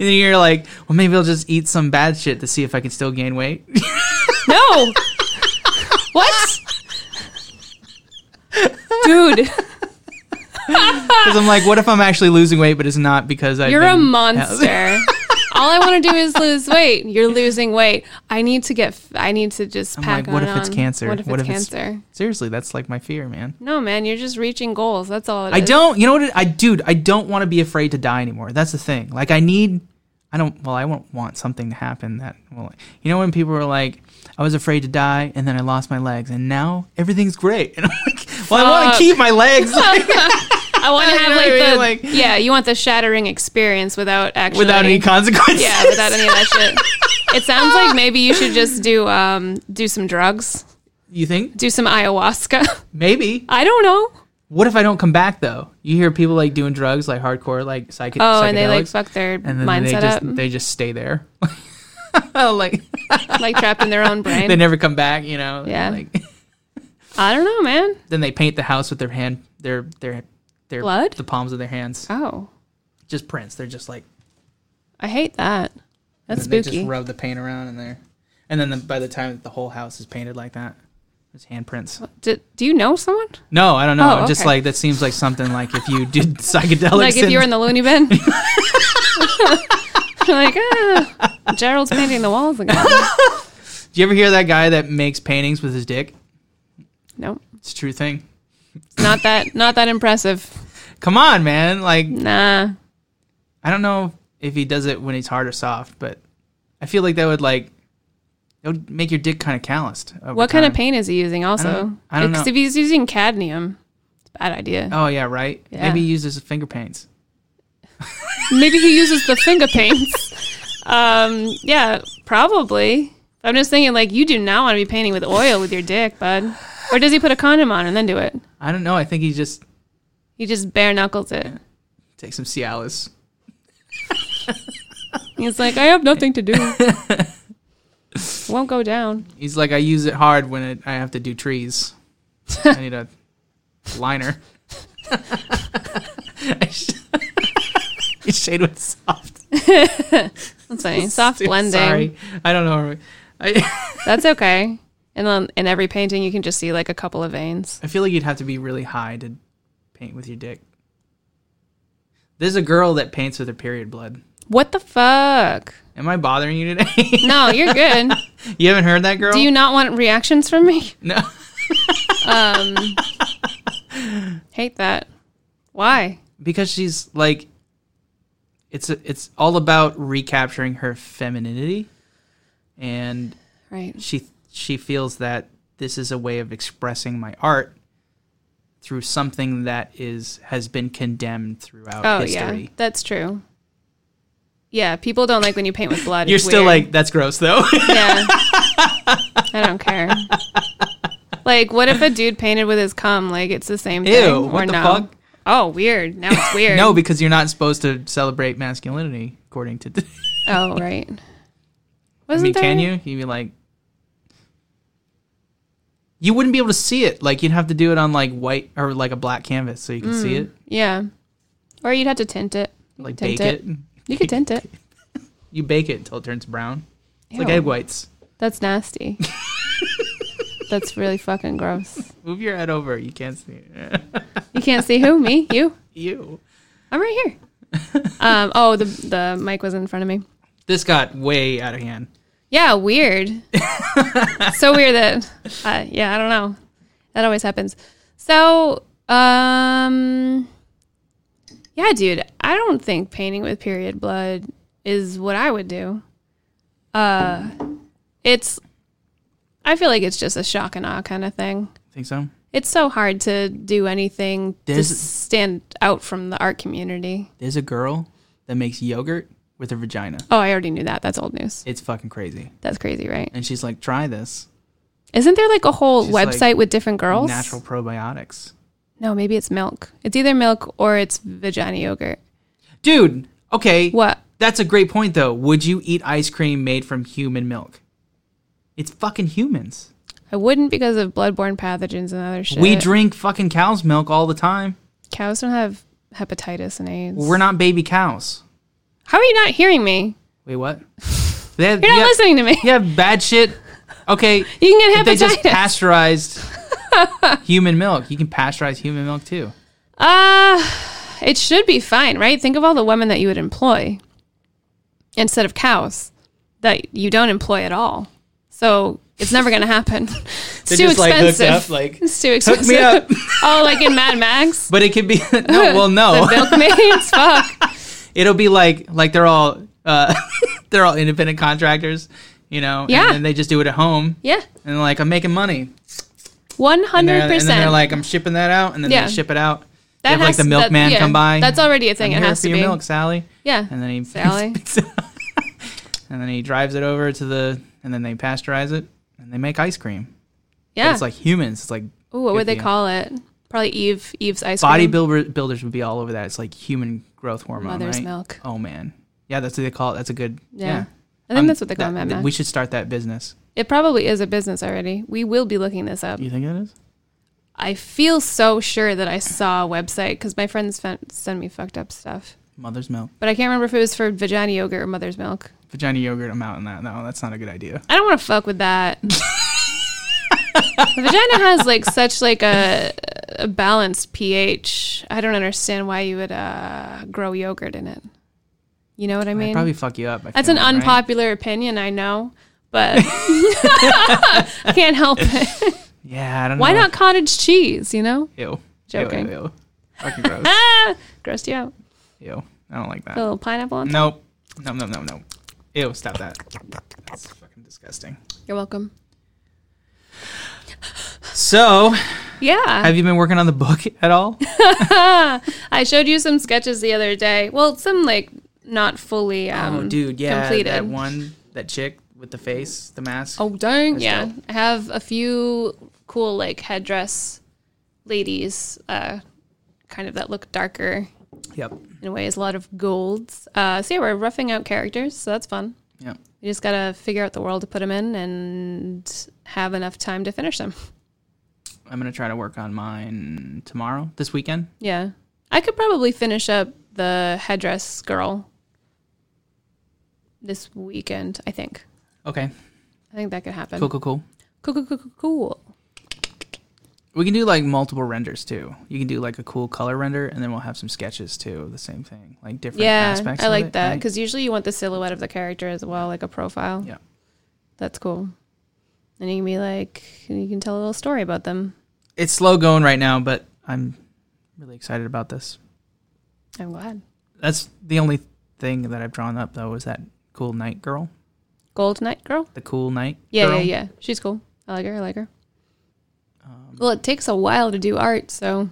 Speaker 2: then you're like, well, maybe I'll just eat some bad shit to see if I can still
Speaker 1: [LAUGHS]
Speaker 2: gain weight. [LAUGHS]
Speaker 1: no [LAUGHS] what dude
Speaker 2: Because I'm like, what if I'm actually losing weight, but it's not because I.
Speaker 1: you're a
Speaker 2: [LAUGHS]
Speaker 1: monster all i want to do is lose weight you're losing weight i need to get f- i need to just
Speaker 2: I'm
Speaker 1: pack
Speaker 2: like, what
Speaker 1: on
Speaker 2: if it's
Speaker 1: on.
Speaker 2: cancer?
Speaker 1: what if
Speaker 2: What
Speaker 1: it's
Speaker 2: if it's-
Speaker 1: cancer
Speaker 2: Seriously, that's like my fear, man.
Speaker 1: no man you're just reaching goals that's all it is.
Speaker 2: I don't. You know what? It, I dude, I don't want to be afraid to die anymore. That's the thing. Like I need. I don't. Well, I won't want something to happen that. Well, you know when people were like, I was afraid to die, and then I lost my legs, and now everything's great. [LAUGHS] And I'm like, well, I want to
Speaker 1: Fuck.
Speaker 2: keep
Speaker 1: [LAUGHS]
Speaker 2: my legs
Speaker 1: [LAUGHS] i want to
Speaker 2: know
Speaker 1: have
Speaker 2: what
Speaker 1: like
Speaker 2: [LAUGHS] I mean?
Speaker 1: the
Speaker 2: Like-
Speaker 1: yeah you want the shattering experience without actually
Speaker 2: without any consequences.
Speaker 1: [LAUGHS] Yeah, without any of that
Speaker 2: [LAUGHS]
Speaker 1: shit. It sounds like maybe you should just do um do some drugs,
Speaker 2: You think?
Speaker 1: do some ayahuasca. [LAUGHS]
Speaker 2: Maybe.
Speaker 1: I don't know.
Speaker 2: What if I don't come back though? You hear people like doing drugs, like hardcore, like psych-
Speaker 1: Oh,
Speaker 2: psychedelics,
Speaker 1: and they like fuck their
Speaker 2: and then they
Speaker 1: mindset up,
Speaker 2: just they just stay there, [LAUGHS] like
Speaker 1: like trapped in their own brain.
Speaker 2: [LAUGHS] they never come back. You know?
Speaker 1: Yeah.
Speaker 2: Like,
Speaker 1: I don't know, man.
Speaker 2: then they paint the house with their hand their their their
Speaker 1: Blood?
Speaker 2: the palms of their hands
Speaker 1: Oh,
Speaker 2: just prints they're just like
Speaker 1: I hate that. That's
Speaker 2: and they
Speaker 1: spooky.
Speaker 2: just rub the paint around in there and then the, by the time that the whole house is painted like that it's handprints
Speaker 1: Do, do you know someone?
Speaker 2: no i don't know
Speaker 1: Oh,
Speaker 2: i'm just
Speaker 1: okay.
Speaker 2: like that seems like something like if you did
Speaker 1: [LAUGHS]
Speaker 2: psychedelics
Speaker 1: Like if
Speaker 2: and-
Speaker 1: you were in the loony bin. [LAUGHS] like ah, Gerald's painting the walls again.
Speaker 2: do you ever hear that guy that makes paintings with his dick
Speaker 1: no,
Speaker 2: it's a true thing
Speaker 1: not that. Not that impressive.
Speaker 2: come on man like
Speaker 1: Nah.
Speaker 2: i don't know if he does it when he's hard or soft but i feel like that would like it would make your dick kind of calloused over
Speaker 1: What kind of
Speaker 2: time.
Speaker 1: paint is he using? Also,
Speaker 2: don't- Uh, I don't
Speaker 1: Because
Speaker 2: know.
Speaker 1: if he's using cadmium, it's a bad idea.
Speaker 2: oh yeah right
Speaker 1: Yeah.
Speaker 2: maybe he uses finger paints
Speaker 1: Maybe he uses the finger paints. [LAUGHS] Um, yeah, probably. I'm just thinking, like, you do not want to be painting with oil with your dick, bud. Or does he put a condom on and then do it?
Speaker 2: I don't know. I think he just
Speaker 1: He just bare knuckles it.
Speaker 2: takes some Cialis.
Speaker 1: He's like, I have nothing to [LAUGHS] do. Won't go down.
Speaker 2: He's like, I use it hard when it, I have to do trees.
Speaker 1: [LAUGHS]
Speaker 2: I need a liner. [LAUGHS] I sh- you shade with soft.
Speaker 1: That's funny. [LAUGHS] Soft
Speaker 2: Dude,
Speaker 1: blending.
Speaker 2: [LAUGHS] Sorry, I don't know. I,
Speaker 1: That's okay. And then in every painting, you can just see like a couple of veins.
Speaker 2: I feel like you'd have to be really high to paint with your dick. There's a girl that paints with her period blood.
Speaker 1: What the fuck?
Speaker 2: Am I bothering you today? [LAUGHS]
Speaker 1: No, you're good. [LAUGHS]
Speaker 2: you haven't heard that girl?
Speaker 1: Do you not want reactions from me?
Speaker 2: no.
Speaker 1: Um, hate that. Why?
Speaker 2: because she's like it's it's all about recapturing her femininity and
Speaker 1: Right.
Speaker 2: she she feels that this is a way of expressing my art through something that is has been condemned throughout
Speaker 1: Oh yeah,
Speaker 2: history.
Speaker 1: that's true. Yeah, people don't like when you paint with blood.
Speaker 2: You're
Speaker 1: It's
Speaker 2: still
Speaker 1: weird.
Speaker 2: like that's gross though. [LAUGHS]
Speaker 1: yeah. I don't care. Like, what if a dude painted with his cum? Like, it's the same
Speaker 2: Ew,
Speaker 1: thing.
Speaker 2: what
Speaker 1: or
Speaker 2: the
Speaker 1: no?
Speaker 2: fuck?
Speaker 1: Oh, weird. Now
Speaker 2: [LAUGHS]
Speaker 1: it's weird.
Speaker 2: no, because you're not supposed to celebrate masculinity according to [LAUGHS]
Speaker 1: Oh, right.
Speaker 2: I
Speaker 1: Wasn't
Speaker 2: mean,
Speaker 1: there?
Speaker 2: can you? You'd be like you wouldn't be able to see it. Like you'd have to do it on like white or like a black canvas so you can see it.
Speaker 1: Yeah. Or you'd have to tint it. You
Speaker 2: Like
Speaker 1: could Mm. tint
Speaker 2: bake it.
Speaker 1: You could tint it.
Speaker 2: You bake it until it turns brown. [LAUGHS] It's like
Speaker 1: Ew.
Speaker 2: egg whites.
Speaker 1: That's
Speaker 2: [LAUGHS]
Speaker 1: nasty. That's really fucking gross.
Speaker 2: Move your head over. You can't see [LAUGHS] it.
Speaker 1: You can't see who? Me? You?
Speaker 2: Ew.
Speaker 1: I'm right here.
Speaker 2: [LAUGHS]
Speaker 1: Um, oh, the the mic was in front of me.
Speaker 2: This got way out of hand.
Speaker 1: Yeah,
Speaker 2: [LAUGHS]
Speaker 1: weird. so weird that, uh, yeah, I don't know. That always happens. So, um, yeah, dude, I don't think painting with period blood is what I would do. Uh, it's, I feel like it's just a shock and awe kind of thing.
Speaker 2: Think so?
Speaker 1: It's so hard to do anything
Speaker 2: There's-
Speaker 1: to stand out from the art community.
Speaker 2: There's a girl that makes yogurt with her vagina.
Speaker 1: Oh, I already knew that. That's old news.
Speaker 2: It's fucking crazy.
Speaker 1: That's crazy, right?
Speaker 2: And she's like, try this
Speaker 1: Isn't there like a whole
Speaker 2: She's like,
Speaker 1: website with different girls?
Speaker 2: natural probiotics.
Speaker 1: No, maybe it's milk. It's either milk or it's vagina yogurt.
Speaker 2: Dude, okay.
Speaker 1: What?
Speaker 2: That's a great point though. Would you eat ice cream made from human milk? It's fucking humans.
Speaker 1: I wouldn't because of bloodborne pathogens and other shit.
Speaker 2: We drink fucking cow's milk all the time.
Speaker 1: cows don't have hepatitis and AIDS.
Speaker 2: We're not baby cows.
Speaker 1: How are you not hearing me?
Speaker 2: Wait,
Speaker 1: [LAUGHS]
Speaker 2: what? They have,
Speaker 1: You're not
Speaker 2: you have-
Speaker 1: listening to me.
Speaker 2: you have bad shit. Okay.
Speaker 1: [LAUGHS] You can
Speaker 2: they
Speaker 1: get
Speaker 2: just
Speaker 1: hepatitis. [LAUGHS]
Speaker 2: pasteurized human milk. You can pasteurize human milk too.
Speaker 1: Uh it should be fine, right? Think of all the women that you would employ instead of cows that you don't employ at all. So it's never gonna happen. [LAUGHS] It's too expensive. [LAUGHS]
Speaker 2: like.
Speaker 1: it's too
Speaker 2: Hook
Speaker 1: expensive.
Speaker 2: me up.
Speaker 1: [LAUGHS] oh, like in Mad Max?
Speaker 2: But it could be [LAUGHS] no.
Speaker 1: [LAUGHS]
Speaker 2: Well,
Speaker 1: The
Speaker 2: no,
Speaker 1: milkmaids? Fuck.
Speaker 2: [LAUGHS] it'll be like like they're all uh, [LAUGHS] they're all independent contractors, you know.
Speaker 1: Yeah.
Speaker 2: And, then they just do it at home,
Speaker 1: Yeah.
Speaker 2: and they're like I'm making money.
Speaker 1: One
Speaker 2: And they're-
Speaker 1: hundred
Speaker 2: And then they're
Speaker 1: percent.
Speaker 2: like I'm shipping that out, and then
Speaker 1: Yeah.
Speaker 2: they ship it out.
Speaker 1: That
Speaker 2: they have like
Speaker 1: has
Speaker 2: the
Speaker 1: to- that-
Speaker 2: milkman
Speaker 1: yeah,
Speaker 2: come by.
Speaker 1: That's already a thing.
Speaker 2: "I'm
Speaker 1: it
Speaker 2: here
Speaker 1: has
Speaker 2: for
Speaker 1: to
Speaker 2: your
Speaker 1: be.
Speaker 2: milk, Sally.
Speaker 1: Yeah.
Speaker 2: And then he [LAUGHS]
Speaker 1: Sally.
Speaker 2: and then he drives it over to the and then they pasteurize it and they make ice cream. But
Speaker 1: yeah.
Speaker 2: it's like humans. It's like
Speaker 1: Ooh, what would they
Speaker 2: goofy.
Speaker 1: call it? Probably Eve. Eve's ice cream.
Speaker 2: bodybuilder builders would be all over that. It's like human growth hormone,
Speaker 1: Mother's
Speaker 2: right?
Speaker 1: milk.
Speaker 2: Oh man, yeah, that's what they call it. That's a good. Yeah,
Speaker 1: Yeah. I think
Speaker 2: Um,
Speaker 1: that's what they call
Speaker 2: that-
Speaker 1: it.
Speaker 2: th-
Speaker 1: Mad
Speaker 2: We
Speaker 1: Max.
Speaker 2: should start that business.
Speaker 1: It probably is a business already. We will be looking this up.
Speaker 2: You think it is?
Speaker 1: I feel so sure that I saw a website because my friends fen- send me fucked up stuff,
Speaker 2: Mother's milk,
Speaker 1: but I can't remember if it was for vagina yogurt or mother's milk.
Speaker 2: vagina yogurt. I'm out on that. No, that's not a good idea.
Speaker 1: I don't want to fuck with
Speaker 2: [LAUGHS]
Speaker 1: that. the vagina has like such like a, a balanced pH. I don't understand why you would uh, grow yogurt in it. You know what I
Speaker 2: I
Speaker 1: mean?
Speaker 2: would probably fuck you up. I
Speaker 1: That's an
Speaker 2: feel like, right?
Speaker 1: unpopular opinion, I know, but [LAUGHS]
Speaker 2: [LAUGHS]
Speaker 1: I can't help it.
Speaker 2: Yeah, I don't
Speaker 1: Why
Speaker 2: know.
Speaker 1: not cottage cheese? You know,
Speaker 2: Ew. Ew,
Speaker 1: Joking.
Speaker 2: Ew. ew. Fucking gross. [LAUGHS]
Speaker 1: ah, grossed you out.
Speaker 2: ew. I don't like that.
Speaker 1: Put A little pineapple on. top.
Speaker 2: Nope. No, no, no, no. Ew, stop that. That's fucking disgusting.
Speaker 1: You're welcome.
Speaker 2: So,
Speaker 1: Yeah.
Speaker 2: have you been working on the book [LAUGHS] at all?
Speaker 1: I showed you some sketches the other day. Well, some like not fully um,
Speaker 2: oh, dude, yeah.
Speaker 1: completed.
Speaker 2: That one, that chick with the face, the mask.
Speaker 1: Oh, dang.
Speaker 2: That's
Speaker 1: yeah.
Speaker 2: dope.
Speaker 1: I have a few cool, like, headdress ladies, uh, kind of that look darker
Speaker 2: Yep.
Speaker 1: in ways, a lot of golds. Uh, so, yeah, we're roughing out characters, so that's fun.
Speaker 2: Yep.
Speaker 1: We just got to figure out the world to put them in and have enough time to finish them.
Speaker 2: I'm going to try to work on mine tomorrow, this weekend.
Speaker 1: [LAUGHS] Yeah. I could probably finish up the headdress girl this weekend, I think.
Speaker 2: Okay.
Speaker 1: I think that could happen.
Speaker 2: Cool, cool, cool.
Speaker 1: Cool, cool, cool, cool, cool.
Speaker 2: We can do like multiple renders too. You can do like a cool color render and then we'll have some sketches too of the same thing, like different
Speaker 1: Yeah,
Speaker 2: aspects.
Speaker 1: I
Speaker 2: of
Speaker 1: like
Speaker 2: it,
Speaker 1: that
Speaker 2: right?
Speaker 1: because usually you want the silhouette of the character as well, like a profile.
Speaker 2: Yeah.
Speaker 1: that's cool. And you can be like, you can tell a little story about them.
Speaker 2: It's slow going right now, but I'm really excited about this.
Speaker 1: I'm glad.
Speaker 2: That's the only thing that I've drawn up though is that cool night girl,
Speaker 1: Gold Knight girl?
Speaker 2: the cool night.
Speaker 1: Yeah,
Speaker 2: girl.
Speaker 1: yeah, yeah. She's cool. I like her. I like her.
Speaker 2: Um,
Speaker 1: well, it takes a while to do art, so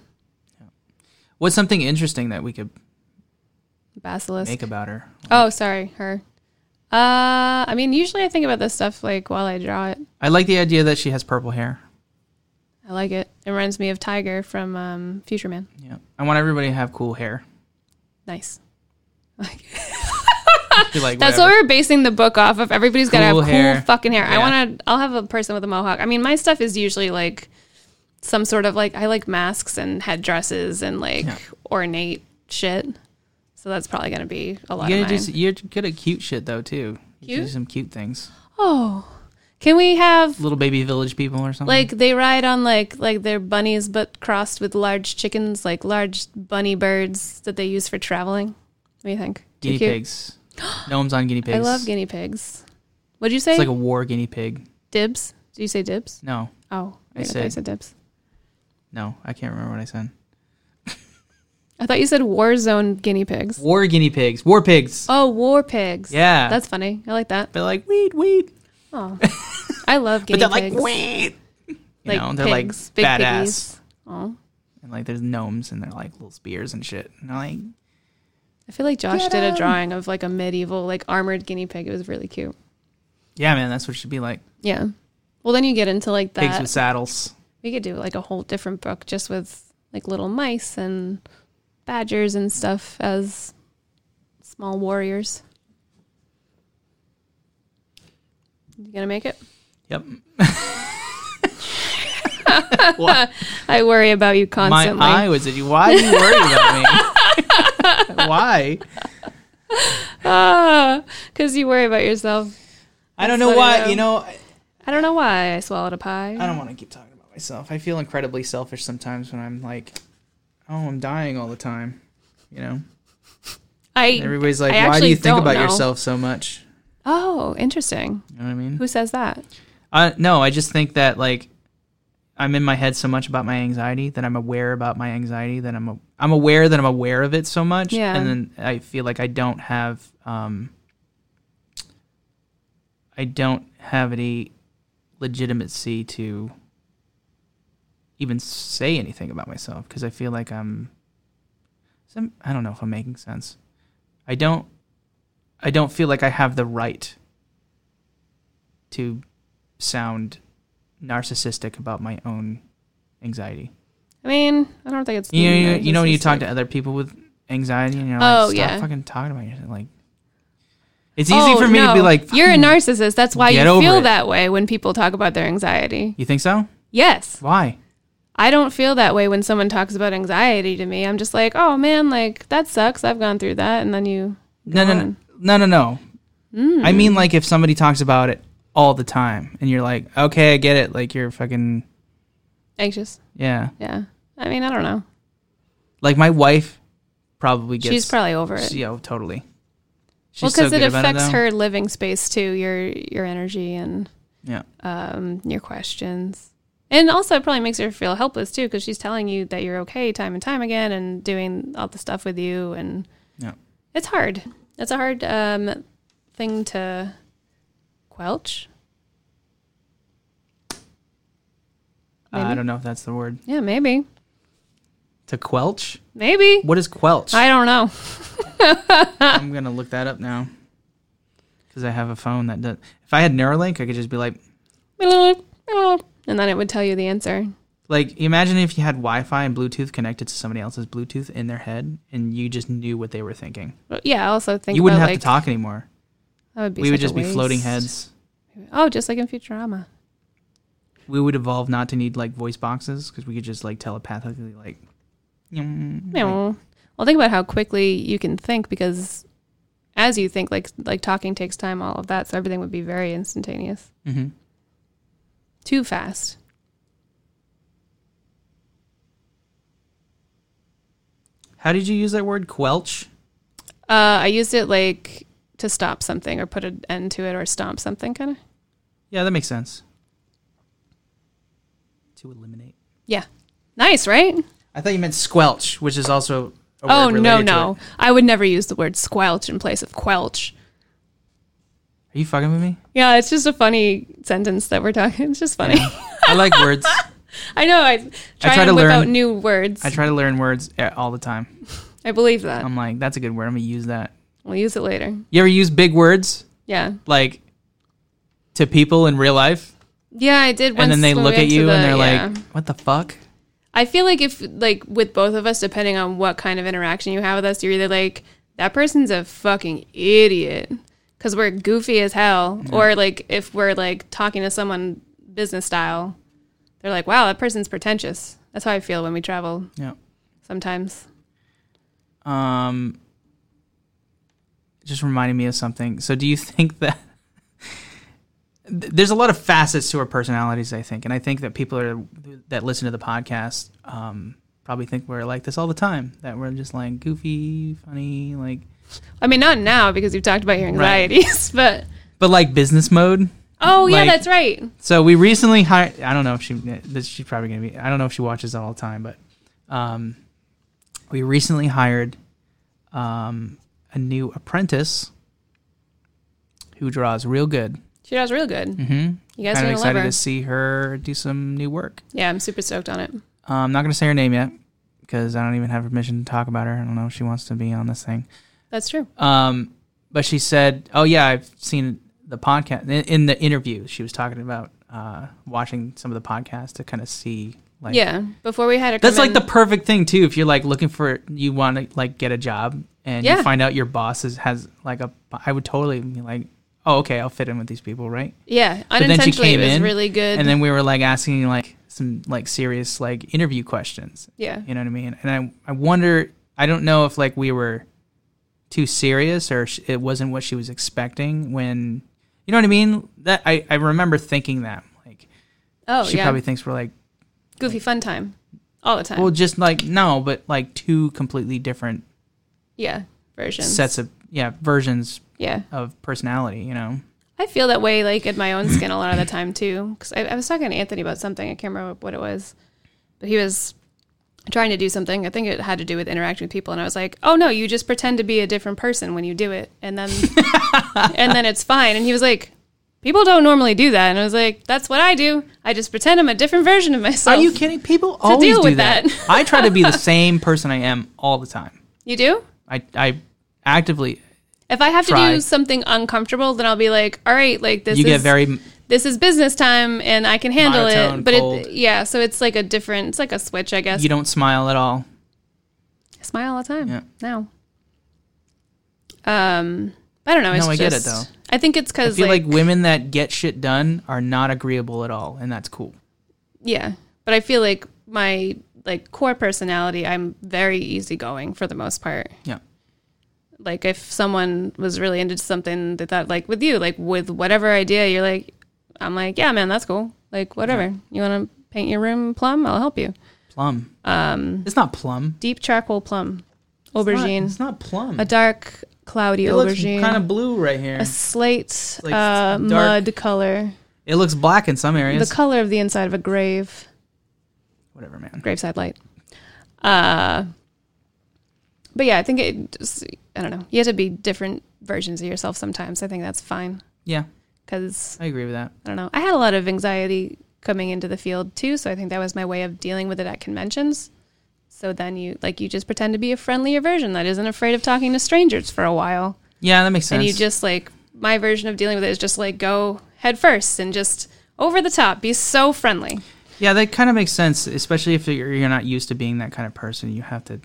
Speaker 2: What's something interesting that we could
Speaker 1: basilisk.
Speaker 2: make about her?
Speaker 1: Oh, sorry, her. Uh, I mean, usually I think about this stuff like while I draw it.
Speaker 2: I like the idea that she has purple hair.
Speaker 1: I like it. It reminds me of Tiger from um, Future Man.
Speaker 2: Yeah, I want everybody to have
Speaker 1: [LAUGHS]
Speaker 2: cool hair.
Speaker 1: Nice.
Speaker 2: Be like,
Speaker 1: That's
Speaker 2: whatever.
Speaker 1: what we're basing the book off of. Everybody's got to have
Speaker 2: Cool
Speaker 1: cool
Speaker 2: hair.
Speaker 1: fucking hair. I
Speaker 2: Yeah.
Speaker 1: want to. I'll have a person with a mohawk. I mean, my stuff is usually like some sort of like I like masks and headdresses and like
Speaker 2: Yeah.
Speaker 1: ornate shit. So that's probably gonna be a lot
Speaker 2: You
Speaker 1: of
Speaker 2: gotta
Speaker 1: mine.
Speaker 2: do, s- you're good at cute shit though too. You should
Speaker 1: Cute?
Speaker 2: do some cute things.
Speaker 1: oh, can we have
Speaker 2: Little baby village people or something.
Speaker 1: like they ride on like like they're bunnies but crossed with large chickens, like large bunny birds that they use for traveling? What do you think? Too
Speaker 2: guinea
Speaker 1: cute?
Speaker 2: pigs. [GASPS] Gnomes on guinea pigs.
Speaker 1: I love guinea pigs. What'd you say?
Speaker 2: It's like a war guinea pig.
Speaker 1: dibs? Did you say dibs?
Speaker 2: No,
Speaker 1: Oh, I, thought
Speaker 2: I
Speaker 1: you
Speaker 2: said-
Speaker 1: said dibs.
Speaker 2: no, I can't remember what I said.
Speaker 1: I thought you said war zone guinea pigs.
Speaker 2: War guinea pigs. War pigs.
Speaker 1: Oh, war pigs.
Speaker 2: Yeah.
Speaker 1: That's funny. I like that.
Speaker 2: they're like weed, weed.
Speaker 1: Oh. I love
Speaker 2: But
Speaker 1: guinea
Speaker 2: they're
Speaker 1: pigs.
Speaker 2: like weed. You know, they're
Speaker 1: pigs,
Speaker 2: like
Speaker 1: big
Speaker 2: badass.
Speaker 1: piggies. Oh.
Speaker 2: And like there's gnomes and they're like little spears and shit. And they're like
Speaker 1: I feel like Josh
Speaker 2: Get
Speaker 1: did
Speaker 2: 'em.
Speaker 1: a drawing of like a medieval like armored guinea pig. It was really cute.
Speaker 2: Yeah, man, that's what it should be like.
Speaker 1: Yeah. Well, then you get into like
Speaker 2: Pigs
Speaker 1: that.
Speaker 2: with saddles.
Speaker 1: we could do like a whole different book just with like little mice and badgers and stuff as small warriors. You gonna make it?
Speaker 2: Yep.
Speaker 1: I worry about you
Speaker 2: My
Speaker 1: constantly.
Speaker 2: eye was at you. Why are you worried about me? [LAUGHS] Why?
Speaker 1: [LAUGHS] Because you worry about yourself.
Speaker 2: I don't
Speaker 1: That's
Speaker 2: know
Speaker 1: what I
Speaker 2: why. You know, I,
Speaker 1: I don't know why I swallowed a pie.
Speaker 2: I don't want to keep talking about myself. I feel incredibly selfish sometimes when I'm like, oh, I'm dying all the time. You know,
Speaker 1: I-
Speaker 2: everybody's like,
Speaker 1: I
Speaker 2: why do
Speaker 1: actually
Speaker 2: you think
Speaker 1: don't
Speaker 2: about
Speaker 1: know.
Speaker 2: yourself so much?
Speaker 1: Oh, interesting.
Speaker 2: You know what I mean?
Speaker 1: Who says that?
Speaker 2: Uh, no, I just think that like I'm in my head so much about my anxiety that I'm aware about my anxiety that I'm a, I'm aware that I'm aware of it so much,
Speaker 1: Yeah.
Speaker 2: and then I feel like I don't have um I don't have any legitimacy to even say anything about myself because I feel like I'm some I don't know if I'm making sense. I don't I don't feel like I have the right to sound narcissistic about my own anxiety.
Speaker 1: I mean, I don't think it's.
Speaker 2: You know, you, you know when you
Speaker 1: narcissistic.
Speaker 2: talk to other people with anxiety, and you're
Speaker 1: Oh,
Speaker 2: like, stop
Speaker 1: yeah.
Speaker 2: fucking talking about yourself. Like, it's easy
Speaker 1: Oh,
Speaker 2: for me to be
Speaker 1: no.
Speaker 2: like,
Speaker 1: you're a
Speaker 2: "Fucking-
Speaker 1: narcissist. That's why you
Speaker 2: get over
Speaker 1: feel
Speaker 2: it."
Speaker 1: that way when people talk about their anxiety.
Speaker 2: You think so?
Speaker 1: Yes.
Speaker 2: Why?
Speaker 1: I don't feel that way when someone talks about anxiety to me. I'm just like, oh man, like that sucks. I've gone through that. And then you.
Speaker 2: No, no, no,
Speaker 1: on.
Speaker 2: no, no, no.
Speaker 1: Mm.
Speaker 2: I mean, like, if somebody talks about it all the time, and you're like, okay, I get it. Like, you're fucking,
Speaker 1: Anxious.
Speaker 2: yeah.
Speaker 1: Yeah. I mean, I don't know.
Speaker 2: Like, my wife probably gets.
Speaker 1: She's probably over it.
Speaker 2: She, oh, totally. She's
Speaker 1: well, because
Speaker 2: so
Speaker 1: it
Speaker 2: good about
Speaker 1: affects
Speaker 2: though.
Speaker 1: her living space too. Your your energy and
Speaker 2: Yeah.
Speaker 1: um, your questions. And also, it probably makes her feel helpless too, because she's telling you that you're okay time and time again, and doing all the stuff with you, and
Speaker 2: Yeah.
Speaker 1: it's hard. It's a hard um, thing to quelch.
Speaker 2: Uh, I don't know if that's the word.
Speaker 1: Yeah, maybe,
Speaker 2: To quelch?
Speaker 1: maybe.
Speaker 2: What is quelch?
Speaker 1: I don't know. [LAUGHS]
Speaker 2: I'm gonna look that up now because I have a phone that does. If I had Neuralink, I could just be like,
Speaker 1: And then it would tell you the answer.
Speaker 2: like imagine if you had Wi-Fi and Bluetooth connected to somebody else's Bluetooth in their head, and you just knew what they were thinking.
Speaker 1: But yeah, I also think
Speaker 2: you wouldn't have
Speaker 1: about,
Speaker 2: to
Speaker 1: like,
Speaker 2: talk anymore.
Speaker 1: That would be
Speaker 2: We would
Speaker 1: such a
Speaker 2: just be floating
Speaker 1: waste.
Speaker 2: heads.
Speaker 1: Oh, just like in Futurama.
Speaker 2: We would evolve not to need like voice boxes because we could just like telepathically like. "Yum," like,
Speaker 1: No. Well, think about how quickly you can think because as you think, like like talking takes time, all of that, so everything would be very instantaneous.
Speaker 2: mhm.
Speaker 1: Too fast.
Speaker 2: How did you use that word quelch?
Speaker 1: Uh, I used it like to stop something or put an end to it or stomp something, kind of.
Speaker 2: Yeah, that makes sense. to eliminate.
Speaker 1: Yeah. Nice, right?
Speaker 2: I thought you meant squelch, which is also. A word
Speaker 1: Oh, no,
Speaker 2: related to
Speaker 1: no.
Speaker 2: it.
Speaker 1: I would never use the word squelch in place of quelch.
Speaker 2: Are you fucking with me?
Speaker 1: Yeah, it's just a funny sentence that we're talking. It's just funny.
Speaker 2: I like words.
Speaker 1: [LAUGHS] I know. I try,
Speaker 2: try
Speaker 1: and
Speaker 2: to
Speaker 1: whip
Speaker 2: learn-
Speaker 1: out new words.
Speaker 2: I
Speaker 1: I,
Speaker 2: try to learn words eh, all the time.
Speaker 1: believe that.
Speaker 2: I'm like, that's a good word. I'm gonna use that.
Speaker 1: we'll use it later.
Speaker 2: You ever use big words
Speaker 1: Yeah.
Speaker 2: like to people in real life,
Speaker 1: Yeah, I did. Once
Speaker 2: and then they
Speaker 1: when we
Speaker 2: look
Speaker 1: went
Speaker 2: at
Speaker 1: to
Speaker 2: you
Speaker 1: the-
Speaker 2: and they're
Speaker 1: yeah.
Speaker 2: like, "What the fuck?"
Speaker 1: I feel like if like with both of us, depending on what kind of interaction you have with us, you're either like that person's a fucking idiot because we're goofy as hell, or like if we're like talking to someone business style, they're like, "Wow, that person's pretentious." That's how I feel when we travel
Speaker 2: Yeah.
Speaker 1: sometimes.
Speaker 2: Um, it just reminded me of something. So, do you [LAUGHS] think that th- there's a lot of facets to our personalities? I think, and I think that people are that listen to the podcast um, probably think we're like this all the time. That we're just like goofy, funny, like
Speaker 1: I mean, not now because you've talked about your
Speaker 2: Right.
Speaker 1: anxieties, [LAUGHS] but
Speaker 2: but like business mode.
Speaker 1: oh yeah,
Speaker 2: Like-
Speaker 1: that's right.
Speaker 2: So we recently hired. I don't know if she. This she's probably gonna be. I don't know if she watches that all the time, but um, we recently hired um, a new apprentice who draws real good.
Speaker 1: She does real good.
Speaker 2: Mm-hmm.
Speaker 1: You guys are
Speaker 2: kind of
Speaker 1: gonna love
Speaker 2: excited
Speaker 1: her.
Speaker 2: to see her do some new work.
Speaker 1: Yeah, I'm super stoked on it.
Speaker 2: Uh, I'm not gonna say her name yet because I don't even have permission to talk about her. I don't know if she wants to be on this thing.
Speaker 1: That's true.
Speaker 2: Um, but she said, "Oh yeah, I've seen the podcast." In, in the interview, she was talking about uh, watching some of the podcasts to kind of see, like,
Speaker 1: yeah. Before we had her,
Speaker 2: That's
Speaker 1: come
Speaker 2: like
Speaker 1: in-
Speaker 2: the perfect thing too. If you're like looking for, you want to like get a job, and
Speaker 1: Yeah.
Speaker 2: you find out your boss is, has like a. I would totally be like, "Oh, okay, I'll fit in with these people, right?"
Speaker 1: yeah
Speaker 2: then she
Speaker 1: unintentionally it
Speaker 2: came
Speaker 1: was
Speaker 2: in,
Speaker 1: really good.
Speaker 2: And then we were like asking like some like serious like interview questions.
Speaker 1: yeah.
Speaker 2: You know what I mean? And I I wonder. I don't know if like we were too serious or sh- it wasn't what she was expecting when. You know what I mean? That I I remember thinking that like
Speaker 1: Oh
Speaker 2: she
Speaker 1: yeah.
Speaker 2: probably thinks we're like
Speaker 1: goofy fun time all the time
Speaker 2: well just like no but like two completely different
Speaker 1: yeah versions
Speaker 2: sets of yeah versions
Speaker 1: yeah
Speaker 2: of personality you know
Speaker 1: i feel that way like in my own skin a lot of the time too because I, I was talking to anthony about something i can't remember what it was but he was trying to do something i think it had to do with interacting with people and i was like oh no you just pretend to be a different person when you do it and
Speaker 2: [LAUGHS]
Speaker 1: then and then it's fine and he was like people don't normally do that and i was like that's what i do i just pretend i'm a different version of
Speaker 2: are
Speaker 1: myself
Speaker 2: you kidding people always
Speaker 1: deal
Speaker 2: do
Speaker 1: with
Speaker 2: that,
Speaker 1: that.
Speaker 2: i try to
Speaker 1: [LAUGHS]
Speaker 2: be the same person i am all the time
Speaker 1: you do
Speaker 2: i i actively
Speaker 1: if i have to
Speaker 2: Try.
Speaker 1: do something uncomfortable then i'll be like all right like this
Speaker 2: you
Speaker 1: is
Speaker 2: get very
Speaker 1: this is business time and I can handle
Speaker 2: Monotone,
Speaker 1: it. But
Speaker 2: cold.
Speaker 1: it, yeah, so it's like a different, it's like a switch, I guess.
Speaker 2: you don't smile at all
Speaker 1: I smile all the time
Speaker 2: Yeah.
Speaker 1: now. Um, I don't know. It's
Speaker 2: No, I get it,
Speaker 1: just-
Speaker 2: though.
Speaker 1: I think it's
Speaker 2: i
Speaker 1: because
Speaker 2: feel
Speaker 1: like,
Speaker 2: like, women that get shit done are not agreeable at all and that's cool
Speaker 1: yeah, but I feel like my like core personality, I'm very easygoing for the most part.
Speaker 2: yeah
Speaker 1: Like if someone was really into something that that like with you, like with whatever idea, you're like, I'm like, yeah, man, that's cool. Like whatever you want to paint your room plum, I'll help you.
Speaker 2: plum um it's not plum
Speaker 1: Deep charcoal plum,
Speaker 2: It's not-
Speaker 1: aubergine.
Speaker 2: it's not plum
Speaker 1: a dark cloudy
Speaker 2: it looks
Speaker 1: aubergine,
Speaker 2: kind of blue right here
Speaker 1: a slate
Speaker 2: like
Speaker 1: uh,
Speaker 2: dark-
Speaker 1: mud color,
Speaker 2: it looks black in some areas
Speaker 1: the color of the inside of a grave,
Speaker 2: whatever man
Speaker 1: graveside light. Uh, but yeah, I think it. Just, I don't know. You have to be different versions of yourself sometimes. I think that's fine
Speaker 2: yeah
Speaker 1: because
Speaker 2: i agree with that
Speaker 1: I don't know. I had a lot of anxiety coming into the field too, so I think that was my way of dealing with it at conventions. So then you like you just pretend to be a friendlier version that isn't afraid of talking to strangers for a while.
Speaker 2: yeah that makes sense
Speaker 1: and you just like my version of dealing with it is just like go head first and just over the top be so friendly
Speaker 2: Yeah, that kind of makes sense, especially if you're, you're not used to being that kind of person. You have to,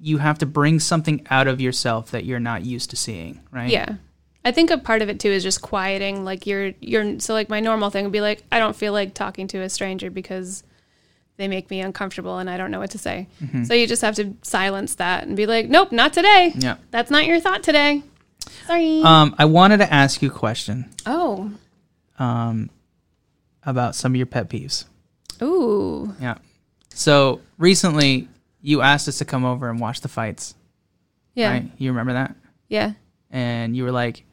Speaker 2: you have to bring something out of yourself that you're not used to seeing, right?
Speaker 1: yeah i think a part of it too is just quieting like you're you're so like my normal thing would be like i don't feel like talking to a stranger because they make me uncomfortable and i don't know what to say
Speaker 2: Mm-hmm.
Speaker 1: so you just have to silence that and be like nope not today
Speaker 2: Yeah.
Speaker 1: that's not your thought today sorry
Speaker 2: Um, I wanted to ask you a question
Speaker 1: oh
Speaker 2: about some of your pet peeves.
Speaker 1: ooh
Speaker 2: Yeah. So recently, you asked us to come over and watch the fights.
Speaker 1: yeah
Speaker 2: Right? You remember that?
Speaker 1: yeah
Speaker 2: and you were like,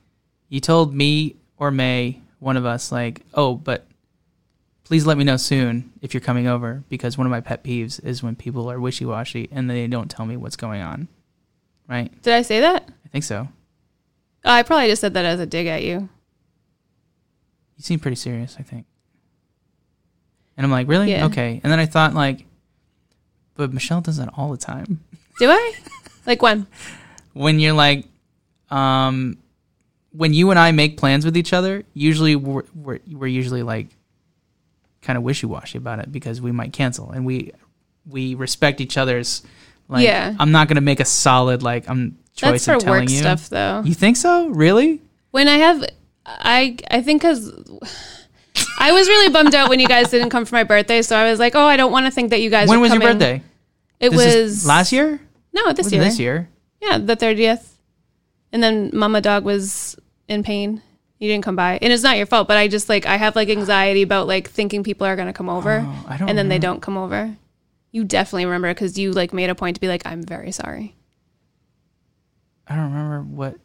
Speaker 2: you told me or May, one of us, like, oh, but Please let me know soon if you're coming over because one of my pet peeves is when people are wishy washy and they don't tell me what's going on. Right?
Speaker 1: Did I say that?
Speaker 2: I think so.
Speaker 1: Oh, I probably just said that as a dig at you.
Speaker 2: You seem pretty serious, I think. And I'm like, really?
Speaker 1: Yeah.
Speaker 2: Okay. And then I thought, like, but Michelle does that all the time.
Speaker 1: Do I?
Speaker 2: [LAUGHS]
Speaker 1: like when?
Speaker 2: when you're like, um, when you and I make plans with each other, usually we're we're, we're usually like kind of wishy washy about it because we might cancel and we we respect each other's. Like,
Speaker 1: Yeah.
Speaker 2: I'm not gonna make a solid like I'm choice
Speaker 1: That's for
Speaker 2: of telling
Speaker 1: work
Speaker 2: you.
Speaker 1: stuff, though.
Speaker 2: You think so? Really?
Speaker 1: When I have, I I think because I was really bummed out when you guys didn't come for my birthday, so I was like, oh, I don't want to think that you guys.
Speaker 2: when
Speaker 1: are
Speaker 2: was your
Speaker 1: coming.
Speaker 2: birthday?
Speaker 1: It
Speaker 2: This is
Speaker 1: was
Speaker 2: last year.
Speaker 1: No, this
Speaker 2: Was it
Speaker 1: year.
Speaker 2: This year.
Speaker 1: Yeah, the thirtieth. And then Mama Dog was in pain. You didn't come by, and it's not your fault. But I just like I have like anxiety about like thinking people are gonna come over,
Speaker 2: Oh, I don't
Speaker 1: and then they
Speaker 2: remember.
Speaker 1: don't come over. You definitely remember because you like made a point to be like, I'm very sorry.
Speaker 2: I don't remember what.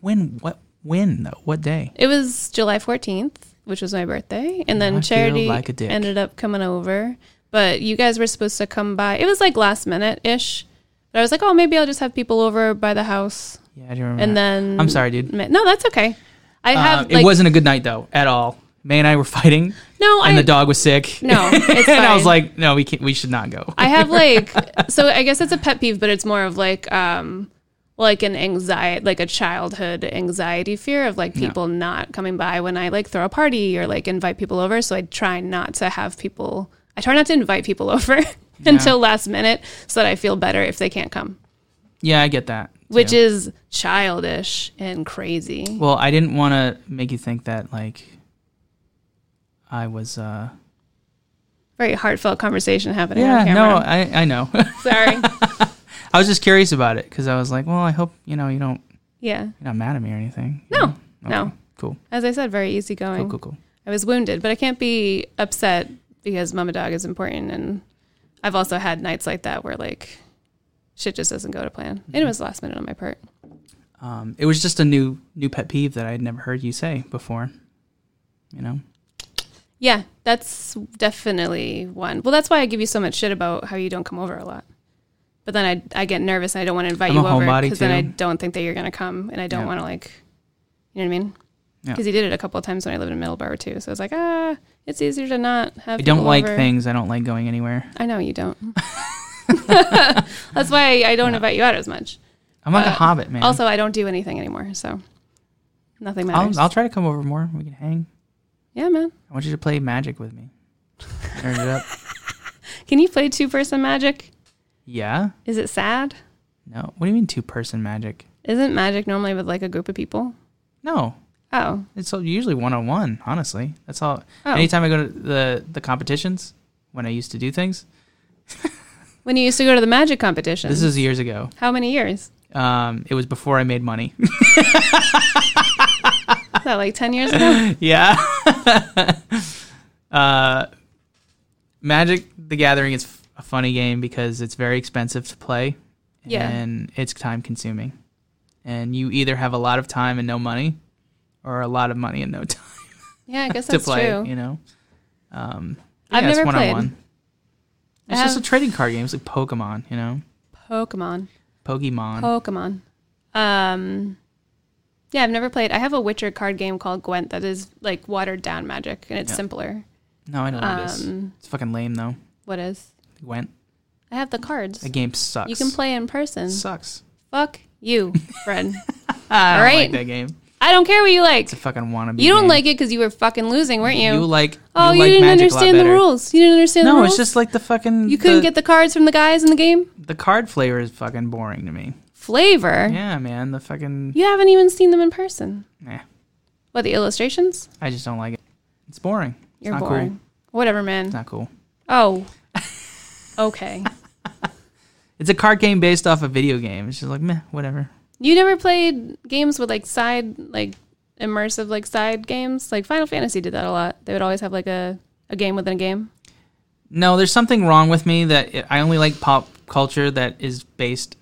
Speaker 2: When? What? When though? What day?
Speaker 1: It was July fourteth, which was my birthday, and
Speaker 2: I
Speaker 1: then
Speaker 2: feel
Speaker 1: Charity
Speaker 2: like a dick.
Speaker 1: ended up coming over. But you guys were supposed to come by. It was like last minute ish. But I was like, oh, maybe I'll just have people over by the house,
Speaker 2: Yeah, I do remember.
Speaker 1: and
Speaker 2: that.
Speaker 1: then
Speaker 2: I'm sorry, dude.
Speaker 1: No, that's okay. I
Speaker 2: Uh,
Speaker 1: have.
Speaker 2: it
Speaker 1: like-
Speaker 2: wasn't a good night though at all. May and I were fighting,
Speaker 1: No,
Speaker 2: and
Speaker 1: I,
Speaker 2: the dog was sick.
Speaker 1: No, it's
Speaker 2: [LAUGHS] and I
Speaker 1: fine.
Speaker 2: was like, no, we can't. We should not go.
Speaker 1: I have like so I guess it's a pet peeve, but it's more of like um like an anxiety like a childhood anxiety fear of like people not coming by when I like throw a party or like invite people over. So I try not to have people I try not to invite people [LAUGHS] over until last minute so that I feel better if they can't come.
Speaker 2: yeah, I get that.
Speaker 1: Which
Speaker 2: too.
Speaker 1: is childish and crazy.
Speaker 2: well, I didn't want to make you think that like I was. uh
Speaker 1: Very heartfelt conversation happening on
Speaker 2: Yeah, no,
Speaker 1: camera.
Speaker 2: I I know.
Speaker 1: [LAUGHS]
Speaker 2: [LAUGHS]
Speaker 1: Sorry.
Speaker 2: I was just curious about it because I was like, well, I hope you know you don't
Speaker 1: Yeah.
Speaker 2: you're not mad at me or anything.
Speaker 1: No,
Speaker 2: You know?
Speaker 1: no.
Speaker 2: Okay, Cool.
Speaker 1: As I said, very easygoing.
Speaker 2: Cool. Cool. Cool.
Speaker 1: I was wounded, but I can't be upset because Mama Dog is important. And I've also had nights like that where like shit just doesn't go to plan. And it
Speaker 2: Mm-hmm.
Speaker 1: was last minute on my part.
Speaker 2: Um, it was just a new new pet peeve that I had never heard you say before. You know.
Speaker 1: Yeah, that's definitely one. Well, that's why I give you so much shit about how you don't come over a lot. But then I, I get nervous and I don't want to invite
Speaker 2: I'm
Speaker 1: you
Speaker 2: a
Speaker 1: over
Speaker 2: homebody,
Speaker 1: then I
Speaker 2: too.
Speaker 1: don't think that you're going to come and I don't
Speaker 2: Yeah.
Speaker 1: want to like, you know what I mean?
Speaker 2: Yeah.
Speaker 1: Because he did it a couple of times when I lived in Middleborough too. So I was like, ah, it's easier to not have.
Speaker 2: I don't
Speaker 1: people
Speaker 2: like
Speaker 1: over.
Speaker 2: things. I don't like going anywhere.
Speaker 1: I know you
Speaker 2: [LAUGHS]
Speaker 1: don't. [LAUGHS] That's why I don't invite you out as much.
Speaker 2: I'm like a
Speaker 1: Uh,
Speaker 2: hobbit, man.
Speaker 1: Also, I don't do anything anymore, so nothing matters.
Speaker 2: I'll, I'll try to come over more. We can hang.
Speaker 1: yeah, man.
Speaker 2: I want you to play magic with me. Nerd it up.
Speaker 1: Can you play two person magic?
Speaker 2: Yeah.
Speaker 1: Is it sad?
Speaker 2: No. What do you mean two person magic?
Speaker 1: Isn't magic normally with like a group of people?
Speaker 2: No.
Speaker 1: Oh,
Speaker 2: It's all- usually one on one. Honestly, that's all.
Speaker 1: Oh.
Speaker 2: Anytime I go to the the competitions when I used to do things.
Speaker 1: when you used to go to the magic competition.
Speaker 2: This is years ago.
Speaker 1: how many
Speaker 2: [LAUGHS]
Speaker 1: years?
Speaker 2: Um, it was before I made
Speaker 1: [LAUGHS]
Speaker 2: money. [LAUGHS]
Speaker 1: Is that like ten years
Speaker 2: [LAUGHS]
Speaker 1: ago?
Speaker 2: yeah. uh, Magic the Gathering is f- a funny game because it's very expensive to play.
Speaker 1: Yeah.
Speaker 2: And it's time consuming. And you either have a lot of time and no money or a lot of money and no [LAUGHS] time
Speaker 1: Yeah, I guess
Speaker 2: [LAUGHS] to
Speaker 1: that's
Speaker 2: play,
Speaker 1: true.
Speaker 2: you know? Um,
Speaker 1: I've
Speaker 2: yeah, it's
Speaker 1: never
Speaker 2: one
Speaker 1: played. Uh,
Speaker 2: on one.
Speaker 1: I
Speaker 2: It's just a
Speaker 1: have-
Speaker 2: trading card game. It's like Pokemon, you know?
Speaker 1: Oh, Pokemon.
Speaker 2: Pokemon.
Speaker 1: Pokemon. Oh, Um, yeah, I've never played. I have a Witcher card game called Gwent that is like watered down magic, and it's
Speaker 2: Yeah.
Speaker 1: simpler.
Speaker 2: no, I know what it is.
Speaker 1: um,
Speaker 2: It's fucking lame, though.
Speaker 1: What is?
Speaker 2: Went.
Speaker 1: I have the cards.
Speaker 2: The game sucks.
Speaker 1: You can play in person.
Speaker 2: Sucks.
Speaker 1: Fuck you, friend.
Speaker 2: I don't
Speaker 1: Alright.
Speaker 2: like that game.
Speaker 1: I don't care what you like.
Speaker 2: It's a fucking wannabe.
Speaker 1: You don't
Speaker 2: game.
Speaker 1: like it because you were fucking losing, weren't you?
Speaker 2: You like
Speaker 1: oh, you
Speaker 2: like
Speaker 1: didn't
Speaker 2: magic a lot
Speaker 1: understand the
Speaker 2: better.
Speaker 1: rules. You didn't understand the
Speaker 2: No,
Speaker 1: rules.
Speaker 2: it's just like the fucking.
Speaker 1: you couldn't
Speaker 2: the,
Speaker 1: get the cards from the guys in the game.
Speaker 2: the card flavor is fucking boring
Speaker 1: [LAUGHS]
Speaker 2: to me.
Speaker 1: Flavor.
Speaker 2: Yeah, man, the fucking.
Speaker 1: You haven't even seen them in person.
Speaker 2: Nah,
Speaker 1: What the illustrations?
Speaker 2: I just don't like it. It's boring. It's
Speaker 1: You're
Speaker 2: not
Speaker 1: boring.
Speaker 2: Cool.
Speaker 1: Whatever,
Speaker 2: It's
Speaker 1: man.
Speaker 2: not cool. [LAUGHS]
Speaker 1: Oh. okay.
Speaker 2: It's a card game based off a video game. It's just like meh, whatever.
Speaker 1: You never played games with like side, like immersive, like side games. Like Final Fantasy did that a lot. They would always have like a, a game within a game.
Speaker 2: No, there's something wrong with me that it, I only like pop culture that is based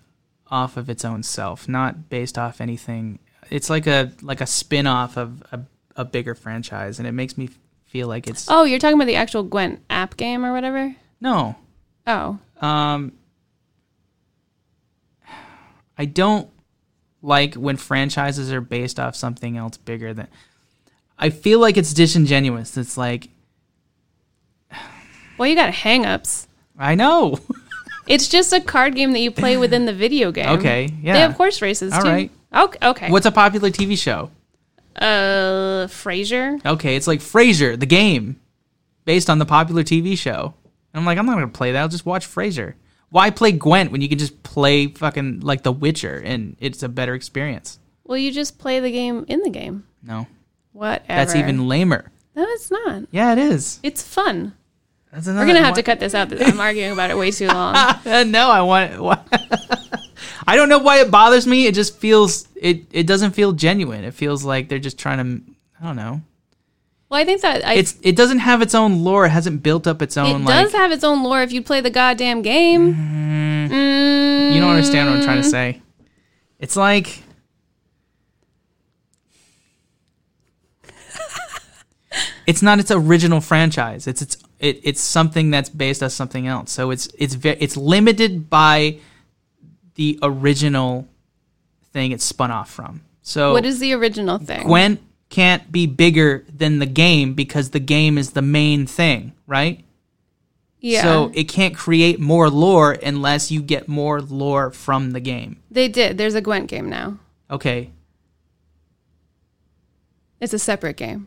Speaker 2: off of its own self, not based off anything. It's like a like a spin off of a, a bigger franchise, and it makes me feel like it's
Speaker 1: Oh, you're talking about the actual Gwent app game or whatever?
Speaker 2: no.
Speaker 1: Oh.
Speaker 2: Um, I don't like when franchises are based off something else bigger than. I feel like it's disingenuous. It's like
Speaker 1: Well, you got hangups.
Speaker 2: I know. [LAUGHS]
Speaker 1: It's just a card game that you
Speaker 2: [CLEARS THROAT]
Speaker 1: play within the video game.
Speaker 2: Okay, yeah.
Speaker 1: They have horse races
Speaker 2: All
Speaker 1: too.
Speaker 2: right.
Speaker 1: Okay. okay.
Speaker 2: What's a popular TV show?
Speaker 1: uh Frasier?
Speaker 2: Okay, it's like Frasier, the game, based on the popular TV show. And I'm like, I'm not gonna play that. I'll just watch Frasier. Why play Gwent when you can just play fucking like The Witcher and it's a better experience?
Speaker 1: Well, you just play the game in the game.
Speaker 2: No,
Speaker 1: Whatever.
Speaker 2: that's even lamer.
Speaker 1: No, it's not.
Speaker 2: Yeah, it is.
Speaker 1: It's fun.
Speaker 2: That's
Speaker 1: We're gonna have to cut this
Speaker 2: [LAUGHS]
Speaker 1: out. I'm arguing about it way too long.
Speaker 2: Uh, no, I want. [LAUGHS] Why? I don't know why it bothers me. It just feels it. It doesn't feel genuine. It feels like they're just trying to. I don't know.
Speaker 1: Well, I think that I,
Speaker 2: It's it doesn't have its own lore. It hasn't built up its
Speaker 1: it
Speaker 2: own. like Mm-hmm.
Speaker 1: does have its own lore if you play the goddamn game. Mm.
Speaker 2: you don't understand what I'm trying to say. It's like. It's not its original franchise. It's it's it, it's something that's based on something else. So it's it's ve- it's limited by the original thing it's spun off from. So
Speaker 1: What is the original thing?
Speaker 2: Gwent can't be bigger than the game because the game is the main thing, right?
Speaker 1: yeah,
Speaker 2: So it can't create more lore unless you get more lore from the game.
Speaker 1: they did. There's a Gwent game now.
Speaker 2: Okay.
Speaker 1: It's a separate game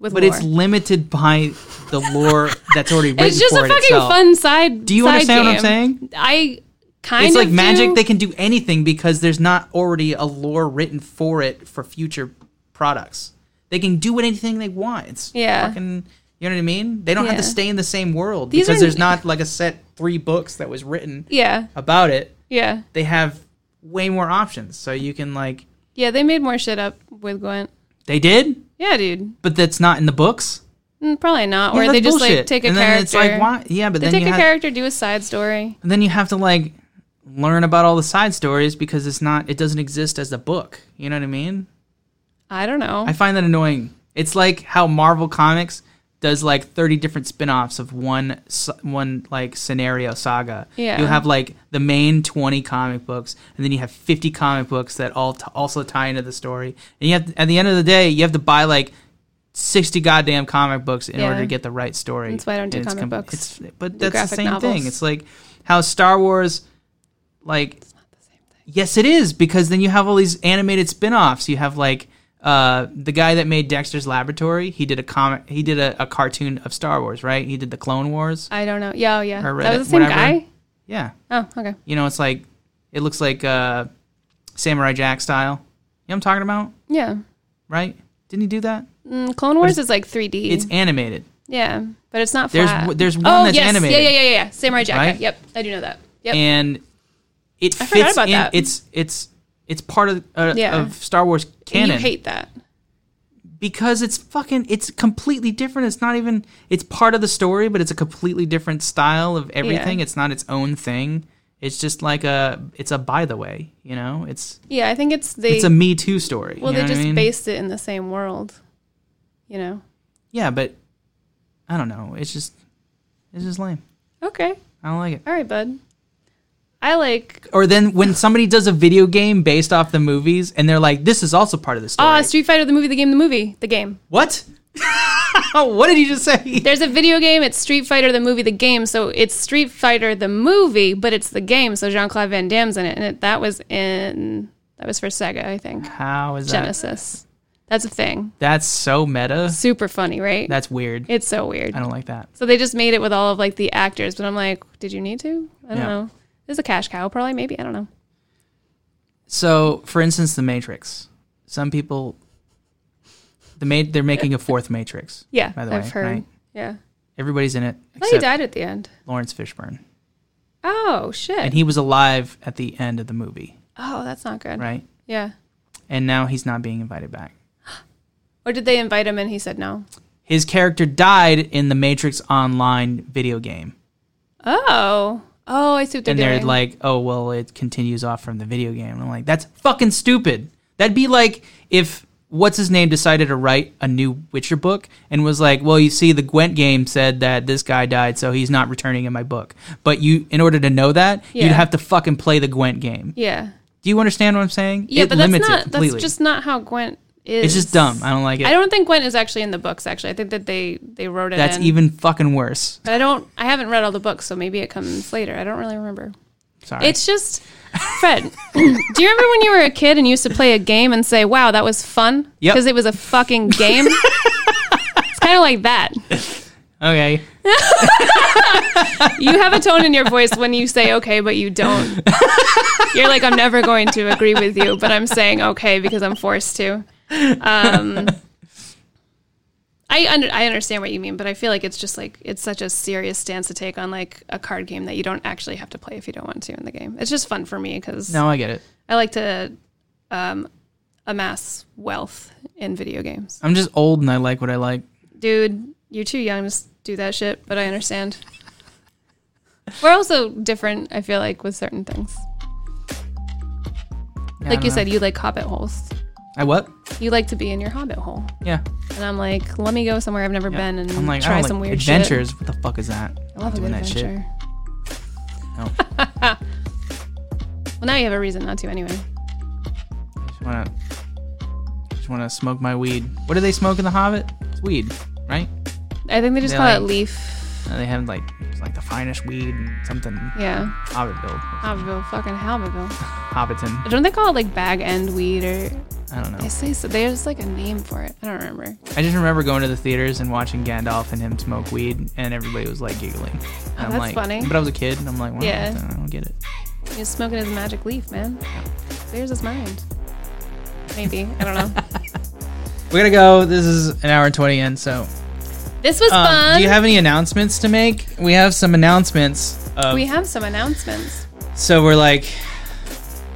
Speaker 1: with
Speaker 2: But
Speaker 1: lore.
Speaker 2: it's limited by the lore that's already
Speaker 1: [LAUGHS]
Speaker 2: written
Speaker 1: It's just
Speaker 2: for
Speaker 1: a
Speaker 2: it
Speaker 1: fucking
Speaker 2: itself.
Speaker 1: fun side.
Speaker 2: Do you
Speaker 1: side
Speaker 2: understand what I'm
Speaker 1: game.
Speaker 2: saying?
Speaker 1: I kind
Speaker 2: It's
Speaker 1: of
Speaker 2: like magic;
Speaker 1: do.
Speaker 2: they can do anything because there's not already a lore written for it for future products. They can do anything they want. It's
Speaker 1: Yeah.
Speaker 2: fucking, you know what I mean? They don't have to
Speaker 1: Yeah.
Speaker 2: stay in the same world
Speaker 1: These
Speaker 2: because
Speaker 1: are-
Speaker 2: there's not like a set three books that was written
Speaker 1: yeah,
Speaker 2: about it.
Speaker 1: yeah,
Speaker 2: They have way more options, so you can like
Speaker 1: yeah. They made more shit up with Gwent.
Speaker 2: they did,
Speaker 1: Yeah, dude.
Speaker 2: but that's not in the books.
Speaker 1: Mm, probably not.
Speaker 2: Yeah,
Speaker 1: or
Speaker 2: that's
Speaker 1: they just like
Speaker 2: bullshit.
Speaker 1: take a
Speaker 2: and
Speaker 1: character.
Speaker 2: Then it's like, why? Yeah, but
Speaker 1: They
Speaker 2: then
Speaker 1: take
Speaker 2: you
Speaker 1: a
Speaker 2: have,
Speaker 1: character, do a side story.
Speaker 2: And then you have to like learn about all the side stories because it's not it doesn't exist as a book. You know what I mean?
Speaker 1: I don't know.
Speaker 2: I find that annoying. It's like how Marvel Comics does like 30 different spin-offs of one s- one like scenario saga.
Speaker 1: Yeah.
Speaker 2: You'll have like the main 20 comic books and then you have 50 comic books that all t- also tie into the story. And you have at the end of the day, you have to buy like 60 goddamn comic books in
Speaker 1: Yeah.
Speaker 2: order to get the right story.
Speaker 1: That's why I don't do
Speaker 2: And it's
Speaker 1: comic books.
Speaker 2: It's, but
Speaker 1: Do
Speaker 2: that's the
Speaker 1: graphic
Speaker 2: same
Speaker 1: novels.
Speaker 2: thing. It's like how Star Wars like Yes, it is because then you have all these animated spin-offs. You have like uh, the guy that made Dexter's Laboratory. He did a comic. He did a, a cartoon of Star Wars, right? He did the Clone Wars.
Speaker 1: I don't know. Yeah, oh, yeah.
Speaker 2: Or
Speaker 1: That was
Speaker 2: Reddit,
Speaker 1: the same
Speaker 2: whatever.
Speaker 1: guy.
Speaker 2: Yeah,
Speaker 1: Oh, okay.
Speaker 2: you know, it's like it looks like uh, Samurai Jack style. You know what I'm talking about,
Speaker 1: Yeah.
Speaker 2: right? Didn't he do that?
Speaker 1: Mm, Clone Wars is like 3D.
Speaker 2: It's animated.
Speaker 1: yeah, but it's not
Speaker 2: There's
Speaker 1: flat.
Speaker 2: w- there's one
Speaker 1: one
Speaker 2: that's
Speaker 1: yes.
Speaker 2: animated.
Speaker 1: Yeah, yeah, yeah, yeah. Samurai Jack.
Speaker 2: Right?
Speaker 1: Yep, I do know that. Yep.
Speaker 2: and it
Speaker 1: I forgot
Speaker 2: fits
Speaker 1: about
Speaker 2: in.
Speaker 1: that.
Speaker 2: It's it's it's part of uh,
Speaker 1: Yeah.
Speaker 2: of Star Wars
Speaker 1: And
Speaker 2: canon
Speaker 1: you hate that.
Speaker 2: because it's fucking it's completely different. It's not even it's part of the story, but it's a completely different style of everything. It's not its own thing. It's just like a it's a by the way, you know. It's
Speaker 1: Yeah, I think it's they.
Speaker 2: it's a Me Too story.
Speaker 1: well,
Speaker 2: you know
Speaker 1: they
Speaker 2: what I
Speaker 1: just
Speaker 2: mean?
Speaker 1: based it in the same world. You know.
Speaker 2: yeah, but I don't know. It's just it's just lame.
Speaker 1: Okay.
Speaker 2: I don't like it.
Speaker 1: All right, bud. I like.
Speaker 2: Or then
Speaker 1: [SIGHS]
Speaker 2: when somebody does a video game based off the movies, and they're like, "This is also part of the story."
Speaker 1: Ah, Street Fighter the movie, the game, the movie, the game.
Speaker 2: [LAUGHS] What? [LAUGHS] what did you just say?
Speaker 1: There's a video game. It's Street Fighter the movie, the game. So it's Street Fighter the movie, but it's the game. So Jean Claude Van Damme's in it, and it, that was in that was for Sega, I think.
Speaker 2: How is that?
Speaker 1: Genesis. That's a thing.
Speaker 2: That's so meta.
Speaker 1: Super funny, right?
Speaker 2: That's weird.
Speaker 1: it's so weird.
Speaker 2: I don't like that.
Speaker 1: So they just made it with all of like the actors, but I'm like, did you need to? I don't
Speaker 2: Yeah.
Speaker 1: know. This is a cash cow, probably. Maybe I don't know.
Speaker 2: So, for instance, The Matrix. Some people, the ma- they're making a fourth Matrix.
Speaker 1: [LAUGHS] Yeah,
Speaker 2: By the
Speaker 1: I've
Speaker 2: way,
Speaker 1: heard.
Speaker 2: right?
Speaker 1: Yeah.
Speaker 2: Everybody's in it
Speaker 1: Well, Oh, he
Speaker 2: except
Speaker 1: died at the end.
Speaker 2: Lawrence Fishburne,
Speaker 1: Oh shit.
Speaker 2: and he was alive at the end of the movie,
Speaker 1: oh, that's not good.
Speaker 2: right?
Speaker 1: Yeah.
Speaker 2: And now he's not being invited back.
Speaker 1: Or did they invite him and he said no?
Speaker 2: His character died in the Matrix Online video game,
Speaker 1: Oh. Oh, I see what they're
Speaker 2: and
Speaker 1: doing.
Speaker 2: they're like, "Oh, well, it continues off from the video game." And I'm like, "That's fucking stupid." That'd be like if what's his name decided to write a new Witcher book and was like, "Well, you see, the Gwent game said that this guy died, so he's not returning in my book." But you, in order to know that,
Speaker 1: Yeah.
Speaker 2: you'd have to fucking play the Gwent game.
Speaker 1: Yeah.
Speaker 2: Do you understand what I'm saying?
Speaker 1: Yeah,
Speaker 2: it
Speaker 1: but that's
Speaker 2: limits it
Speaker 1: not that's
Speaker 2: completely.
Speaker 1: just not how Gwent is.
Speaker 2: it's just dumb. I don't like it.
Speaker 1: I don't think Gwent is actually in the books actually. I think that they they wrote it
Speaker 2: that's
Speaker 1: in.
Speaker 2: even fucking worse.
Speaker 1: but I don't I haven't read all the books, so maybe it comes later. I don't really remember.
Speaker 2: Sorry.
Speaker 1: It's just
Speaker 2: [LAUGHS]
Speaker 1: Fred, [CLEARS THROAT] do you remember when you were a kid and you used to play a game and say, "Wow, that was fun?"
Speaker 2: Yep.
Speaker 1: Because it was a fucking
Speaker 2: [LAUGHS]
Speaker 1: game. it's kind of like that.
Speaker 2: okay.
Speaker 1: You have a tone in your voice when you say okay, but you don't. You're like, I'm never going to agree with you, but I'm saying okay because I'm forced to. Um, I under, I understand what you mean, but I feel like it's just like it's such a serious stance to take on like a card game that you don't actually have to play if you don't want to in the game. It's just fun for me because
Speaker 2: No, I get it.
Speaker 1: I like to um, amass wealth in video games.
Speaker 2: I'm just old and I like what I like.
Speaker 1: Dude, you're too young to s- do that shit, but I understand. We're also different, I feel like, with certain things.
Speaker 2: Yeah, I
Speaker 1: Like you
Speaker 2: don't
Speaker 1: said,
Speaker 2: know.
Speaker 1: you like hobbit holes.
Speaker 2: I what?
Speaker 1: You like to be in your hobbit hole.
Speaker 2: Yeah.
Speaker 1: And I'm like, let me go somewhere I've never been and
Speaker 2: I'm like, I
Speaker 1: try
Speaker 2: don't
Speaker 1: some
Speaker 2: like
Speaker 1: weird
Speaker 2: adventures. What the fuck is that?
Speaker 1: shit. I love a
Speaker 2: doing
Speaker 1: good
Speaker 2: that shit. Oh,
Speaker 1: adventure.
Speaker 2: No.
Speaker 1: Well, now you have a reason not to anyway.
Speaker 2: I just wanna, I just wanna smoke my weed. What do they smoke in the Hobbit? It's weed, right?
Speaker 1: I think they just
Speaker 2: They
Speaker 1: call it
Speaker 2: like-
Speaker 1: leaf.
Speaker 2: Uh, they have like it's like the finest weed and something
Speaker 1: Yeah.
Speaker 2: Hobbitville,
Speaker 1: Hobbitville. Fucking Hobbitville.
Speaker 2: Hobbiton.
Speaker 1: Don't they call it like bag end weed or
Speaker 2: I don't know.
Speaker 1: They say so. There's like a name for it. I don't remember.
Speaker 2: I just remember going to the theaters and watching Gandalf and him smoke weed, and everybody was like giggling. And I'm
Speaker 1: Oh, that's
Speaker 2: like,
Speaker 1: funny.
Speaker 2: But I was a kid, and I'm like, well,
Speaker 1: Yeah.
Speaker 2: I don't get it.
Speaker 1: He's smoking his magic leaf, man. There's his mind. Maybe. I don't
Speaker 2: [LAUGHS]
Speaker 1: know.
Speaker 2: We're gonna go. This is an hour and twenty in, so.
Speaker 1: this was
Speaker 2: Um,
Speaker 1: fun.
Speaker 2: do you have any announcements to make? We have some announcements. Of,
Speaker 1: we have some announcements.
Speaker 2: so we're like,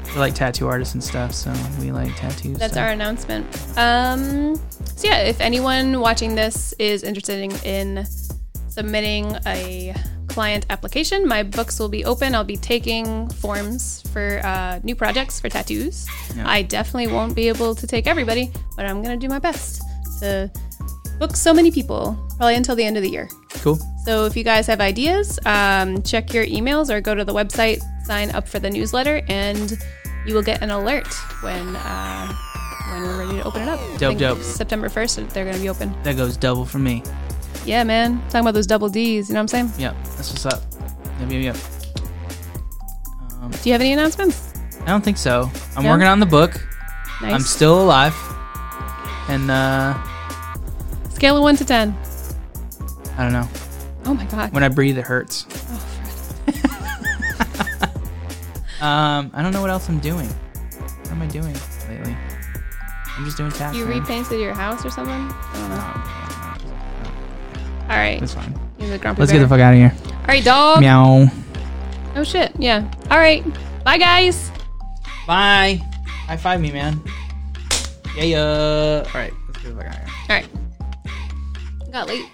Speaker 2: we're like tattoo artists and stuff. So we like tattoos.
Speaker 1: That's
Speaker 2: so-
Speaker 1: our announcement. Um, so yeah, if anyone watching this is interested in, in submitting a client application, my books will be open. I'll be taking forms for uh, new projects for tattoos.
Speaker 2: Yeah.
Speaker 1: I definitely won't be able to take everybody, but I'm gonna do my best to book so many people, probably until the end of the year.
Speaker 2: cool.
Speaker 1: So if you guys have ideas, um, check your emails or go to the website, sign up for the newsletter, and you will get an alert when uh, when we're ready to open it up. I
Speaker 2: Dope,
Speaker 1: think
Speaker 2: dope.
Speaker 1: September first, they're going to be open.
Speaker 2: That goes double for me.
Speaker 1: Yeah, man. Talking about those double D's. You know what I'm saying?
Speaker 2: Yep, that's what's up. Yep, yep, yep. Um,
Speaker 1: Do you have any announcements?
Speaker 2: I don't think so. I'm
Speaker 1: No?
Speaker 2: working on the book.
Speaker 1: Nice.
Speaker 2: I'm still alive. And uh,
Speaker 1: Scale of one to ten.
Speaker 2: I don't know.
Speaker 1: Oh my god.
Speaker 2: When I breathe, it hurts.
Speaker 1: Oh, Fred.
Speaker 2: [LAUGHS] Um, I don't know what else I'm doing. What am I doing lately? I'm just doing taps.
Speaker 1: You
Speaker 2: man.
Speaker 1: repainted your house or something? I don't know.
Speaker 2: Oh,
Speaker 1: All right.
Speaker 2: That's fine.
Speaker 1: He's a grumpy
Speaker 2: Let's get the
Speaker 1: bear.
Speaker 2: fuck out of here.
Speaker 1: All right, dog.
Speaker 2: Meow.
Speaker 1: Oh shit. Yeah. All right. Bye, guys.
Speaker 2: Bye. High five me, man. Yeah, yeah. All right. Let's get the fuck out of here.
Speaker 1: All right. Got late.